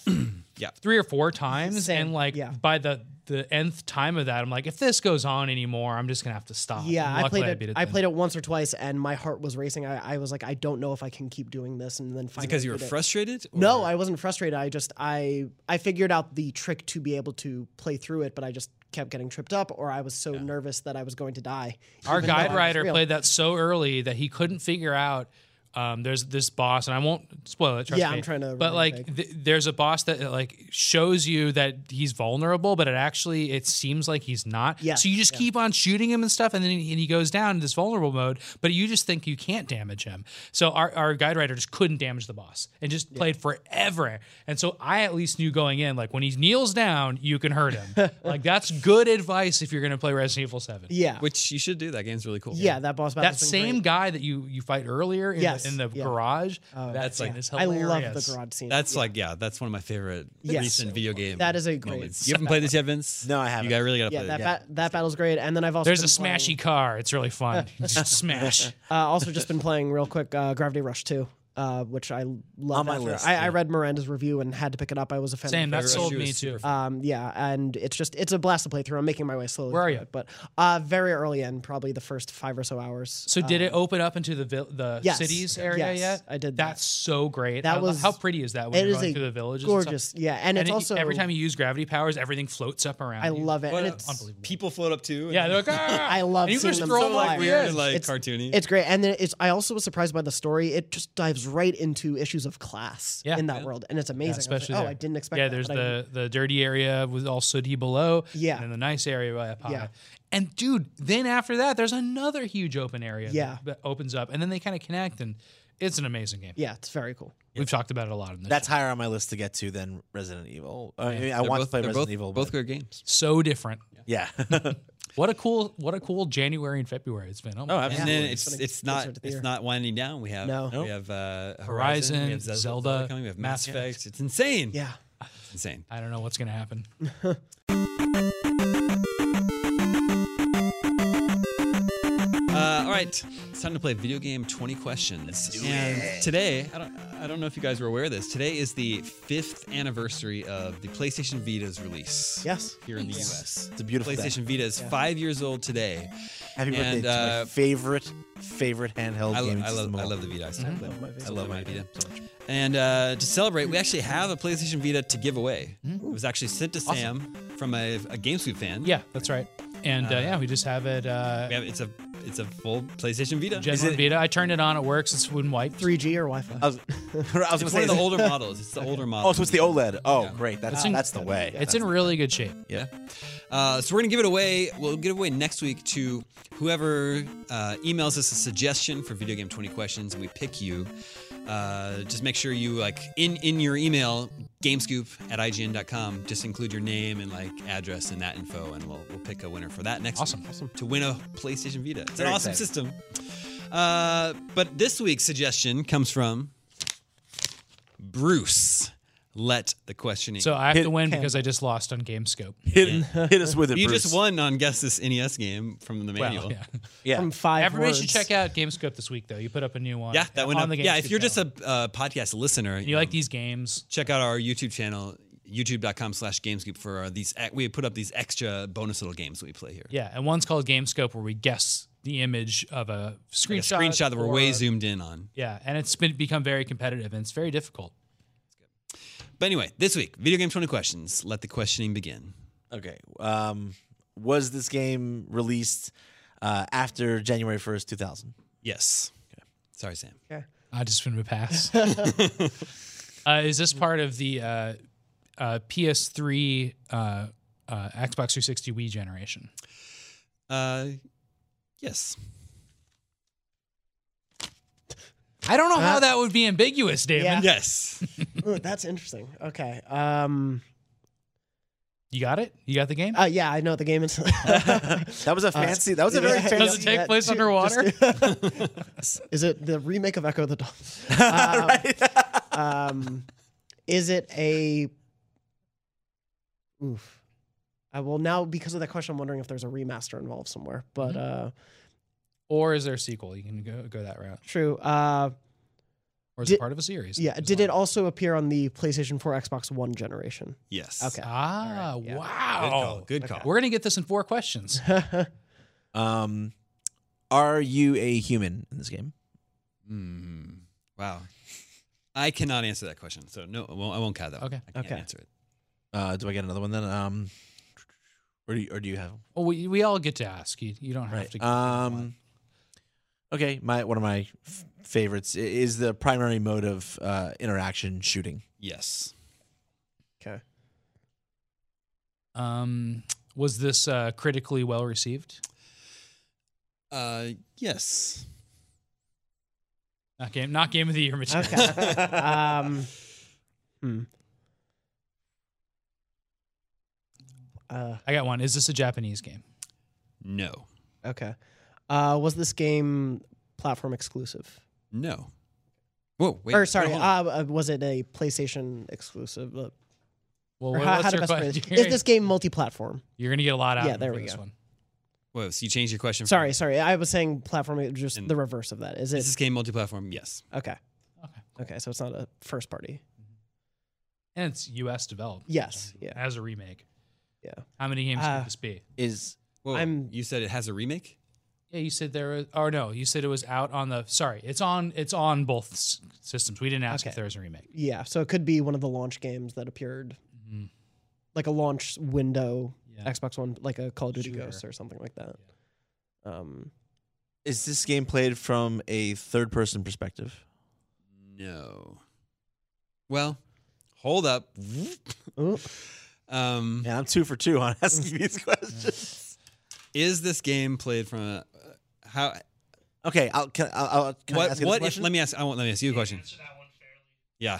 [SPEAKER 3] Yeah.
[SPEAKER 5] three or four times,
[SPEAKER 6] Same,
[SPEAKER 5] and like
[SPEAKER 6] yeah.
[SPEAKER 5] by the the nth time of that, I'm like, if this goes on anymore, I'm just gonna have to stop.
[SPEAKER 6] Yeah,
[SPEAKER 5] And
[SPEAKER 6] I
[SPEAKER 5] luckily
[SPEAKER 6] played it. I,
[SPEAKER 5] beat then.
[SPEAKER 6] played it once or twice, and my heart was racing. I, I was like, I don't know if I can keep doing this, and then finally
[SPEAKER 3] because you were
[SPEAKER 6] beat it.
[SPEAKER 3] frustrated. or-
[SPEAKER 6] No, I wasn't frustrated. I just I I figured out the trick to be able to play through it, but I just kept getting tripped up, or I was so nervous that I was going to die.
[SPEAKER 5] Our
[SPEAKER 6] even though I
[SPEAKER 5] guide
[SPEAKER 6] was
[SPEAKER 5] writer
[SPEAKER 6] real.
[SPEAKER 5] played that so early that he couldn't figure out. Um, there's this boss, and I won't spoil it. Trust
[SPEAKER 6] Yeah,
[SPEAKER 5] me.
[SPEAKER 6] I'm trying to
[SPEAKER 5] But
[SPEAKER 6] remember
[SPEAKER 5] like, th- there's a boss that uh, like shows you that he's vulnerable, but it actually it seems like he's not.
[SPEAKER 6] Yes,
[SPEAKER 5] So you just keep on shooting him and stuff, and then he, and he goes down in this vulnerable mode. But you just think you can't damage him. So our, our guide writer just couldn't damage the boss and just played forever. And so I at least knew going in like when he kneels down, you can hurt him.
[SPEAKER 6] [LAUGHS]
[SPEAKER 5] like that's good advice if you're gonna play Resident Evil Seven.
[SPEAKER 6] Yeah,
[SPEAKER 3] Which you should do. That game's really cool.
[SPEAKER 6] yeah, that boss battle.
[SPEAKER 5] That same guy that you you fight earlier in
[SPEAKER 6] Yes,
[SPEAKER 5] the, in the
[SPEAKER 6] yeah. Oh,
[SPEAKER 5] garage. that's like this
[SPEAKER 6] I
[SPEAKER 5] hilarious.
[SPEAKER 6] love the garage scene.
[SPEAKER 3] That's like yeah, that's one of my favorite
[SPEAKER 6] Yes.
[SPEAKER 3] recent video game.
[SPEAKER 6] That is a great-
[SPEAKER 3] moments. You haven't played this yet, Vince?
[SPEAKER 4] No, I haven't.
[SPEAKER 3] You got really got to
[SPEAKER 6] yeah,
[SPEAKER 3] play
[SPEAKER 6] that
[SPEAKER 3] this.
[SPEAKER 6] Ba- that battle's great. And then I've also
[SPEAKER 5] There's a
[SPEAKER 6] been playing-
[SPEAKER 5] smashy car. It's
[SPEAKER 6] [LAUGHS]
[SPEAKER 5] really fun. Just smash.
[SPEAKER 6] Uh, also, just been playing real quick uh, Gravity Rush 2, uh, which I love.
[SPEAKER 4] On my
[SPEAKER 6] after-
[SPEAKER 4] list,
[SPEAKER 6] I,
[SPEAKER 4] yeah.
[SPEAKER 6] I read Miranda's review and had to pick it up. I was offended.
[SPEAKER 5] Same.
[SPEAKER 6] by
[SPEAKER 5] That
[SPEAKER 6] it.
[SPEAKER 5] sold
[SPEAKER 3] She was
[SPEAKER 5] me
[SPEAKER 3] super
[SPEAKER 5] too.
[SPEAKER 6] Um, yeah, and it's just it's a blast to play through. I'm making my way slowly.
[SPEAKER 5] Where are
[SPEAKER 6] through
[SPEAKER 5] you?
[SPEAKER 6] It, but uh, very early in, probably the first five or so hours.
[SPEAKER 5] So did it open up into the vil- the
[SPEAKER 6] um, Yes.
[SPEAKER 5] cities
[SPEAKER 6] Okay.
[SPEAKER 5] area
[SPEAKER 6] Yes,
[SPEAKER 5] yet?
[SPEAKER 6] I did that.
[SPEAKER 5] That's so great.
[SPEAKER 6] That
[SPEAKER 5] I lo-
[SPEAKER 6] was-
[SPEAKER 5] how pretty is that when
[SPEAKER 6] it
[SPEAKER 5] you're
[SPEAKER 6] is
[SPEAKER 5] going
[SPEAKER 6] a
[SPEAKER 5] through the villages? and stuff?
[SPEAKER 6] gorgeous, yeah, and, it's
[SPEAKER 5] it-
[SPEAKER 6] also
[SPEAKER 5] every time you use gravity powers, everything floats up around.
[SPEAKER 6] I
[SPEAKER 5] you.
[SPEAKER 6] love it.
[SPEAKER 3] But,
[SPEAKER 6] And
[SPEAKER 3] uh,
[SPEAKER 6] it's
[SPEAKER 5] Unbelievable.
[SPEAKER 3] People float up too.
[SPEAKER 5] Yeah,
[SPEAKER 3] and-
[SPEAKER 5] they're like, "Ah!"
[SPEAKER 6] [LAUGHS] I love
[SPEAKER 5] And you
[SPEAKER 6] seeing
[SPEAKER 5] just
[SPEAKER 6] them
[SPEAKER 5] throw
[SPEAKER 6] so
[SPEAKER 5] them like
[SPEAKER 6] high.
[SPEAKER 5] weird.
[SPEAKER 3] and like
[SPEAKER 6] It's-
[SPEAKER 3] cartoony.
[SPEAKER 6] It's great, and then it's. I also was surprised by the story. It just dives right into issues of class
[SPEAKER 5] Yeah.
[SPEAKER 6] in that world, and it's amazing. I was like,
[SPEAKER 5] especially
[SPEAKER 6] oh,
[SPEAKER 5] there.
[SPEAKER 6] I didn't expect.
[SPEAKER 5] yeah
[SPEAKER 6] that,
[SPEAKER 5] there's
[SPEAKER 6] but I-
[SPEAKER 5] the the dirty area with all sooty below
[SPEAKER 6] Yeah.
[SPEAKER 5] and then the nice area way up high
[SPEAKER 6] Yeah.
[SPEAKER 5] and dude then after that there's another huge open area that-
[SPEAKER 6] Yeah.
[SPEAKER 5] that, opens up and then they kind of connect and it's an amazing game.
[SPEAKER 6] Yeah, it's very cool.
[SPEAKER 5] We've talked about it a lot in this.
[SPEAKER 4] That's
[SPEAKER 5] show.
[SPEAKER 4] higher on my list to get to than Resident Evil. I, mean, I
[SPEAKER 3] They're
[SPEAKER 4] want
[SPEAKER 3] both,
[SPEAKER 4] to play
[SPEAKER 3] they're
[SPEAKER 4] Resident
[SPEAKER 3] both,
[SPEAKER 4] Evil.
[SPEAKER 3] Both
[SPEAKER 4] but-
[SPEAKER 3] good games.
[SPEAKER 5] so different.
[SPEAKER 4] Yeah. [LAUGHS]
[SPEAKER 5] What a cool what a cool January and February it's been. Oh, my
[SPEAKER 4] Oh,
[SPEAKER 5] God.
[SPEAKER 4] absolutely.
[SPEAKER 3] And then
[SPEAKER 6] Yeah.
[SPEAKER 3] it's
[SPEAKER 6] It's
[SPEAKER 3] it's
[SPEAKER 6] gonna
[SPEAKER 3] not
[SPEAKER 6] get closer to the
[SPEAKER 3] it's
[SPEAKER 6] year.
[SPEAKER 3] not winding down. We have
[SPEAKER 6] No.
[SPEAKER 3] we have uh, Horizon,
[SPEAKER 5] Horizon,
[SPEAKER 3] we have Zelda,
[SPEAKER 5] Zelda,
[SPEAKER 3] coming, we have Mass
[SPEAKER 5] Mass Effect.
[SPEAKER 3] Effect. It's insane.
[SPEAKER 6] Yeah.
[SPEAKER 3] it's insane.
[SPEAKER 5] I don't know what's gonna happen. [LAUGHS]
[SPEAKER 3] Uh, all right, it's time to play video game 20 questions. and today, I don't, I don't know if you guys were aware of this. Today is the fifth anniversary of the PlayStation Vita's release.
[SPEAKER 6] Yes.
[SPEAKER 3] Here in the U.S.
[SPEAKER 4] It's a beautiful day.
[SPEAKER 3] PlayStation Vita is five years old today.
[SPEAKER 4] Happy birthday
[SPEAKER 3] And,
[SPEAKER 4] to
[SPEAKER 3] uh,
[SPEAKER 4] my favorite, favorite handheld
[SPEAKER 3] I, lo-
[SPEAKER 4] game.
[SPEAKER 3] I love, I love the Vita.
[SPEAKER 4] video.
[SPEAKER 3] I, still play
[SPEAKER 6] my
[SPEAKER 3] it.
[SPEAKER 6] Vita.
[SPEAKER 3] I love my Vita. And uh, to celebrate, we actually have a PlayStation Vita to give away.
[SPEAKER 4] Mm-hmm.
[SPEAKER 3] It was actually sent to Sam from a, a GameScoop fan.
[SPEAKER 5] Yeah, that's right. And uh, yeah, we just have it. Uh,
[SPEAKER 3] We have- it's a it's a full PlayStation Vita.
[SPEAKER 5] Gen
[SPEAKER 3] It's
[SPEAKER 5] one Vita. I turned it on. It works. It's wooden white.
[SPEAKER 6] 3G or Wi-Fi.
[SPEAKER 4] I was, [LAUGHS] I was going to
[SPEAKER 3] one
[SPEAKER 4] say,
[SPEAKER 3] of the
[SPEAKER 4] is it-
[SPEAKER 3] older
[SPEAKER 4] [LAUGHS]
[SPEAKER 3] models. It's the older model.
[SPEAKER 4] oh, so it's the OLED. Oh, great. That's,
[SPEAKER 5] It's in-
[SPEAKER 4] that's the way.
[SPEAKER 5] It's in really good shape.
[SPEAKER 3] Yeah. Uh, so we're gonna give it away. We'll give it away next week to whoever uh, emails us a suggestion for video game 20 questions, and we pick you. Uh, just make sure you like in in your email gamescoop at ign.com. Just include your name and like address and that info, and we'll we'll pick a winner for that next
[SPEAKER 5] Awesome.
[SPEAKER 3] week to win a PlayStation Vita. It's
[SPEAKER 4] Very
[SPEAKER 3] an awesome
[SPEAKER 4] exciting.
[SPEAKER 3] system. Uh, but this week's suggestion comes from Bruce. Let the questioning.
[SPEAKER 5] So I have
[SPEAKER 4] Hit-
[SPEAKER 5] to win because I just lost on GameScope.
[SPEAKER 4] Hit, [LAUGHS] hit us with it,
[SPEAKER 3] You
[SPEAKER 4] Bruce.
[SPEAKER 3] just won on guess this NES game from the manual.
[SPEAKER 5] Well,
[SPEAKER 3] yeah.
[SPEAKER 5] yeah.
[SPEAKER 4] Yeah.
[SPEAKER 6] From five
[SPEAKER 5] Everybody
[SPEAKER 6] words.
[SPEAKER 5] should check out GameScope this week, though. You put up a new one.
[SPEAKER 3] that went
[SPEAKER 5] on
[SPEAKER 3] up.
[SPEAKER 5] The
[SPEAKER 3] [LAUGHS] Yeah, if
[SPEAKER 5] GameScoop
[SPEAKER 3] you're just
[SPEAKER 5] channel.
[SPEAKER 3] a uh, podcast listener,
[SPEAKER 5] And you like these games,
[SPEAKER 3] check out our YouTube channel, youtube.com slash gamescoop for our, these. ex- We put up these extra bonus little games that we play here.
[SPEAKER 5] yeah, and one's called GameScope where we guess the image of a
[SPEAKER 3] Like a
[SPEAKER 5] screenshot.
[SPEAKER 3] screenshot that we're way
[SPEAKER 5] or-
[SPEAKER 3] zoomed in on.
[SPEAKER 5] Yeah, and it's been become very competitive and it's very difficult.
[SPEAKER 3] But anyway, this week, video game 20 questions. Let the questioning begin.
[SPEAKER 4] Okay. Um, was this game released uh, after January 1st, 2000?
[SPEAKER 3] Yes. Sorry, Sam.
[SPEAKER 5] I just been
[SPEAKER 3] [LAUGHS]
[SPEAKER 5] a pass. [LAUGHS] uh, is this part of the uh, uh, PS3, uh, uh, Xbox 360, Wii generation?
[SPEAKER 3] Uh,
[SPEAKER 5] [LAUGHS]
[SPEAKER 3] yes.
[SPEAKER 5] I don't know how
[SPEAKER 6] Uh,
[SPEAKER 4] [LAUGHS]
[SPEAKER 5] that would be ambiguous, David.
[SPEAKER 6] yeah.
[SPEAKER 3] Yes.
[SPEAKER 6] Ooh, that's interesting. Okay. Um.
[SPEAKER 5] You got it? You got the game?
[SPEAKER 6] Uh, yeah, I know the
[SPEAKER 5] [LAUGHS]
[SPEAKER 6] game. Is [LAUGHS]
[SPEAKER 4] That
[SPEAKER 5] Uh,
[SPEAKER 4] was a fancy. That was a very
[SPEAKER 6] Yeah.
[SPEAKER 4] fancy.
[SPEAKER 6] [LAUGHS]
[SPEAKER 5] Does it take place
[SPEAKER 6] Just- [LAUGHS]
[SPEAKER 5] underwater?
[SPEAKER 4] [LAUGHS]
[SPEAKER 6] is it the remake of Echo the Dolphin? Um, [LAUGHS]
[SPEAKER 5] [LAUGHS]
[SPEAKER 6] um, is it a? Oof. I will now because of that question. I'm wondering if there's a remaster involved somewhere. But uh,
[SPEAKER 5] Or is there a sequel? You can go, go that route.
[SPEAKER 6] true. Uh,
[SPEAKER 5] Or is it
[SPEAKER 6] Did-
[SPEAKER 5] part of a series?
[SPEAKER 6] yeah.
[SPEAKER 5] There's
[SPEAKER 6] Did
[SPEAKER 5] a
[SPEAKER 6] it
[SPEAKER 5] lot.
[SPEAKER 6] also appear on the PlayStation 4, Xbox One generation?
[SPEAKER 3] yes.
[SPEAKER 6] Okay.
[SPEAKER 5] Ah,
[SPEAKER 6] Alright, yeah.
[SPEAKER 3] Good call.
[SPEAKER 5] wow.
[SPEAKER 3] Good call.
[SPEAKER 5] We're going to get this in four questions.
[SPEAKER 6] [LAUGHS]
[SPEAKER 4] Um, are you a human in this game?
[SPEAKER 3] Mm, wow. I cannot answer that question. So, no, I won't, I won't count that one.
[SPEAKER 5] Okay.
[SPEAKER 3] I can't
[SPEAKER 6] Okay.
[SPEAKER 3] answer it.
[SPEAKER 4] Uh, do I get another one then? Um, or do you, or do you have?
[SPEAKER 5] well, we, we all get to ask. You, you don't have to.
[SPEAKER 4] Right.
[SPEAKER 5] get
[SPEAKER 4] Um, okay. My one of my f- favorites i- is the primary mode of uh, interaction shooting.
[SPEAKER 3] Yes.
[SPEAKER 6] Okay.
[SPEAKER 5] um, was this uh, critically well received?
[SPEAKER 3] Uh, yes.
[SPEAKER 5] Not game, not game of the year material.
[SPEAKER 6] Okay. um, hmm. Uh,
[SPEAKER 5] [LAUGHS] I got one. Is this a Japanese game?
[SPEAKER 3] No.
[SPEAKER 6] okay. Uh, was this game platform exclusive?
[SPEAKER 3] No. Whoa. Wait.
[SPEAKER 6] or sorry,
[SPEAKER 3] no,
[SPEAKER 6] uh,
[SPEAKER 3] hold on.
[SPEAKER 6] uh, was it a PlayStation exclusive? Uh,
[SPEAKER 5] Well,
[SPEAKER 6] or
[SPEAKER 5] what-
[SPEAKER 6] how-
[SPEAKER 5] what's
[SPEAKER 6] how to
[SPEAKER 5] your
[SPEAKER 6] best phrase- Is
[SPEAKER 5] question?
[SPEAKER 6] this game multi-platform?
[SPEAKER 5] [LAUGHS] You're going to get a lot out.
[SPEAKER 6] Yeah,
[SPEAKER 5] of
[SPEAKER 6] there
[SPEAKER 5] for
[SPEAKER 6] we
[SPEAKER 5] this
[SPEAKER 6] go.
[SPEAKER 5] One.
[SPEAKER 3] Whoa. So you changed your question. from-
[SPEAKER 6] Sorry, sorry. I was saying platform, it was just
[SPEAKER 3] And-
[SPEAKER 6] the reverse of that.
[SPEAKER 3] Is
[SPEAKER 6] Is it
[SPEAKER 3] this game multi-platform? Yes.
[SPEAKER 6] okay?
[SPEAKER 5] Okay.
[SPEAKER 6] Okay, so it's not a first party.
[SPEAKER 5] And it's U.S. developed.
[SPEAKER 6] Yes, yeah.
[SPEAKER 5] As a remake.
[SPEAKER 6] Yeah.
[SPEAKER 5] How many games
[SPEAKER 6] Uh,
[SPEAKER 5] could this be?
[SPEAKER 4] Is
[SPEAKER 3] Whoa.
[SPEAKER 6] I'm-
[SPEAKER 3] You said it has a remake.
[SPEAKER 5] Yeah, you said there was. Or no, you said it was out on the. Sorry, it's on. It's on both s- systems. We didn't ask if
[SPEAKER 6] Okay.
[SPEAKER 5] there was a remake.
[SPEAKER 6] Yeah, so it could be one of the launch games that appeared,
[SPEAKER 5] Mhm.
[SPEAKER 6] like a launch window
[SPEAKER 5] Yeah.
[SPEAKER 6] Xbox One, like a Call of Duty
[SPEAKER 5] Sure.
[SPEAKER 6] Ghosts or something like that. Um,
[SPEAKER 4] is this game played from a third person perspective?
[SPEAKER 3] No. Well, hold up.
[SPEAKER 6] ooh,
[SPEAKER 3] Um,
[SPEAKER 4] Man, I'm two for two on [LAUGHS] asking these questions.
[SPEAKER 3] Is this game played from a, uh, how?
[SPEAKER 4] Okay, I'll can, I'll, I'll, can I
[SPEAKER 3] what
[SPEAKER 4] ask you
[SPEAKER 3] what
[SPEAKER 4] this
[SPEAKER 3] if?
[SPEAKER 4] question?
[SPEAKER 3] Let me ask. I want. Let me ask you a question. Yeah.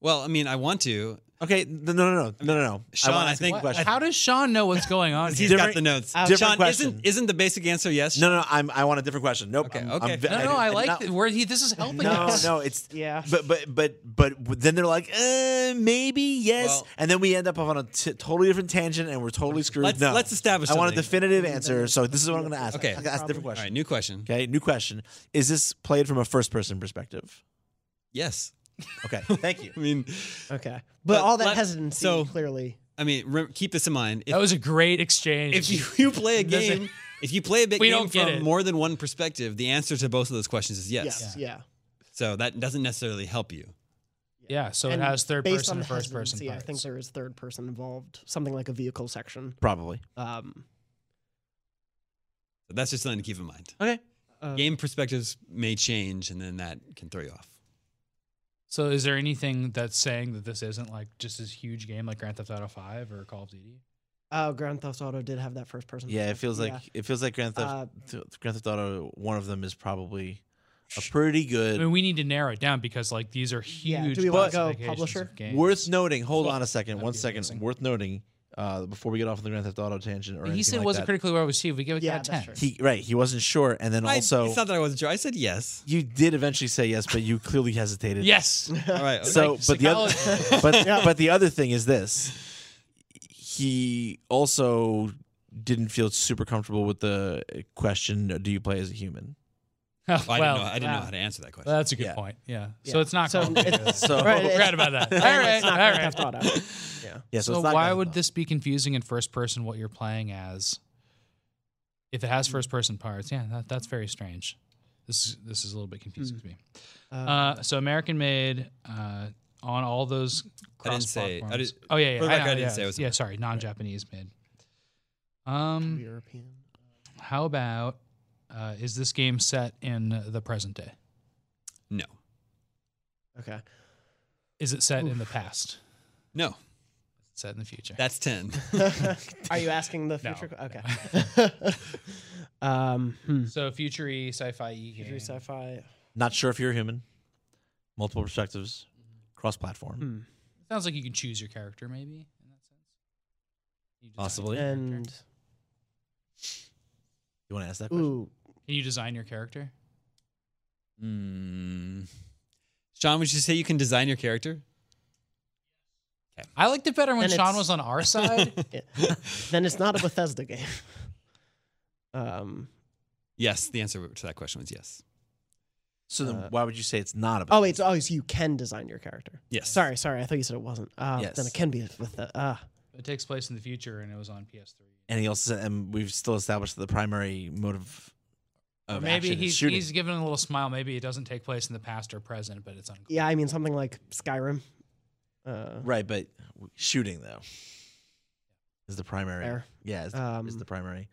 [SPEAKER 3] Well, I mean, I want to.
[SPEAKER 4] Okay, th- no, no, no, no, no, no.
[SPEAKER 3] Sean,
[SPEAKER 4] wanna
[SPEAKER 3] I
[SPEAKER 4] ask a
[SPEAKER 3] think-
[SPEAKER 5] What?
[SPEAKER 4] question.
[SPEAKER 5] How does Sean know what's going
[SPEAKER 6] [LAUGHS]
[SPEAKER 5] on?
[SPEAKER 3] He's
[SPEAKER 5] Here?
[SPEAKER 3] got
[SPEAKER 4] Different- Uh,
[SPEAKER 3] the notes.
[SPEAKER 4] different
[SPEAKER 3] Sean,
[SPEAKER 4] question.
[SPEAKER 3] isn't isn't the basic answer yes?
[SPEAKER 4] No, no, I'm, I want a different question. Nope.
[SPEAKER 3] Okay,
[SPEAKER 4] I'm,
[SPEAKER 3] okay.
[SPEAKER 4] I'm, ve-
[SPEAKER 5] No, no, I
[SPEAKER 4] did
[SPEAKER 5] like
[SPEAKER 4] not-
[SPEAKER 5] that where he. This is helping
[SPEAKER 4] [LAUGHS] No,
[SPEAKER 5] us.
[SPEAKER 4] no, it's
[SPEAKER 6] Yeah.
[SPEAKER 4] But but but but w- then they're like, uh, maybe yes,
[SPEAKER 3] Well-
[SPEAKER 4] and then we end up on a t- totally different tangent, and we're totally screwed.
[SPEAKER 3] Let's-
[SPEAKER 4] no,
[SPEAKER 3] let's establish
[SPEAKER 4] I want a
[SPEAKER 3] something.
[SPEAKER 4] definitive answer, so this is what I'm going to ask.
[SPEAKER 3] Okay.
[SPEAKER 4] I'm gonna ask a different
[SPEAKER 3] All
[SPEAKER 4] question.
[SPEAKER 3] right. New question.
[SPEAKER 4] Okay, new question: Is this played from a first-person perspective?
[SPEAKER 3] Yes.
[SPEAKER 5] [LAUGHS]
[SPEAKER 4] Okay, thank you.
[SPEAKER 3] I mean,
[SPEAKER 6] Okay. But, all that
[SPEAKER 3] let-
[SPEAKER 6] hesitancy
[SPEAKER 3] so-
[SPEAKER 6] clearly.
[SPEAKER 3] I mean, rem- keep this in mind. If,
[SPEAKER 5] [LAUGHS] That was a great exchange.
[SPEAKER 3] [LAUGHS] if you,
[SPEAKER 5] [LAUGHS]
[SPEAKER 3] you play a
[SPEAKER 5] Doesn't-
[SPEAKER 3] game, if you play a big
[SPEAKER 5] We
[SPEAKER 3] game
[SPEAKER 5] don't get
[SPEAKER 3] from
[SPEAKER 5] it.
[SPEAKER 3] more than one perspective, the answer to both of those questions is yes.
[SPEAKER 6] Yes. Yeah.
[SPEAKER 3] So that doesn't necessarily help you.
[SPEAKER 5] yeah, so
[SPEAKER 6] And
[SPEAKER 5] it has third
[SPEAKER 6] based
[SPEAKER 5] person
[SPEAKER 6] on
[SPEAKER 5] and
[SPEAKER 6] the
[SPEAKER 5] first person.
[SPEAKER 6] hesitancy, I think
[SPEAKER 5] parts.
[SPEAKER 6] there is third person involved. Something like a vehicle section.
[SPEAKER 4] Probably.
[SPEAKER 6] Um,
[SPEAKER 3] So that's just something to keep in mind.
[SPEAKER 4] Okay.
[SPEAKER 6] uh,
[SPEAKER 3] Game perspectives may change, and then that can throw you off.
[SPEAKER 5] So is there anything that's saying that this isn't like just this huge game like Grand Theft Auto Five or Call of Duty?
[SPEAKER 6] Oh, Grand Theft Auto did have that first person.
[SPEAKER 4] Yeah, it feels like
[SPEAKER 6] perspective,
[SPEAKER 4] it feels like Grand Theft
[SPEAKER 6] Uh,
[SPEAKER 4] th- Grand Theft Auto. One of them is probably a pretty good.
[SPEAKER 5] I mean, we need to narrow it down because like these are
[SPEAKER 6] Yeah,
[SPEAKER 5] huge.
[SPEAKER 6] do we wanna go
[SPEAKER 5] classifications
[SPEAKER 6] publisher?
[SPEAKER 5] of games.
[SPEAKER 4] Worth noting. Hold on a second.
[SPEAKER 5] That'd
[SPEAKER 4] One
[SPEAKER 5] be
[SPEAKER 4] second.
[SPEAKER 5] amazing.
[SPEAKER 4] Worth noting. Uh, before we get off on the Grand Theft Auto tangent, or
[SPEAKER 5] He
[SPEAKER 4] anything
[SPEAKER 5] said it
[SPEAKER 4] like
[SPEAKER 5] wasn't
[SPEAKER 4] that.
[SPEAKER 5] critically well received. We give it
[SPEAKER 6] Yeah,
[SPEAKER 5] out
[SPEAKER 6] that's true.
[SPEAKER 5] ten.
[SPEAKER 4] He right. He wasn't sure, and then
[SPEAKER 3] I,
[SPEAKER 4] also
[SPEAKER 3] it's not that I wasn't sure. I said yes.
[SPEAKER 4] you did eventually say yes, but you clearly
[SPEAKER 6] [LAUGHS]
[SPEAKER 5] [LAUGHS]
[SPEAKER 4] hesitated.
[SPEAKER 5] Yes.
[SPEAKER 3] All right. okay.
[SPEAKER 4] [LAUGHS] So, but the other,
[SPEAKER 5] psychology. [LAUGHS]
[SPEAKER 4] but but the other thing is this: he also didn't feel super comfortable with the question, "Do you play as a human?"
[SPEAKER 3] Well, I
[SPEAKER 5] well,
[SPEAKER 3] didn't know. I didn't know
[SPEAKER 6] wow.
[SPEAKER 3] how to answer that question.
[SPEAKER 5] That's a good
[SPEAKER 4] Yeah.
[SPEAKER 5] point. Yeah. So
[SPEAKER 6] Yeah.
[SPEAKER 5] it's not.
[SPEAKER 6] So
[SPEAKER 5] Call of
[SPEAKER 6] it's-
[SPEAKER 5] [LAUGHS] Duty.
[SPEAKER 4] So
[SPEAKER 6] [LAUGHS] Right,
[SPEAKER 4] [LAUGHS]
[SPEAKER 6] it's-
[SPEAKER 5] Forgot about that. All
[SPEAKER 6] And
[SPEAKER 5] right.
[SPEAKER 6] it's not
[SPEAKER 5] all
[SPEAKER 6] Grand
[SPEAKER 5] right.
[SPEAKER 6] Theft Auto.
[SPEAKER 4] yeah.
[SPEAKER 5] So
[SPEAKER 4] So, it's not
[SPEAKER 5] why
[SPEAKER 4] Grand
[SPEAKER 5] would
[SPEAKER 4] Theft Auto.
[SPEAKER 5] this be confusing in first person what you're playing as? If it has first person parts, yeah, that, that's very strange. This is this is a little bit
[SPEAKER 3] Hmm.
[SPEAKER 5] confusing to me. Uh, so American made uh, on all those.
[SPEAKER 3] I didn't say- I
[SPEAKER 5] cross-platforms.
[SPEAKER 3] didn't-
[SPEAKER 5] oh yeah, yeah.
[SPEAKER 3] for the record, I
[SPEAKER 5] know,
[SPEAKER 3] didn't
[SPEAKER 5] yeah,
[SPEAKER 3] say it was
[SPEAKER 5] Yeah, sorry, non-Japanese made. Um,
[SPEAKER 6] European.
[SPEAKER 5] how about uh, is this game set in the present day?
[SPEAKER 3] no.
[SPEAKER 6] Okay.
[SPEAKER 5] Is it set in the past?
[SPEAKER 3] No.
[SPEAKER 5] Set in the future?
[SPEAKER 3] That's
[SPEAKER 5] [LAUGHS]
[SPEAKER 3] ten.
[SPEAKER 6] Are you asking the
[SPEAKER 5] No,
[SPEAKER 6] future? Okay. [LAUGHS] um, hmm.
[SPEAKER 5] so future sci-fi game.
[SPEAKER 6] Future sci-fi.
[SPEAKER 4] Not sure if you're a human. Multiple perspectives, cross-platform,
[SPEAKER 6] Hmm.
[SPEAKER 5] Sounds like you can choose your character, maybe in that sense. You design
[SPEAKER 4] possibly.
[SPEAKER 5] your character.
[SPEAKER 6] And
[SPEAKER 4] you want to ask that question?
[SPEAKER 6] ooh,
[SPEAKER 5] can you design your character?
[SPEAKER 3] mm. Sean, would you say you can design your character?
[SPEAKER 5] I liked it better when
[SPEAKER 6] And
[SPEAKER 5] Sean
[SPEAKER 6] it's-
[SPEAKER 5] was
[SPEAKER 6] [LAUGHS]
[SPEAKER 5] on our side.
[SPEAKER 6] yeah. then it's not a Bethesda game. [LAUGHS] Um.
[SPEAKER 3] [LAUGHS] Yes. The answer to that question was yes.
[SPEAKER 4] So then,
[SPEAKER 6] Uh,
[SPEAKER 4] why would you say it's not about?
[SPEAKER 6] Oh, it's oh, so you can design your character.
[SPEAKER 3] Yes.
[SPEAKER 6] Sorry, sorry. I thought you said it wasn't. Uh,
[SPEAKER 4] Yes.
[SPEAKER 6] Then it can be a Bethesda. Ah.
[SPEAKER 5] it takes place in the future, and it was on PS3.
[SPEAKER 4] and he also said, and we've still established that the primary motive
[SPEAKER 5] Or
[SPEAKER 4] of
[SPEAKER 5] maybe
[SPEAKER 4] action is
[SPEAKER 5] he's,
[SPEAKER 4] shooting.
[SPEAKER 5] he's giving a little smile. Maybe it doesn't take place in the past or present, but it's unclear.
[SPEAKER 6] yeah. I mean something like Skyrim. Uh,
[SPEAKER 4] right, but w- shooting though is the primary.
[SPEAKER 6] Fair.
[SPEAKER 4] Yeah,
[SPEAKER 5] Uh,
[SPEAKER 4] is the, is
[SPEAKER 6] Um,
[SPEAKER 4] the primary.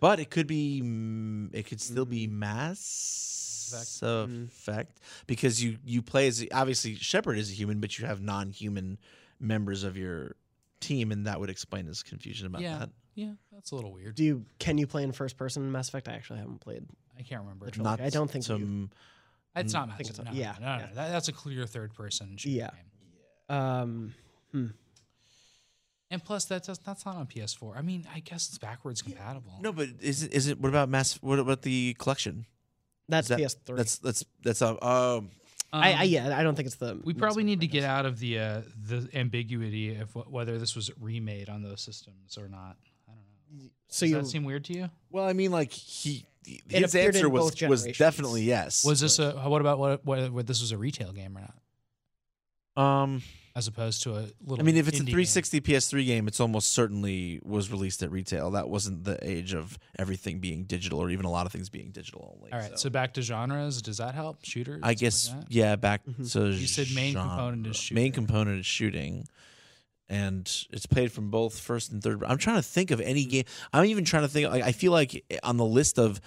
[SPEAKER 4] But it could be, mm, it could still be mass effect,
[SPEAKER 6] Mm.
[SPEAKER 4] because you you play as obviously Shepard is a human, but you have non-human members of your team, and that would explain his confusion about
[SPEAKER 5] Yeah.
[SPEAKER 4] that.
[SPEAKER 5] Yeah, that's a little weird.
[SPEAKER 6] Do you can you play in first person in Mass Effect? I actually haven't played.
[SPEAKER 5] I can't remember.
[SPEAKER 6] It's not- I don't think
[SPEAKER 4] some.
[SPEAKER 5] It's not.
[SPEAKER 6] think
[SPEAKER 5] Mass
[SPEAKER 6] it's
[SPEAKER 5] Effect.
[SPEAKER 6] on-
[SPEAKER 5] No,
[SPEAKER 6] yeah,
[SPEAKER 5] no, no, no.
[SPEAKER 6] yeah.
[SPEAKER 5] That, that's a clear third person.
[SPEAKER 6] Yeah.
[SPEAKER 5] game.
[SPEAKER 6] Um,
[SPEAKER 5] And plus, that's that's not on PS4. I mean, I guess it's backwards compatible.
[SPEAKER 4] No, but is it, is it? What about mass? What about the collection?
[SPEAKER 6] that's
[SPEAKER 4] that-
[SPEAKER 6] PS3.
[SPEAKER 4] That's that's that's uh, um
[SPEAKER 6] I, I
[SPEAKER 5] Um,
[SPEAKER 6] yeah. I don't think it's the.
[SPEAKER 5] We
[SPEAKER 6] Mass
[SPEAKER 5] probably
[SPEAKER 6] Effect,
[SPEAKER 5] need to
[SPEAKER 6] I
[SPEAKER 5] get
[SPEAKER 6] guess.
[SPEAKER 5] out of the uh, the ambiguity of wh- whether this was remade on those systems or not. I don't know.
[SPEAKER 6] So
[SPEAKER 5] Does
[SPEAKER 6] you
[SPEAKER 5] that seem weird to you?
[SPEAKER 4] Well, I mean, like he
[SPEAKER 6] It
[SPEAKER 4] his
[SPEAKER 6] appeared
[SPEAKER 4] answer
[SPEAKER 6] in
[SPEAKER 4] was
[SPEAKER 6] both
[SPEAKER 4] was
[SPEAKER 6] generations.
[SPEAKER 4] definitely yes.
[SPEAKER 5] Was this a what about what, what, what this was a retail game or not,
[SPEAKER 4] um?
[SPEAKER 5] as opposed to a little?
[SPEAKER 4] I mean, if it's a
[SPEAKER 5] indie game?
[SPEAKER 4] 360 PS3 game, it's almost certainly was released at retail. That wasn't the age of everything being digital, or even a lot of things being digital only.
[SPEAKER 5] All right, so. back to genres. Does that help? Shooters.
[SPEAKER 4] I
[SPEAKER 5] something
[SPEAKER 4] guess
[SPEAKER 5] like that?
[SPEAKER 4] yeah. Back
[SPEAKER 6] Mhm.
[SPEAKER 4] to
[SPEAKER 5] You said main component is
[SPEAKER 4] genre.
[SPEAKER 5] shooting.
[SPEAKER 4] Main component is shooting, and it's played from both first and third. I'm trying to think of
[SPEAKER 5] Mm-hmm.
[SPEAKER 4] any game. I'm even trying to think. Like, I feel like on the list of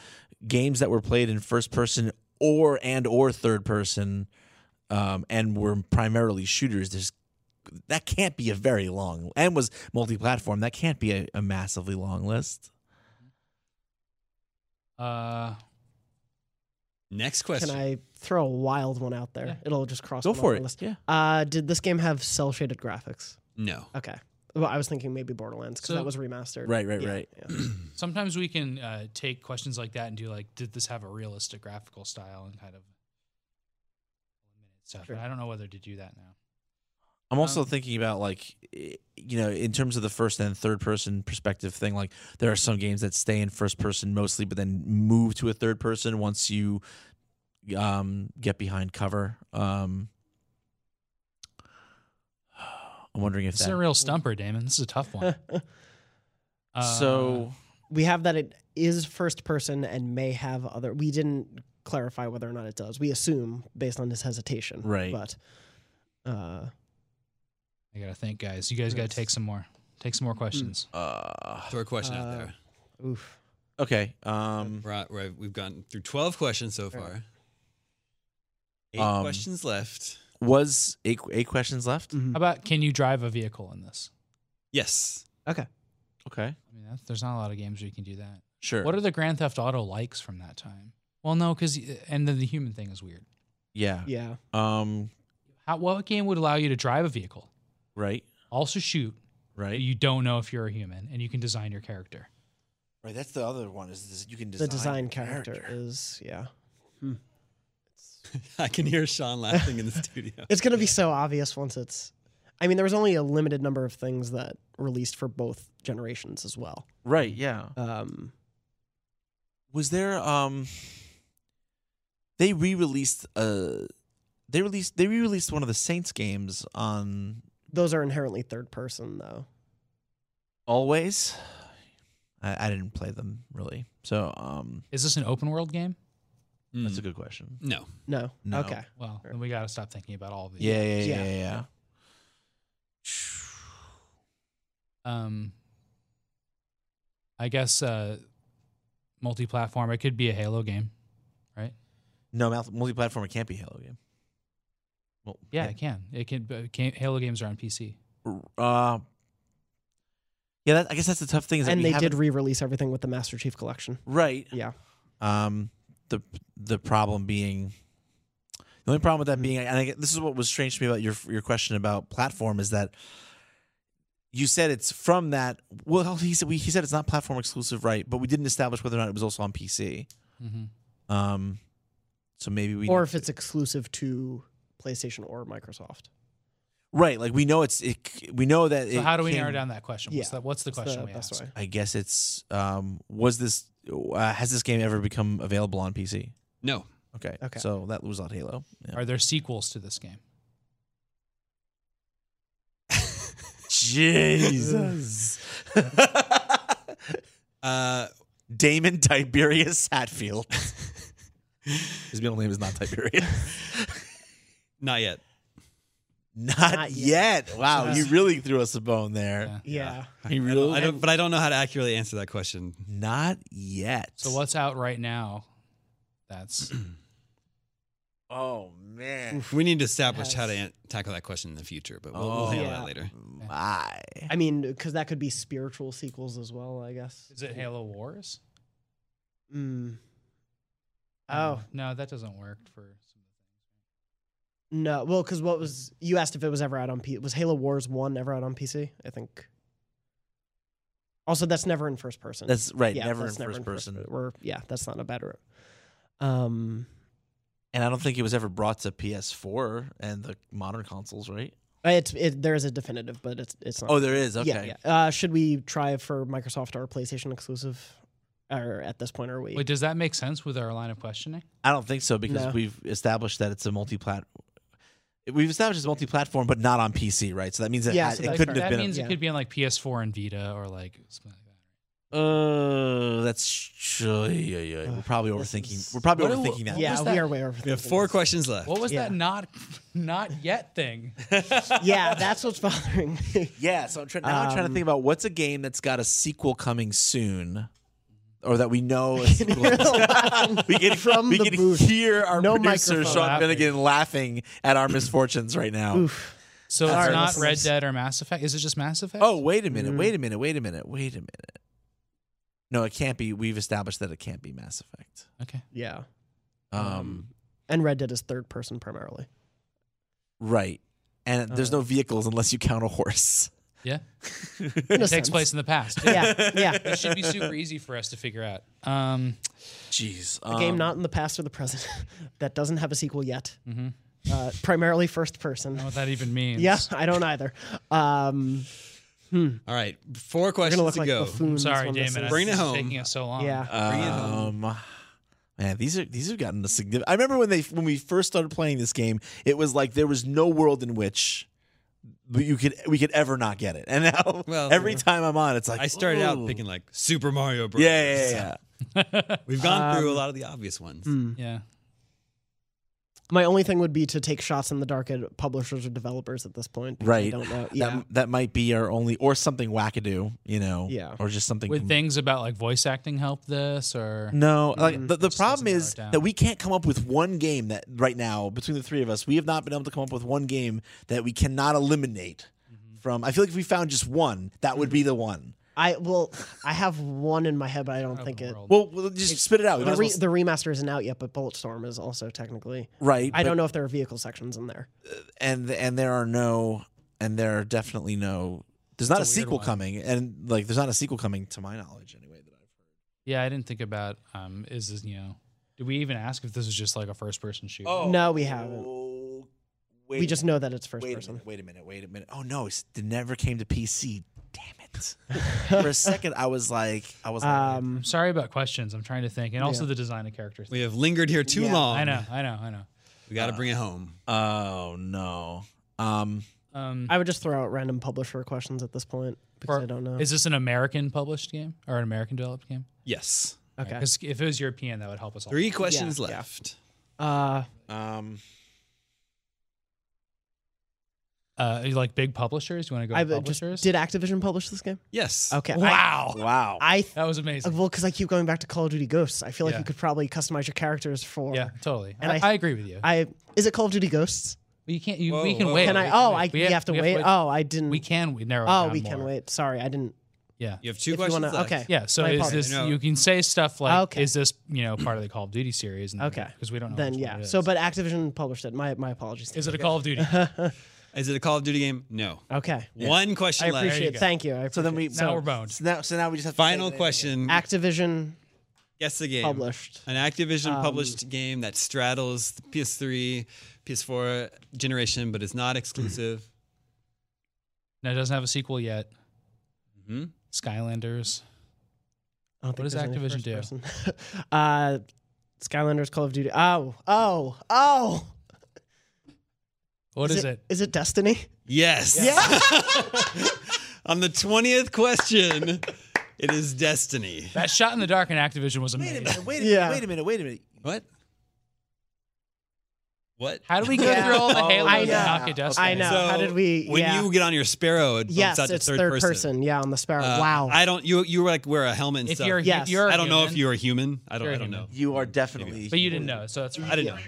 [SPEAKER 4] games that were played in first person or and or third person, um, and were primarily shooters. There's that can't be a very long and was multi-platform. That can't be a, a massively long list.
[SPEAKER 5] Uh,
[SPEAKER 3] Next question.
[SPEAKER 6] Can I throw a wild one out there? It'll just cross.
[SPEAKER 4] Go
[SPEAKER 6] one off
[SPEAKER 4] for
[SPEAKER 6] the
[SPEAKER 4] it.
[SPEAKER 6] List.
[SPEAKER 4] Yeah.
[SPEAKER 6] Uh, did this game have cell shaded graphics?
[SPEAKER 3] No.
[SPEAKER 6] Okay. Well, I was thinking maybe Borderlands because
[SPEAKER 5] So-
[SPEAKER 6] that was remastered.
[SPEAKER 4] Right, right,
[SPEAKER 6] Yeah,
[SPEAKER 4] right.
[SPEAKER 6] yeah.
[SPEAKER 5] Uh, [CLEARS THROAT] Sometimes we can uh, take questions like that and do like, did this have a realistic graphical style and kind of stuff.
[SPEAKER 6] Sure.
[SPEAKER 5] And I don't know whether to do that now.
[SPEAKER 4] I'm also
[SPEAKER 5] Um,
[SPEAKER 4] thinking about like i- you know in terms of the first and third person perspective thing like there are some games that stay in first person mostly but then move to a third person once you um get behind cover um [SIGHS] I'm wondering if
[SPEAKER 5] This is
[SPEAKER 4] that
[SPEAKER 5] a real stumper, Damon. This is a tough one. Uh,
[SPEAKER 4] [LAUGHS] so
[SPEAKER 6] [LAUGHS] We have that it is first person and may have other. We didn't clarify whether or not it does. We assume based on his hesitation.
[SPEAKER 4] Right.
[SPEAKER 6] But uh,
[SPEAKER 5] I gotta think, guys. You guys gotta take some more. Take some more questions.
[SPEAKER 4] uh
[SPEAKER 3] Throw a question out
[SPEAKER 6] Uh,
[SPEAKER 3] there.
[SPEAKER 6] oof.
[SPEAKER 4] okay um
[SPEAKER 3] We're at, we're at- we've gotten through 12 questions so far. Eight
[SPEAKER 4] Um,
[SPEAKER 3] questions left.
[SPEAKER 4] was eight, eight questions left
[SPEAKER 5] How about can you drive a vehicle in this?
[SPEAKER 3] Yes. [LAUGHS]
[SPEAKER 6] Okay.
[SPEAKER 4] okay
[SPEAKER 5] I mean, that's, there's not a lot of games where you can do that.
[SPEAKER 4] sure
[SPEAKER 5] What are the Grand Theft Auto likes from that time? Well, no, because and then the human thing is weird.
[SPEAKER 4] yeah
[SPEAKER 6] Yeah.
[SPEAKER 4] um
[SPEAKER 5] How what game would allow you to drive a vehicle,
[SPEAKER 4] right
[SPEAKER 5] also shoot, but
[SPEAKER 4] right
[SPEAKER 5] you don't know if you're a human, and you can design your character?
[SPEAKER 4] right that's the other one is this, you can
[SPEAKER 6] The design character, is yeah.
[SPEAKER 3] I can hear Sean laughing in the studio.
[SPEAKER 6] It's gonna be so obvious once it's. I mean, there was only a limited number of things that released for both generations as well.
[SPEAKER 4] right yeah
[SPEAKER 6] Um,
[SPEAKER 4] was there um they re-released uh they released they re-released one of the Saints games on
[SPEAKER 6] those are inherently third person though.
[SPEAKER 4] Always. I, I didn't play them really. So um
[SPEAKER 5] Is this an open world game?
[SPEAKER 4] that's a
[SPEAKER 3] Mm,
[SPEAKER 4] good question.
[SPEAKER 3] no.
[SPEAKER 6] No.
[SPEAKER 4] No.
[SPEAKER 6] Okay.
[SPEAKER 5] Well, then we gotta stop thinking about all of these.
[SPEAKER 4] Yeah, yeah, yeah,
[SPEAKER 6] Yeah.
[SPEAKER 4] yeah. yeah.
[SPEAKER 5] Um, I guess uh, multi-platform. It could be a Halo game.
[SPEAKER 4] No, mul- multi-platform. It can't be a Halo game. Well,
[SPEAKER 5] Yeah, it can. It can. But can Halo games are on PC.
[SPEAKER 4] Uh, yeah. That, I guess that's the tough thing. Is that
[SPEAKER 6] And they
[SPEAKER 4] we
[SPEAKER 6] did
[SPEAKER 4] haven't-
[SPEAKER 6] re-release everything with the Master Chief Collection.
[SPEAKER 4] right.
[SPEAKER 6] Yeah.
[SPEAKER 4] Um, the the problem being the only problem with
[SPEAKER 5] Hmm.
[SPEAKER 4] that being, and I, get- this is what was strange to me about your your question about platform is that you said it's from that. Well, he said we, he said it's not platform exclusive, right? But we didn't establish whether or not it was also on PC.
[SPEAKER 5] Mm-hmm.
[SPEAKER 4] Um, so maybe we
[SPEAKER 6] or if it's exclusive to PlayStation or Microsoft.
[SPEAKER 4] right, like we know it's it, c- we know that.
[SPEAKER 5] So
[SPEAKER 4] it
[SPEAKER 5] how do we
[SPEAKER 4] came-
[SPEAKER 5] narrow down that question? What's
[SPEAKER 6] Yeah.
[SPEAKER 5] the, what's the
[SPEAKER 6] That's
[SPEAKER 5] question
[SPEAKER 6] the
[SPEAKER 5] we
[SPEAKER 6] best
[SPEAKER 5] asked?
[SPEAKER 6] way.
[SPEAKER 4] I guess it's um, was this uh, has this game ever become available on PC?
[SPEAKER 3] No.
[SPEAKER 4] Okay,
[SPEAKER 6] Okay.
[SPEAKER 4] So that was on Halo. Yeah.
[SPEAKER 5] Are there sequels to this game?
[SPEAKER 4] Jesus.
[SPEAKER 3] Uh,
[SPEAKER 4] [LAUGHS] Damon Tiberius Hatfield. [LAUGHS] His middle name is not Tiberius.
[SPEAKER 3] not yet.
[SPEAKER 4] [LAUGHS] not,
[SPEAKER 6] Not
[SPEAKER 4] yet.
[SPEAKER 6] yet.
[SPEAKER 4] Wow,
[SPEAKER 6] Yeah.
[SPEAKER 4] you really threw us a bone there.
[SPEAKER 5] Yeah.
[SPEAKER 6] Yeah.
[SPEAKER 4] He
[SPEAKER 3] I
[SPEAKER 4] really
[SPEAKER 3] don't, I don't, but I don't know how to accurately answer that question.
[SPEAKER 4] not yet.
[SPEAKER 5] So what's out right now?
[SPEAKER 6] [CLEARS THROAT]
[SPEAKER 5] That's
[SPEAKER 4] Oh man.
[SPEAKER 3] We need to establish how to
[SPEAKER 6] Yes.
[SPEAKER 3] an- tackle that question in the future, but we'll, we'll
[SPEAKER 4] Oh.
[SPEAKER 3] handle
[SPEAKER 6] Yeah.
[SPEAKER 3] that later.
[SPEAKER 4] My.
[SPEAKER 6] I mean, because that could be spiritual sequels as well, I guess.
[SPEAKER 5] is it Halo Wars?
[SPEAKER 6] Mm. Oh
[SPEAKER 5] no, that doesn't work for.
[SPEAKER 6] no! Well, because what was you asked if it was ever out on P? Was Halo Wars One ever out on PC? I think. Also, that's never in first person.
[SPEAKER 4] That's right, never in
[SPEAKER 6] that's
[SPEAKER 4] first person.
[SPEAKER 6] We're yeah, that's not a better. Um,
[SPEAKER 4] And I don't think it was ever brought to PS4 and the modern consoles, right?
[SPEAKER 6] it's it, there is a definitive, but it's it's not.
[SPEAKER 4] Oh, there is. Okay.
[SPEAKER 6] Yeah, yeah. Uh, should we try for Microsoft or PlayStation exclusive? Or at this point, are we?
[SPEAKER 5] Wait, does that make sense with our line of questioning?
[SPEAKER 4] I don't think so because
[SPEAKER 6] No.
[SPEAKER 4] we've established that it's a multi-plat. We've established it's multi-platform, but not on PC, right? So that means it,
[SPEAKER 6] Yeah,
[SPEAKER 4] had-
[SPEAKER 6] so
[SPEAKER 4] it
[SPEAKER 6] that's
[SPEAKER 4] couldn't
[SPEAKER 6] fair.
[SPEAKER 4] have
[SPEAKER 5] that
[SPEAKER 4] been.
[SPEAKER 5] means
[SPEAKER 6] yeah.
[SPEAKER 5] it could be on like PS4 and Vita or like something like that.
[SPEAKER 4] Uh, that's sh- uh, yeah, yeah. We're
[SPEAKER 6] Ugh,
[SPEAKER 4] probably
[SPEAKER 6] this
[SPEAKER 4] overthinking.
[SPEAKER 6] is-
[SPEAKER 4] We're probably
[SPEAKER 5] What do-
[SPEAKER 4] overthinking that.
[SPEAKER 5] what
[SPEAKER 6] yeah,
[SPEAKER 5] was
[SPEAKER 6] we
[SPEAKER 5] that?
[SPEAKER 6] are way over.
[SPEAKER 3] We have four questions left.
[SPEAKER 5] What was
[SPEAKER 6] Yeah.
[SPEAKER 5] that not not
[SPEAKER 6] [LAUGHS]
[SPEAKER 5] yet thing?
[SPEAKER 6] yeah, that's what's bothering me. [LAUGHS]
[SPEAKER 4] Yeah, so I'm trying now. I'm trying to
[SPEAKER 6] Um,
[SPEAKER 4] think about what's a game that's got a sequel coming soon, or that we know. A
[SPEAKER 6] can [LAUGHS]
[SPEAKER 4] sequel
[SPEAKER 6] hear the laughing
[SPEAKER 4] we can
[SPEAKER 6] from
[SPEAKER 4] we
[SPEAKER 6] the
[SPEAKER 4] can
[SPEAKER 6] booth.
[SPEAKER 4] hear our
[SPEAKER 6] No
[SPEAKER 4] producer
[SPEAKER 6] microphone.
[SPEAKER 4] Sean Finnegan laughing at our misfortunes right now.
[SPEAKER 6] Oof.
[SPEAKER 5] So it's
[SPEAKER 6] Sorry,
[SPEAKER 5] not Red
[SPEAKER 6] listeners.
[SPEAKER 5] Dead or Mass Effect. Is it just Mass Effect?
[SPEAKER 4] Oh, wait a minute! Wait a minute! Wait a minute! Wait a minute! No, it can't be. We've established that it can't be Mass Effect.
[SPEAKER 5] okay.
[SPEAKER 6] Yeah.
[SPEAKER 4] Um,
[SPEAKER 6] and Red Dead is third person primarily.
[SPEAKER 4] right. And there's no vehicles unless you count a horse.
[SPEAKER 5] Yeah.
[SPEAKER 6] In a
[SPEAKER 5] It takes
[SPEAKER 6] sense.
[SPEAKER 5] place in the past.
[SPEAKER 6] Yeah, yeah.
[SPEAKER 5] It should be super easy for us to figure out. Um,
[SPEAKER 4] Jeez.
[SPEAKER 6] A game not in the past or the present [LAUGHS] that doesn't have a sequel yet. Uh, primarily first person.
[SPEAKER 5] what that even
[SPEAKER 6] [LAUGHS]
[SPEAKER 5] means.
[SPEAKER 6] Yeah, I don't either. Um,
[SPEAKER 3] All right, four
[SPEAKER 6] we're
[SPEAKER 3] questions
[SPEAKER 6] gonna look
[SPEAKER 3] to
[SPEAKER 6] like
[SPEAKER 3] go.
[SPEAKER 6] buffoons.
[SPEAKER 5] Sorry,
[SPEAKER 6] when this
[SPEAKER 5] Damon.
[SPEAKER 6] is-
[SPEAKER 5] I-
[SPEAKER 3] Bring it
[SPEAKER 5] this is
[SPEAKER 3] home.
[SPEAKER 5] Taking us so long.
[SPEAKER 6] Yeah.
[SPEAKER 3] Uh,
[SPEAKER 4] Um, man, these are these have gotten the significant. I remember when they when we first started playing this game, it was like there was no world in which you could we could ever not get it. And now
[SPEAKER 3] Well,
[SPEAKER 4] every time I'm on, it's like
[SPEAKER 3] I started
[SPEAKER 4] ooh.
[SPEAKER 3] out picking like Super Mario Bros.
[SPEAKER 4] Yeah, yeah, yeah.
[SPEAKER 3] We've gone through a lot of the obvious ones. [LAUGHS]
[SPEAKER 5] [LAUGHS] Yeah.
[SPEAKER 6] My only thing would be to take shots in the dark at publishers or developers at this point. because
[SPEAKER 4] Right.
[SPEAKER 6] I don't know.
[SPEAKER 4] That,
[SPEAKER 6] Yeah.
[SPEAKER 4] that might be our only, or something wackadoo, you know,
[SPEAKER 6] Yeah.
[SPEAKER 4] or just something.
[SPEAKER 5] Would
[SPEAKER 4] com-
[SPEAKER 5] things about like voice acting help this or
[SPEAKER 6] Mm-hmm.
[SPEAKER 4] No, like the, the problem
[SPEAKER 5] doesn't narrow
[SPEAKER 4] is
[SPEAKER 5] it down.
[SPEAKER 4] that we can't come up with one game that right now between the three of us, we have not been able to come up with one game that we cannot eliminate
[SPEAKER 6] Mm-hmm.
[SPEAKER 4] from. I feel like if we found just one, that would be the one.
[SPEAKER 6] I well, I have one in my head, but I don't think it.
[SPEAKER 5] world?
[SPEAKER 4] Well, we'll just spit it out. We might
[SPEAKER 6] The,
[SPEAKER 4] as
[SPEAKER 6] re-
[SPEAKER 4] well-
[SPEAKER 6] the remaster isn't out yet, but Bulletstorm is also technically.
[SPEAKER 4] right.
[SPEAKER 6] I don't
[SPEAKER 4] but-
[SPEAKER 6] know if there are vehicle sections in there.
[SPEAKER 4] And and there are no, and there are definitely no. There's not a,
[SPEAKER 5] That's a weird
[SPEAKER 4] sequel
[SPEAKER 5] one.
[SPEAKER 4] coming, and like there's not a sequel coming to my knowledge anyway. That I've
[SPEAKER 5] Yeah, I didn't think about um is this you know did we even ask if this was just like a first person shooter?
[SPEAKER 6] Oh. No, we haven't.
[SPEAKER 4] Oh,
[SPEAKER 6] We just know that it's first
[SPEAKER 4] wait
[SPEAKER 6] person.
[SPEAKER 4] A minute, wait a minute. Wait a minute. Oh no, it's, it never came to PC. Damn
[SPEAKER 6] [LAUGHS]
[SPEAKER 4] it. For a second, I was like, I was like,
[SPEAKER 6] Um,
[SPEAKER 5] I'm sorry about questions. I'm trying to think. And also the design of characters.
[SPEAKER 3] We have lingered here too long.
[SPEAKER 5] I know, I know, I know.
[SPEAKER 3] We got to bring it home.
[SPEAKER 4] oh no. Um,
[SPEAKER 5] Um
[SPEAKER 6] I would just throw out random publisher questions at this point because
[SPEAKER 5] for-
[SPEAKER 6] I don't know.
[SPEAKER 5] Is this an American published game or an American developed game?
[SPEAKER 3] Yes.
[SPEAKER 6] okay.
[SPEAKER 5] Because if it was European, that would help us all.
[SPEAKER 3] Three questions
[SPEAKER 6] yeah.
[SPEAKER 3] left.
[SPEAKER 6] Uh,
[SPEAKER 4] um,
[SPEAKER 5] Uh, you like big publishers? You want to go
[SPEAKER 6] I
[SPEAKER 5] to
[SPEAKER 6] would uh, just
[SPEAKER 5] publishers?
[SPEAKER 6] did Activision publish this game?
[SPEAKER 3] Yes.
[SPEAKER 6] Okay.
[SPEAKER 5] wow,
[SPEAKER 6] [LAUGHS]
[SPEAKER 4] wow.
[SPEAKER 6] I, I th-
[SPEAKER 5] that was amazing.
[SPEAKER 6] well, because I keep going back to Call of Duty Ghosts. I feel like
[SPEAKER 5] Yeah.
[SPEAKER 6] you could probably customize your characters for.
[SPEAKER 5] Yeah, totally.
[SPEAKER 6] And
[SPEAKER 5] I,
[SPEAKER 6] I-
[SPEAKER 5] I agree with you.
[SPEAKER 6] I is it Call of Duty Ghosts?
[SPEAKER 5] you can't. You, we
[SPEAKER 3] Whoa,
[SPEAKER 5] can
[SPEAKER 3] whoa,
[SPEAKER 5] wait.
[SPEAKER 3] whoa.
[SPEAKER 6] Can I?
[SPEAKER 5] We
[SPEAKER 6] Oh,
[SPEAKER 5] wait.
[SPEAKER 6] I
[SPEAKER 5] We
[SPEAKER 6] you have to wait. Oh, I didn't.
[SPEAKER 5] we can. We narrow. it
[SPEAKER 6] oh,
[SPEAKER 5] down
[SPEAKER 6] we can
[SPEAKER 5] more.
[SPEAKER 6] wait. Sorry, I didn't.
[SPEAKER 5] Yeah.
[SPEAKER 3] You have two
[SPEAKER 6] If you
[SPEAKER 3] questions
[SPEAKER 6] wanna-
[SPEAKER 3] left.
[SPEAKER 6] okay.
[SPEAKER 5] Yeah, so
[SPEAKER 6] My
[SPEAKER 5] is
[SPEAKER 6] apologies.
[SPEAKER 5] this
[SPEAKER 3] No.
[SPEAKER 5] you can say stuff like
[SPEAKER 6] Okay.
[SPEAKER 5] is this, you know, part of the Call of Duty series and
[SPEAKER 6] Okay.
[SPEAKER 5] because we don't know
[SPEAKER 6] Then
[SPEAKER 5] which one
[SPEAKER 6] yeah.
[SPEAKER 5] it
[SPEAKER 6] So,
[SPEAKER 5] is.
[SPEAKER 6] but Activision published it. My my apologies.
[SPEAKER 5] is it a Call of Duty?
[SPEAKER 6] [LAUGHS]
[SPEAKER 3] Is it a Call of Duty game? No.
[SPEAKER 6] Okay.
[SPEAKER 3] One
[SPEAKER 6] I
[SPEAKER 3] question left.
[SPEAKER 5] There you
[SPEAKER 6] appreciate.
[SPEAKER 5] go.
[SPEAKER 6] it. Thank you. I
[SPEAKER 4] So then we
[SPEAKER 5] now
[SPEAKER 4] so,
[SPEAKER 5] we're boned.
[SPEAKER 4] So now, so now we just have to
[SPEAKER 3] Final
[SPEAKER 4] say-
[SPEAKER 3] question.
[SPEAKER 6] Activision
[SPEAKER 3] Guess the game.
[SPEAKER 6] published. Um,
[SPEAKER 3] An Activision published game that straddles the PS3, PS4 generation, but is not exclusive.
[SPEAKER 5] no, it doesn't have a sequel yet.
[SPEAKER 3] Mhm.
[SPEAKER 5] Skylanders.
[SPEAKER 6] I don't think
[SPEAKER 5] What does
[SPEAKER 6] there's any
[SPEAKER 5] Activision
[SPEAKER 6] first person. [LAUGHS] uh, Skylanders, Call of Duty. Oh, oh, oh.
[SPEAKER 5] What is, it?
[SPEAKER 6] Is it Destiny?
[SPEAKER 3] Yes. [LAUGHS] On the 20th question, it is Destiny.
[SPEAKER 5] That shot in the dark in Activision was
[SPEAKER 4] Wait a
[SPEAKER 5] amazing.
[SPEAKER 4] minute. Wait a
[SPEAKER 6] Yeah.
[SPEAKER 4] minute. Wait a minute. Wait a minute.
[SPEAKER 3] What? What?
[SPEAKER 5] How do we go through all the
[SPEAKER 3] Oh,
[SPEAKER 5] Halo
[SPEAKER 6] I
[SPEAKER 5] and
[SPEAKER 6] know.
[SPEAKER 5] knock it Destiny?
[SPEAKER 6] I know. How did we-
[SPEAKER 3] When
[SPEAKER 6] yeah.
[SPEAKER 3] you get on your Sparrow, it bumps
[SPEAKER 6] Yes,
[SPEAKER 3] out to
[SPEAKER 6] it's third, person. Yeah, on the Sparrow.
[SPEAKER 3] Uh,
[SPEAKER 6] wow.
[SPEAKER 3] I don't. You you like wear a helmet and
[SPEAKER 5] If
[SPEAKER 3] stuff.
[SPEAKER 5] you're,
[SPEAKER 6] Yes.
[SPEAKER 5] if you're
[SPEAKER 3] I don't know if
[SPEAKER 5] human-
[SPEAKER 3] you're a human. I don't.
[SPEAKER 5] You're
[SPEAKER 3] I
[SPEAKER 5] a
[SPEAKER 3] don't know.
[SPEAKER 5] human.
[SPEAKER 4] You are definitely.
[SPEAKER 5] But you didn't know, so that's
[SPEAKER 3] I
[SPEAKER 5] right.
[SPEAKER 3] didn't know.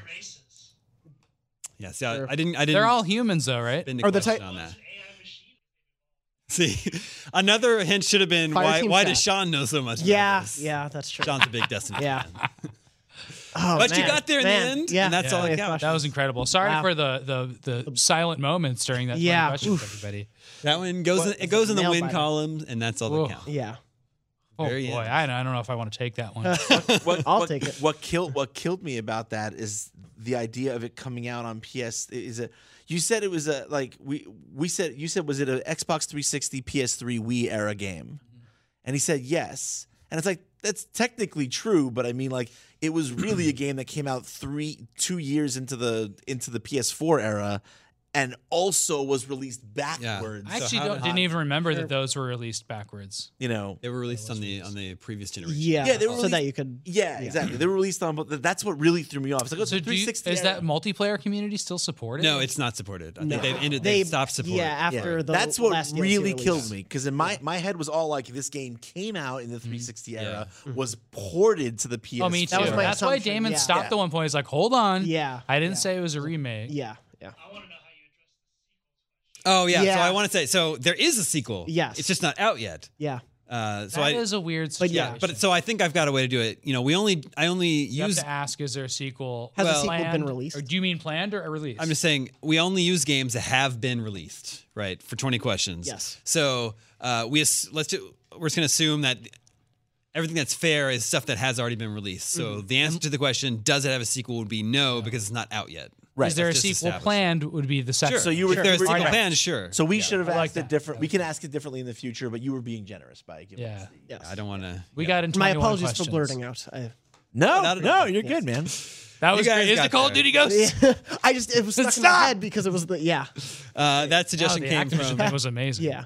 [SPEAKER 3] Yeah. See, I, I didn't. I didn't.
[SPEAKER 5] They're all humans though, right?
[SPEAKER 3] spend a
[SPEAKER 6] Or the
[SPEAKER 3] question
[SPEAKER 6] type-
[SPEAKER 3] on that. See, [LAUGHS] another hint should have been
[SPEAKER 6] Fire
[SPEAKER 3] why.
[SPEAKER 6] team
[SPEAKER 3] Why
[SPEAKER 6] chat.
[SPEAKER 3] does Sean know so much? about
[SPEAKER 6] yeah,
[SPEAKER 3] this?
[SPEAKER 6] yeah, that's true.
[SPEAKER 3] Sean's a big Destiny.
[SPEAKER 6] [LAUGHS] Yeah.
[SPEAKER 3] fan.
[SPEAKER 6] Oh,
[SPEAKER 3] But you
[SPEAKER 6] man.
[SPEAKER 3] got there in the
[SPEAKER 6] Man.
[SPEAKER 3] end,
[SPEAKER 6] Yeah,
[SPEAKER 3] and that's
[SPEAKER 5] all
[SPEAKER 3] that
[SPEAKER 6] yeah,
[SPEAKER 3] counts.
[SPEAKER 5] That was incredible. Sorry
[SPEAKER 6] Wow.
[SPEAKER 5] for the, the the silent moments during that
[SPEAKER 6] Yeah,
[SPEAKER 5] question,
[SPEAKER 6] oof.
[SPEAKER 5] everybody.
[SPEAKER 3] That one goes. In, it goes in the
[SPEAKER 6] Nail
[SPEAKER 3] win
[SPEAKER 6] biter.
[SPEAKER 3] column, and that's all
[SPEAKER 5] Whoa.
[SPEAKER 3] that counts.
[SPEAKER 6] Yeah.
[SPEAKER 5] Oh
[SPEAKER 3] Very
[SPEAKER 5] boy,
[SPEAKER 3] end.
[SPEAKER 5] I, I don't know if I want to
[SPEAKER 6] [LAUGHS]
[SPEAKER 5] take that one.
[SPEAKER 4] what,
[SPEAKER 6] I'll
[SPEAKER 4] what-
[SPEAKER 6] take it.
[SPEAKER 4] What killed what killed me about that is the idea of it coming out on PS. Is it? You said it was a like we we said you said was it a Xbox 360 PS3 Wii era game,
[SPEAKER 5] Mm-hmm.
[SPEAKER 4] and he said yes, and it's like that's technically true, but I mean like it
[SPEAKER 5] [CLEARS THROAT]
[SPEAKER 4] was really a game that came out three two years into the into the PS4 era, and also was released backwards.
[SPEAKER 5] I
[SPEAKER 3] So
[SPEAKER 5] actually
[SPEAKER 3] how
[SPEAKER 5] don't,
[SPEAKER 3] did-
[SPEAKER 5] didn't even remember that those were released backwards.
[SPEAKER 4] you know.
[SPEAKER 3] [LAUGHS] They were released on the on the previous generation.
[SPEAKER 6] Yeah.
[SPEAKER 4] Yeah, they were
[SPEAKER 6] so that
[SPEAKER 4] released-
[SPEAKER 6] you could.
[SPEAKER 4] Yeah, exactly. They were released on, but that's what really threw me off. It's like, oh, it's
[SPEAKER 5] So
[SPEAKER 4] a
[SPEAKER 5] do you, is
[SPEAKER 4] 360 era.
[SPEAKER 5] that multiplayer community still supported?
[SPEAKER 3] No, it's not supported. I think they've ended.
[SPEAKER 6] They
[SPEAKER 3] They've stopped supporting.
[SPEAKER 6] Yeah, after the
[SPEAKER 4] that's what
[SPEAKER 6] last DLC
[SPEAKER 4] really
[SPEAKER 6] release.
[SPEAKER 4] killed me because in my my head was all like this game came out in the 360 era was ported to the PS.
[SPEAKER 5] Mm-hmm. Oh, me too.
[SPEAKER 6] That was my
[SPEAKER 5] That's why
[SPEAKER 6] assumption,
[SPEAKER 5] Damon
[SPEAKER 6] yeah.
[SPEAKER 5] stopped at one point. He's like, "Hold on,
[SPEAKER 6] Yeah,
[SPEAKER 5] I didn't say it was a remake."
[SPEAKER 6] Yeah, yeah.
[SPEAKER 3] Oh yeah. So
[SPEAKER 6] Yeah.
[SPEAKER 3] Oh, I want to say so there is a sequel.
[SPEAKER 6] Yes.
[SPEAKER 3] It's just not out yet.
[SPEAKER 6] Yeah.
[SPEAKER 3] Uh, so
[SPEAKER 5] That
[SPEAKER 3] I
[SPEAKER 5] is a weird
[SPEAKER 6] But
[SPEAKER 5] situation.
[SPEAKER 6] yeah,
[SPEAKER 3] yeah, but so I think I've got a way to do it. You know, we only I only
[SPEAKER 5] you
[SPEAKER 3] use
[SPEAKER 5] have to ask: Is there a sequel?
[SPEAKER 6] Has
[SPEAKER 3] the Well-
[SPEAKER 6] sequel been
[SPEAKER 5] planned?
[SPEAKER 6] released?
[SPEAKER 5] Or do you mean planned or released?
[SPEAKER 3] I'm just saying we only use games that have been released, right? For 20 questions.
[SPEAKER 6] Yes.
[SPEAKER 3] So uh, we ass- let's do. We're just gonna assume that everything that's fair is stuff that has already been released. So
[SPEAKER 5] Mm-hmm.
[SPEAKER 3] the answer to the question, does it have a sequel, would be no because it's not out yet.
[SPEAKER 4] Right.
[SPEAKER 5] Is there a
[SPEAKER 3] just
[SPEAKER 5] sequel
[SPEAKER 3] established.
[SPEAKER 5] planned? Would be the second.
[SPEAKER 4] So you were-
[SPEAKER 3] If there's a
[SPEAKER 4] Sure.
[SPEAKER 3] sequel
[SPEAKER 4] Alright.
[SPEAKER 3] planned, sure.
[SPEAKER 4] So we should have
[SPEAKER 5] I like
[SPEAKER 4] asked it
[SPEAKER 5] that.
[SPEAKER 4] different. We can ask it differently in the future, but you were being generous by giving.
[SPEAKER 5] Yeah.
[SPEAKER 4] us the-
[SPEAKER 6] Yes.
[SPEAKER 3] I don't want to.
[SPEAKER 5] We got into
[SPEAKER 6] My apologies for blurting out. I,
[SPEAKER 4] No,
[SPEAKER 3] Not at
[SPEAKER 4] no,
[SPEAKER 3] all.
[SPEAKER 4] you're good, man.
[SPEAKER 5] That was
[SPEAKER 3] guys
[SPEAKER 5] great. Is
[SPEAKER 3] got
[SPEAKER 5] the Call of
[SPEAKER 3] there.
[SPEAKER 5] Duty Ghost?
[SPEAKER 6] [LAUGHS] I just it was stuck in my head because it was the yeah
[SPEAKER 3] Uh, that
[SPEAKER 5] Wow,
[SPEAKER 3] suggestion
[SPEAKER 5] Oh, the
[SPEAKER 3] came
[SPEAKER 5] Activision
[SPEAKER 3] from
[SPEAKER 5] thing was
[SPEAKER 3] [LAUGHS]
[SPEAKER 5] amazing.
[SPEAKER 6] yeah.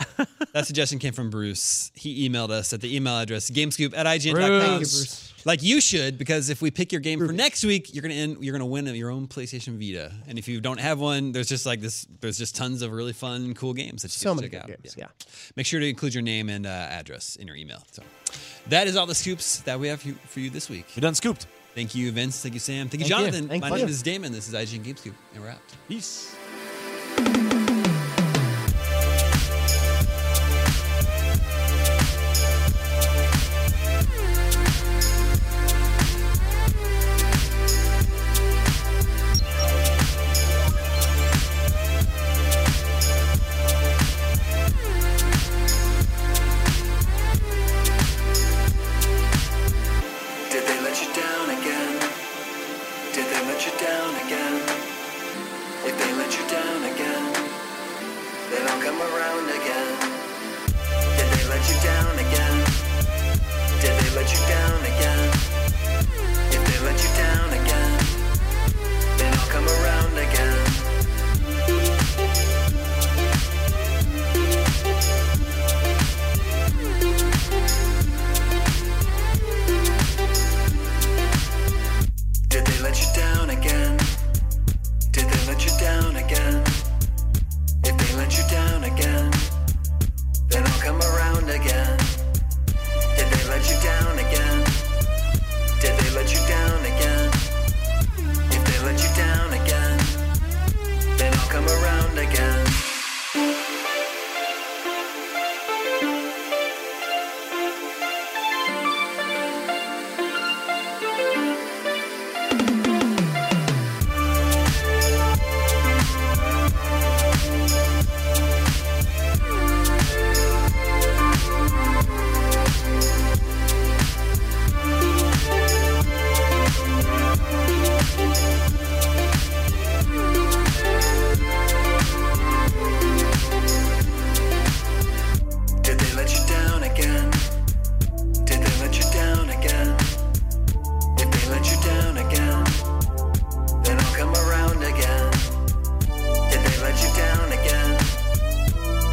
[SPEAKER 3] that suggestion came from Bruce. He emailed us at the email address gamescoop at
[SPEAKER 5] Bruce.
[SPEAKER 3] ign.com.
[SPEAKER 5] Thank you,
[SPEAKER 6] Bruce.
[SPEAKER 3] Like you should, because if we pick your game for next week, you're gonna end, you're gonna win your own PlayStation Vita. And if you don't have one, there's just like this. There's just tons of really fun, cool games that you
[SPEAKER 6] So
[SPEAKER 3] can
[SPEAKER 6] many
[SPEAKER 3] check
[SPEAKER 6] good
[SPEAKER 3] out.
[SPEAKER 6] games. Yeah.
[SPEAKER 3] Make sure to include your name and uh, address in your email. So that is all the scoops that we have for you, for you this week.
[SPEAKER 4] You're done scooped.
[SPEAKER 3] Thank you, Vince. Thank you, Sam. Thank you,
[SPEAKER 5] Thank you.
[SPEAKER 3] Jonathan.
[SPEAKER 6] Thank
[SPEAKER 3] My
[SPEAKER 6] you.
[SPEAKER 3] name is Damon. This is IGN GameScoop, and we're out.
[SPEAKER 4] Peace.
[SPEAKER 7] Did they let you down again? Did they let you down again? If they let you down again, they don't come around again. Did they let you down again? Did they let you down again? If they let you down again, they don't come around again. Did they let you down again? Did they let you down again? If they let you down again, then I'll come around again. Did they let you down again? Did they let you down again? If they let you down again, then I'll come around again. Did they let you down again? Did they let you down again? If they let you down again, then I'll come around again. Did they let you down again?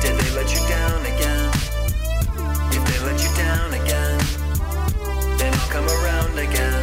[SPEAKER 7] Did they let you down again? If they let you down again, then I'll come around again.